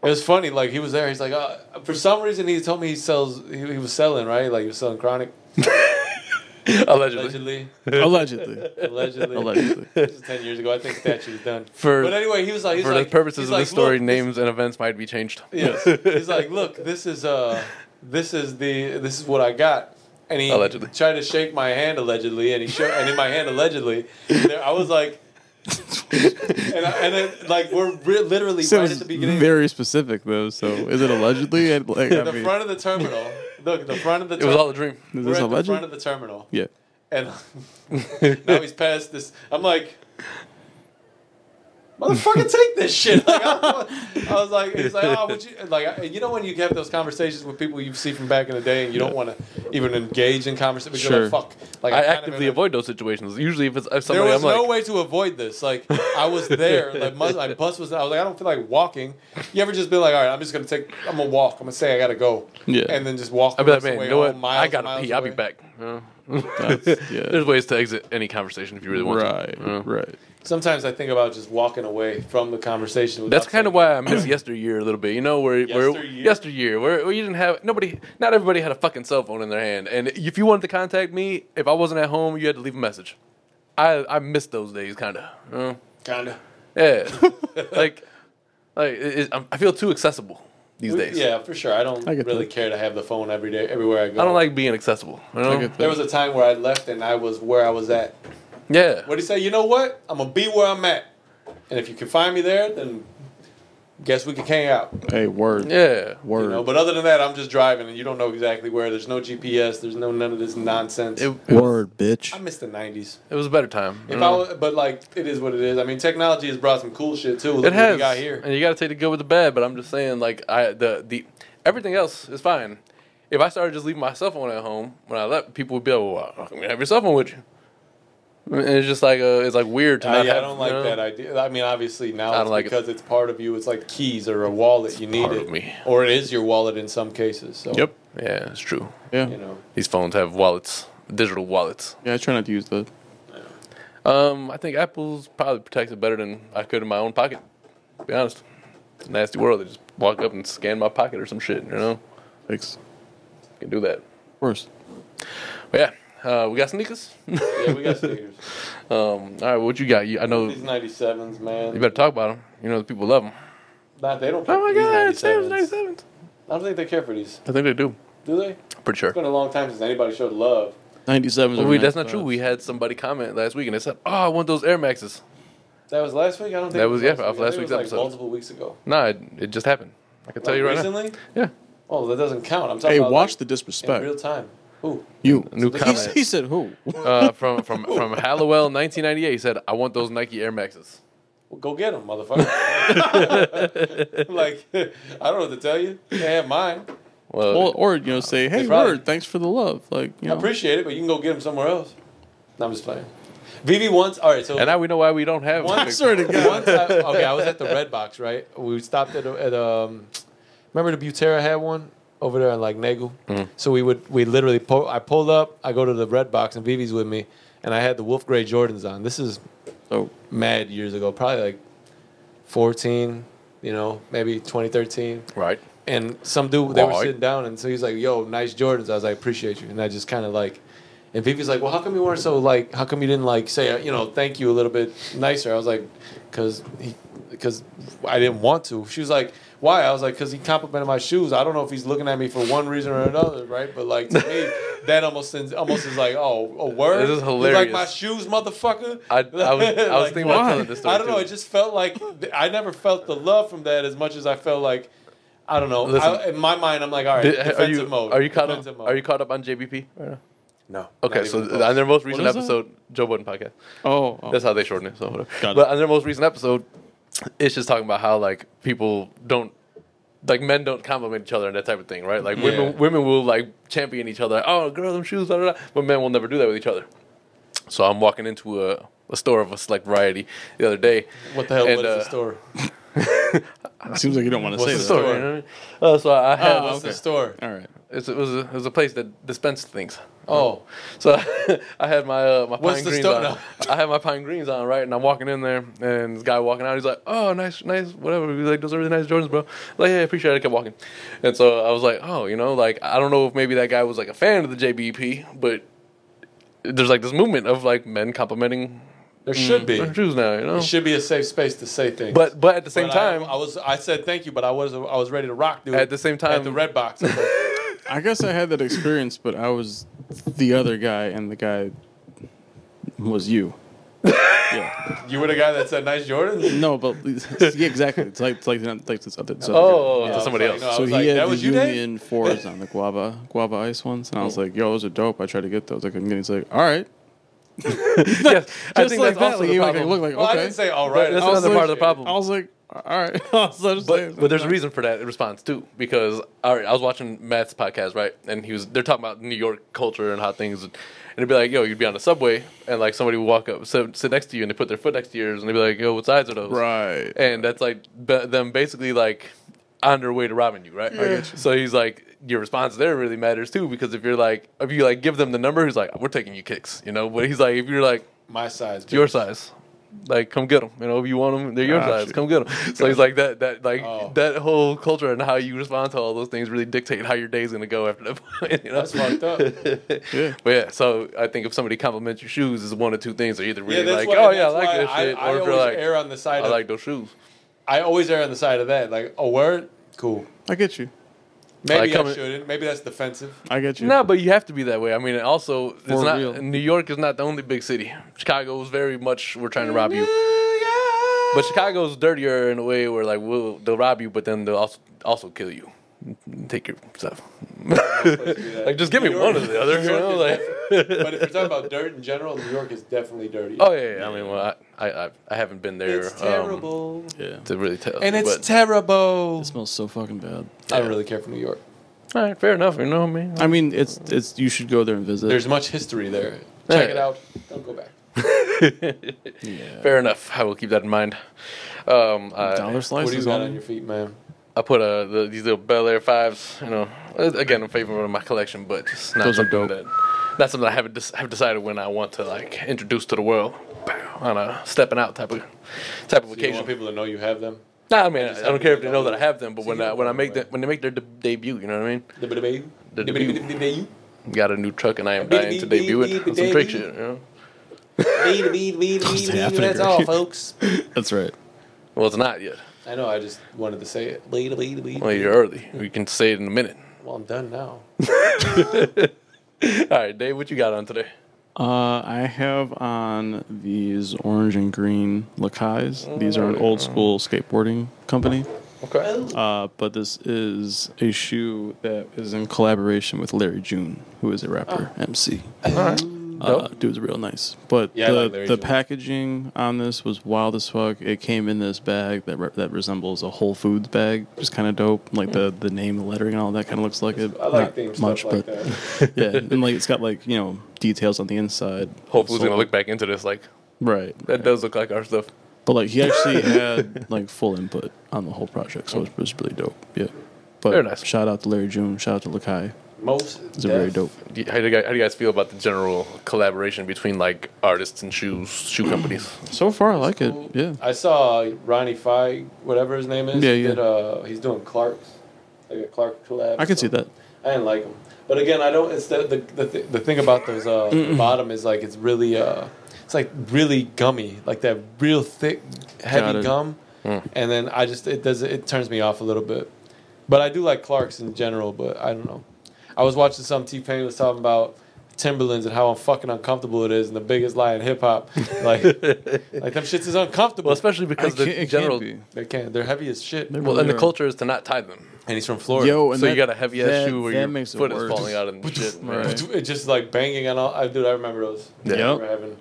It was funny. Like he was there. He's like, uh, for some reason, he told me he sells. He, he was selling right. Like he was selling chronic Allegedly. allegedly. Allegedly. Allegedly. Allegedly. This is ten years ago. I think statute is done. For- but anyway, he was like, he's For like, the purposes he's of like, this story, "Look, names and events might be changed. Yes. He's like, look, this is uh, this is the this is what I got. And he Allegedly. tried to shake my hand allegedly, and he shook, and in my hand allegedly, there, I was like, and, I, and it, like we're re- literally So it right was at the beginning, very specific though. So is it allegedly? And, Like, I the mean, front of the terminal. Look, the front of the It was terminal. all a dream. is We're this at the alleged? front of the terminal, yeah. and now he's past this. I'm like. Motherfucker, take this shit! Like, I, I was like, he's like, oh, would you like? I- You know when you have those conversations with people you see from back in the day, and you don't want to even engage in conversation. because you're Like, fuck. Like I kind of actively in a- avoid those situations. Usually, if it's if There somebody, was I'm like, no way to avoid this. Like I was there. Like my, my bus was. I was like, I don't feel like walking. You ever just been like, all right, I'm just gonna take. I'm gonna walk. I'm gonna say I gotta go. Yeah. And then just walk. I'd be the like, rest of man, the you way know what? home, miles I and gotta miles pee. I'll be away." back. Yeah. That's, yeah. There's ways to exit any conversation if you really want Right. to. Yeah. Right. Sometimes I think about just walking away from the conversation. without That's kind of saying- why I miss yesteryear a little bit. You know, where where Yesteryear? yesteryear, where, where you didn't have nobody, not everybody had a fucking cell phone in their hand, and if you wanted to contact me, if I wasn't at home, you had to leave a message. I I miss those days, kind of. Kinda. yeah, like like it, it, I'm- I feel too accessible these days. Yeah, for sure. I don't get really that. care to have the phone every day, everywhere I go. I don't like being accessible. You know? get that. There was a time where I left and I was where I was at. Yeah, What do you say? You know what? I'm gonna be where I'm at, and if you can find me there, then guess we can hang out. Hey, word. yeah. Word. You know, but other than that, I'm just driving, and you don't know exactly where. There's no GPS. There's no none of this nonsense. It, it, was, Word, bitch. I miss the '90s. it was a better time. you If I know? was, but like, it is what it is. I mean, technology has brought some cool shit too. Look It what has, we got here. and you got to take the good with the bad. But I'm just saying, like I the the everything else is fine. If I started just leaving my cell phone at home when I left, people would be like, "Well, how come you have your cell phone with you?" And it's just like uh it's like weird to I, not I have, don't like you know, that idea. I mean, obviously now don't it's like it. because it's part of you. It's like keys or a wallet. you need part it, of me. or it is your wallet in some cases. So Yep. Yeah, it's true. Yeah. you know, These phones have wallets, digital wallets. Yeah. I try not to use the. Um, I think Apple's probably protected better than I could in my own pocket. To be honest, it's a nasty world. They just walk up and scan my pocket or some shit. You know, Thanks. can do that. Of course. But yeah, uh, we got sneakers. um, yeah, we got sneakers. all right, what you got? You, I know. These ninety sevens, man. Oh. You better talk about them. You know, the people love them. Nah, they don't. Oh my these God, Sam's 97s. 97s. I don't think they care for these. I think they do. Do they? I'm pretty sure. It's been a long time since anybody showed love. 97 is Well, over we, that's not 95. true. We had somebody comment last week and they said, "Oh, I want those Air Maxes." That was last week. I don't think That it was- yeah, week. off I last week's think it was, like, episode. multiple weeks ago. No, it, it just happened. I can tell Like, you right recently? now. Oh, that doesn't count. I'm talking. Hey, about, watch the like, in disrespect. real time. Who? you. Yeah, new He, s- comment he said who? uh, from from from Hallowell 1998 he said, "I want those Nike Air Maxes." Well, go get them, motherfucker. like, I don't know what to tell you. They have mine. Well, Well, or you know, say hey, probably- word. Thanks for the love. Like you I know. appreciate it, but you can go get them somewhere else. No, I'm just playing. Vivi once. All right, so and now we know why we don't have. One- Swear to God. once I, okay, I was at the Red Box, right? We stopped at, a- at um, remember the Butera had one over there in like Nagel. So we would we literally pull, I pulled up, I go to the Red Box, and Vivi's with me, and I had the Wolf Gray Jordans on. This is So mad years ago, probably like fourteen, you know, maybe 2013. right. And some dude, they were Right. sitting down, and so he's like, "Yo, nice Jordans." I was like, "Appreciate you," and I just kind of like, and Vivi's like, "Well, how come you weren't so like? How come you didn't like say, uh, you know, thank you a little bit nicer?" I was like, "Cause he, cause I didn't want to." She was like, "Why?" I was like, "Cause he complimented my shoes. I don't know if he's looking at me for one reason or another, right?" But like to me, that almost sends, almost is like, "Oh, a word." This is You hilarious. Like my shoes, motherfucker. I, I was I was Like, thinking about why? telling this story. I don't know. too. It just felt like I never felt the love from that as much as I felt like I don't know. Listen. I, in my mind, I'm like, all right, Did- defensive are you mode. are you caught defensive up? Are you caught up on JBP? no? Okay, not so th- even close. on their most recent is that? episode, Joe Budden podcast. oh, oh. That's how they shorten it. So whatever. Got it. But on their most recent episode, it's just talking about how like people don't like men don't compliment each other and that type of thing, right? Like Yeah. women women will like champion each other. oh, girl, them shoes, da, da, da. but men will never do that with each other. So I'm walking into a, a store of a select variety the other day. what the hell? and, what is uh, the store? seems like you don't want to say It's a that. store. you know what I mean? Uh, so I had What's the store? All right. it's, it was a, it was a place that dispensed things. Oh, So I had my uh, my What's pine the greens store? on. No. I had my pine greens on, right? And I'm walking in there, and this guy walking out, he's like, "Oh, nice, nice, whatever." He's like, "Those are really nice Jordans, bro." like, yeah, I appreciate it. I kept walking, and so I was like, "Oh, you know, like I don't know if maybe that guy was like a fan of the JBP, but there's like this movement of like men complimenting There should be. their shoes now, you know." It should be a safe space to say things. But but at the same But I- time, I, was I said thank you, but I was I was ready to rock, dude. At the same time- at the red box. I was like, I guess I had that experience, but I was the other guy, and the guy was you. yeah. you were the guy that said nice Jordans. No, but yeah, exactly. It's like it's like, like this other. it's other oh, guy. to somebody I was else. like, no, So I he was like, had that the was you, Dave? Union fours on the guava guava ice ones, and I was Oh. like, "Yo, those are dope. I tried to get those. I couldn't get." it." He's like, "All right." yeah, I Just think like that's that, also like, the he like, problem. looked like, Well, I okay. didn't say all right. That's I was another like- part of the problem. I was like, "All right." I was just saying- But, but there's a reason for that response too, because all right, I was watching Matt's podcast right, and he was they're talking about New York culture and how things, and it'd be like, yo, you'd be on the subway, and like somebody would walk up, sit, sit next to you, and they put their foot next to yours, and they'd be like, yo, what size are those? right. And that's like b- them basically like on their way to robbing you, right? So he's like, your response there really matters too, because if you're like, if you like give them the number, he's like, we're taking you kicks, you know. But he's like, if you're like, my size. it's your size. Like, come get them. You know, if you want them, they're your Gotcha. size. Come get them. So he's like that. That like Ah, Oh. that whole culture and how you respond to all those things really dictate how your day's gonna go after that. point, you know? That's fucked up. Yeah. But yeah, so I think if somebody compliments your shoes, it's one of two things. They're either Yeah, really that's like, why, oh yeah, I that's like why that I, shit, I or if always they're like, err on the side. I of, like those shoes. I always err on the side of that. Like, oh, word, cool. I get you. Like, Maybe come I in- shouldn't. Maybe that's defensive. I get you. No, but you have to be that way. I mean, also, it's For not real. New York is not the only big city. Chicago is very much we're trying to rob you. But Chicago's dirtier in a way where like we'll, they'll rob you, but then they'll also also kill you, and take your stuff. like just give me New one York- or the other. You New York know, is like But if you're talking about dirt in general, New York is definitely dirty. oh yeah, yeah, I mean, well, I, I I haven't been there it's um, terrible. Yeah. to really tell. and it's but- terrible. It smells so fucking bad. I don't really care for New York. all right, fair enough. You know what I mean? I mean, it's it's you should go there and visit. There's much history there. Check it Yeah. out. Don't go back. Fair enough. I will keep that in mind. Um, I- dollar What do you slices got on on your it. feet, man? I put uh, the, these little Bel Air fives. You know, Uh, again, I'm favorite of my collection, but it's not Those are something dope. That, not something I haven't dis- have decided when I want to like introduce to the world Pow, on a stepping out type of type of Do you want occasion. people to know you have them? Nah, I mean, I, just don't haven't care if they done know that. that I have them, but when you I, don't when I know make where. that when they make their de- debut, you know what I mean? The debut? The The debut. debut. The debut. Got a new truck, and I am Beep, dying to beep, beep, debut it. beep, on some trick debut. shit, you know? Debut, debut, debut, Those debut, happening. That's all, folks. That's right. Well, it's not yet. I know. I just wanted to say it. Debut, debut, debut. Well, you're early. We can say it in a minute. Well, I'm done now. All right, Dave, what you got on today? Uh, I have on these orange and green Lakais. These are an old school skateboarding company. Okay. Uh, but this is a shoe that is in collaboration with Larry June, who is a rapper Oh. MC. Uh, dude's real nice. But Yeah, I the, like Larry the June. packaging on this was wild as fuck. It came in this bag that re- that resembles a Whole Foods bag, just kind of dope. Like the, the name, the lettering, and all that kind of looks like it. I Not like themed stuff much, but- like that. yeah, and like it's got like you know details on the inside. Hopefully, we're So- gonna look back into this. Like right. that does look like our stuff. But like he actually had like full input on the whole project, so it was really dope. Yeah, but Very nice. shout out to Larry June, shout out to Lakai. Most. It's a very dope. Do you- How do, you guys, how do you guys feel about the general collaboration between like artists and shoes shoe companies? So far, I like it. Yeah, I saw Ronnie Fye, whatever his name is. Yeah, he yeah. Did, uh, he's doing Clark's, like a Clark collab. I can see that. I didn't like him, but again, I don't. It's the the the, th- the thing about those uh, the bottom is like it's really uh, it's like really gummy, like that real thick, Got heavy it. gum, Mm. and then I just it does it turns me off a little bit, but I do like Clark's in general, but I don't know. I was watching some T Pain was talking about. Timberlands and how fucking uncomfortable it is, and the biggest lie in hip hop, like, like them shits is uncomfortable. Well, especially because I can't- it the can't general be. They can't. They're heavy as shit. They're- well, and the Yeah. culture is to not tie them. And he's from Florida. Yo, and so you that- got a heavy ass that- shoe where that your makes it foot is worse. falling out and shit. man. Right. It's just like banging on all. I, dude, I remember those. Yeah. I remember having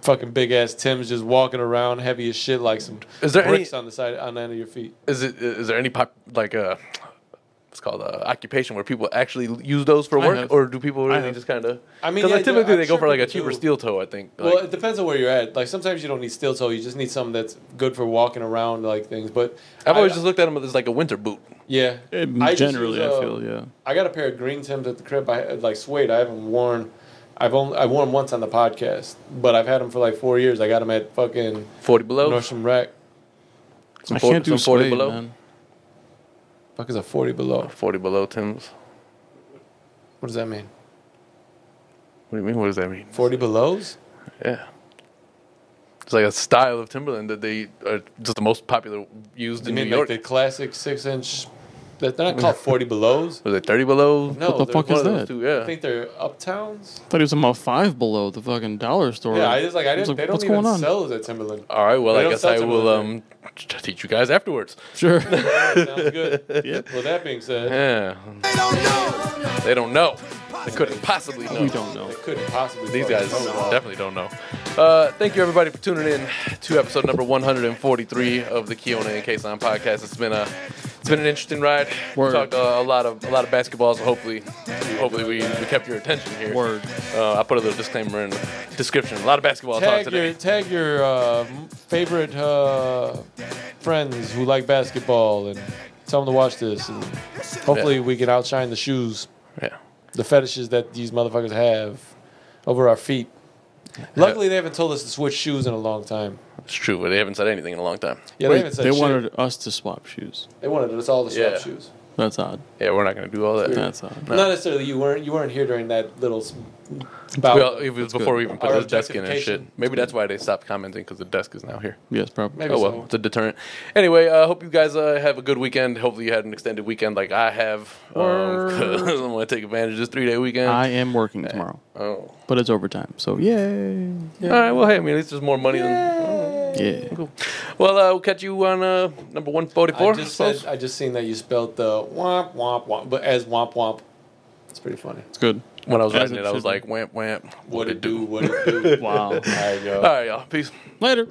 fucking big ass Tim's just walking around heavy as shit, like some Is there any- bricks on the side on the end of your feet. Is it is there any pop like uh, it's called uh, occupation where people actually use those for I work, have. or do people really have. just kind of? I mean, like, yeah, typically I'm they go sure for like a people cheaper do. steel toe. I think. Like, Well, it depends on where you're at. Like sometimes you don't need steel toe; you just need something that's good for walking around, like things. But I've I- always just looked at them as like a winter boot. yeah. It- I just generally, use, I uh, feel yeah. I got a pair of green Tim's at the crib. I like suede. I haven't worn. I've only I wore them once on the podcast, but I've had them for like four years. I got them at fucking Forty below. Nordstrom Rack. I Fort- can't some do Forty suede, Below? man. Fuck is a forty below. Forty below Tim's. What does that mean? What do you mean? What does that mean? Forty belows? Yeah. It's like a style of Timberland that they are just the most popular used You in mean New York. like the classic six inch? That they're not called forty belows. Was it thirty below? No, the they're fuck one is of those that? Two, I yeah. think they're uptowns. I thought he was about five below the fucking dollar store. Yeah, I just like I didn't. was like, they don't what's even going on? sell those at Timberland. Oh, All right. Well, They I don't guess sell I will um, Timberland t- teach you guys afterwards. Sure. Sounds good. Well, that being said, Yeah. They don't know. They don't know. They couldn't possibly know. we don't know. they couldn't possibly. These fucking guys know that. definitely don't know. Uh, thank you, everybody, for tuning in to episode number 143 of the Keona and Kason podcast. It's been a it's been an interesting ride. We Word. talked uh, a lot of a lot of basketballs. hopefully, hopefully we, we kept your attention here. Word. Uh, I put a little disclaimer in the description. A lot of basketball talk Tag today. your tag your uh, m- favorite uh, friends who like basketball and tell them to watch this. And hopefully, we can outshine the shoes, Yeah. the fetishes that these motherfuckers have over our feet. Luckily, they haven't told us to switch shoes in a long time. It's true, but they haven't said anything in a long time. Yeah, they Wait, haven't said they shit. wanted us to swap shoes. They wanted us all to swap Yeah. shoes. That's odd. Yeah, we're not going to do all that. That's odd. No. Not necessarily. You weren't. You weren't here during that little. s- Bout. Well, it was before we even put Our this desk in and shit. objectification. Maybe that's why they stopped commenting because the desk is now here. Yes, probably. Maybe Oh so. well, it's a deterrent. Anyway, I uh, hope you guys uh, have a good weekend. Hopefully, you had an extended weekend like I have. Um, 'cause I'm gonna take advantage of this three day weekend. I am working tomorrow, oh, but it's overtime. So yay! all right. Well, hey, I mean, at least there's more money than. Yeah. Cool. Well, uh, we'll catch you on uh, number one forty I four. just said. I just seen that you spelled the womp womp womp, but as womp womp. It's pretty funny. It's good. When I was As writing it it, I was should be. like, whamp whamp. What it do? What it do? Wow. There you go. All right, y'all. Peace. Later.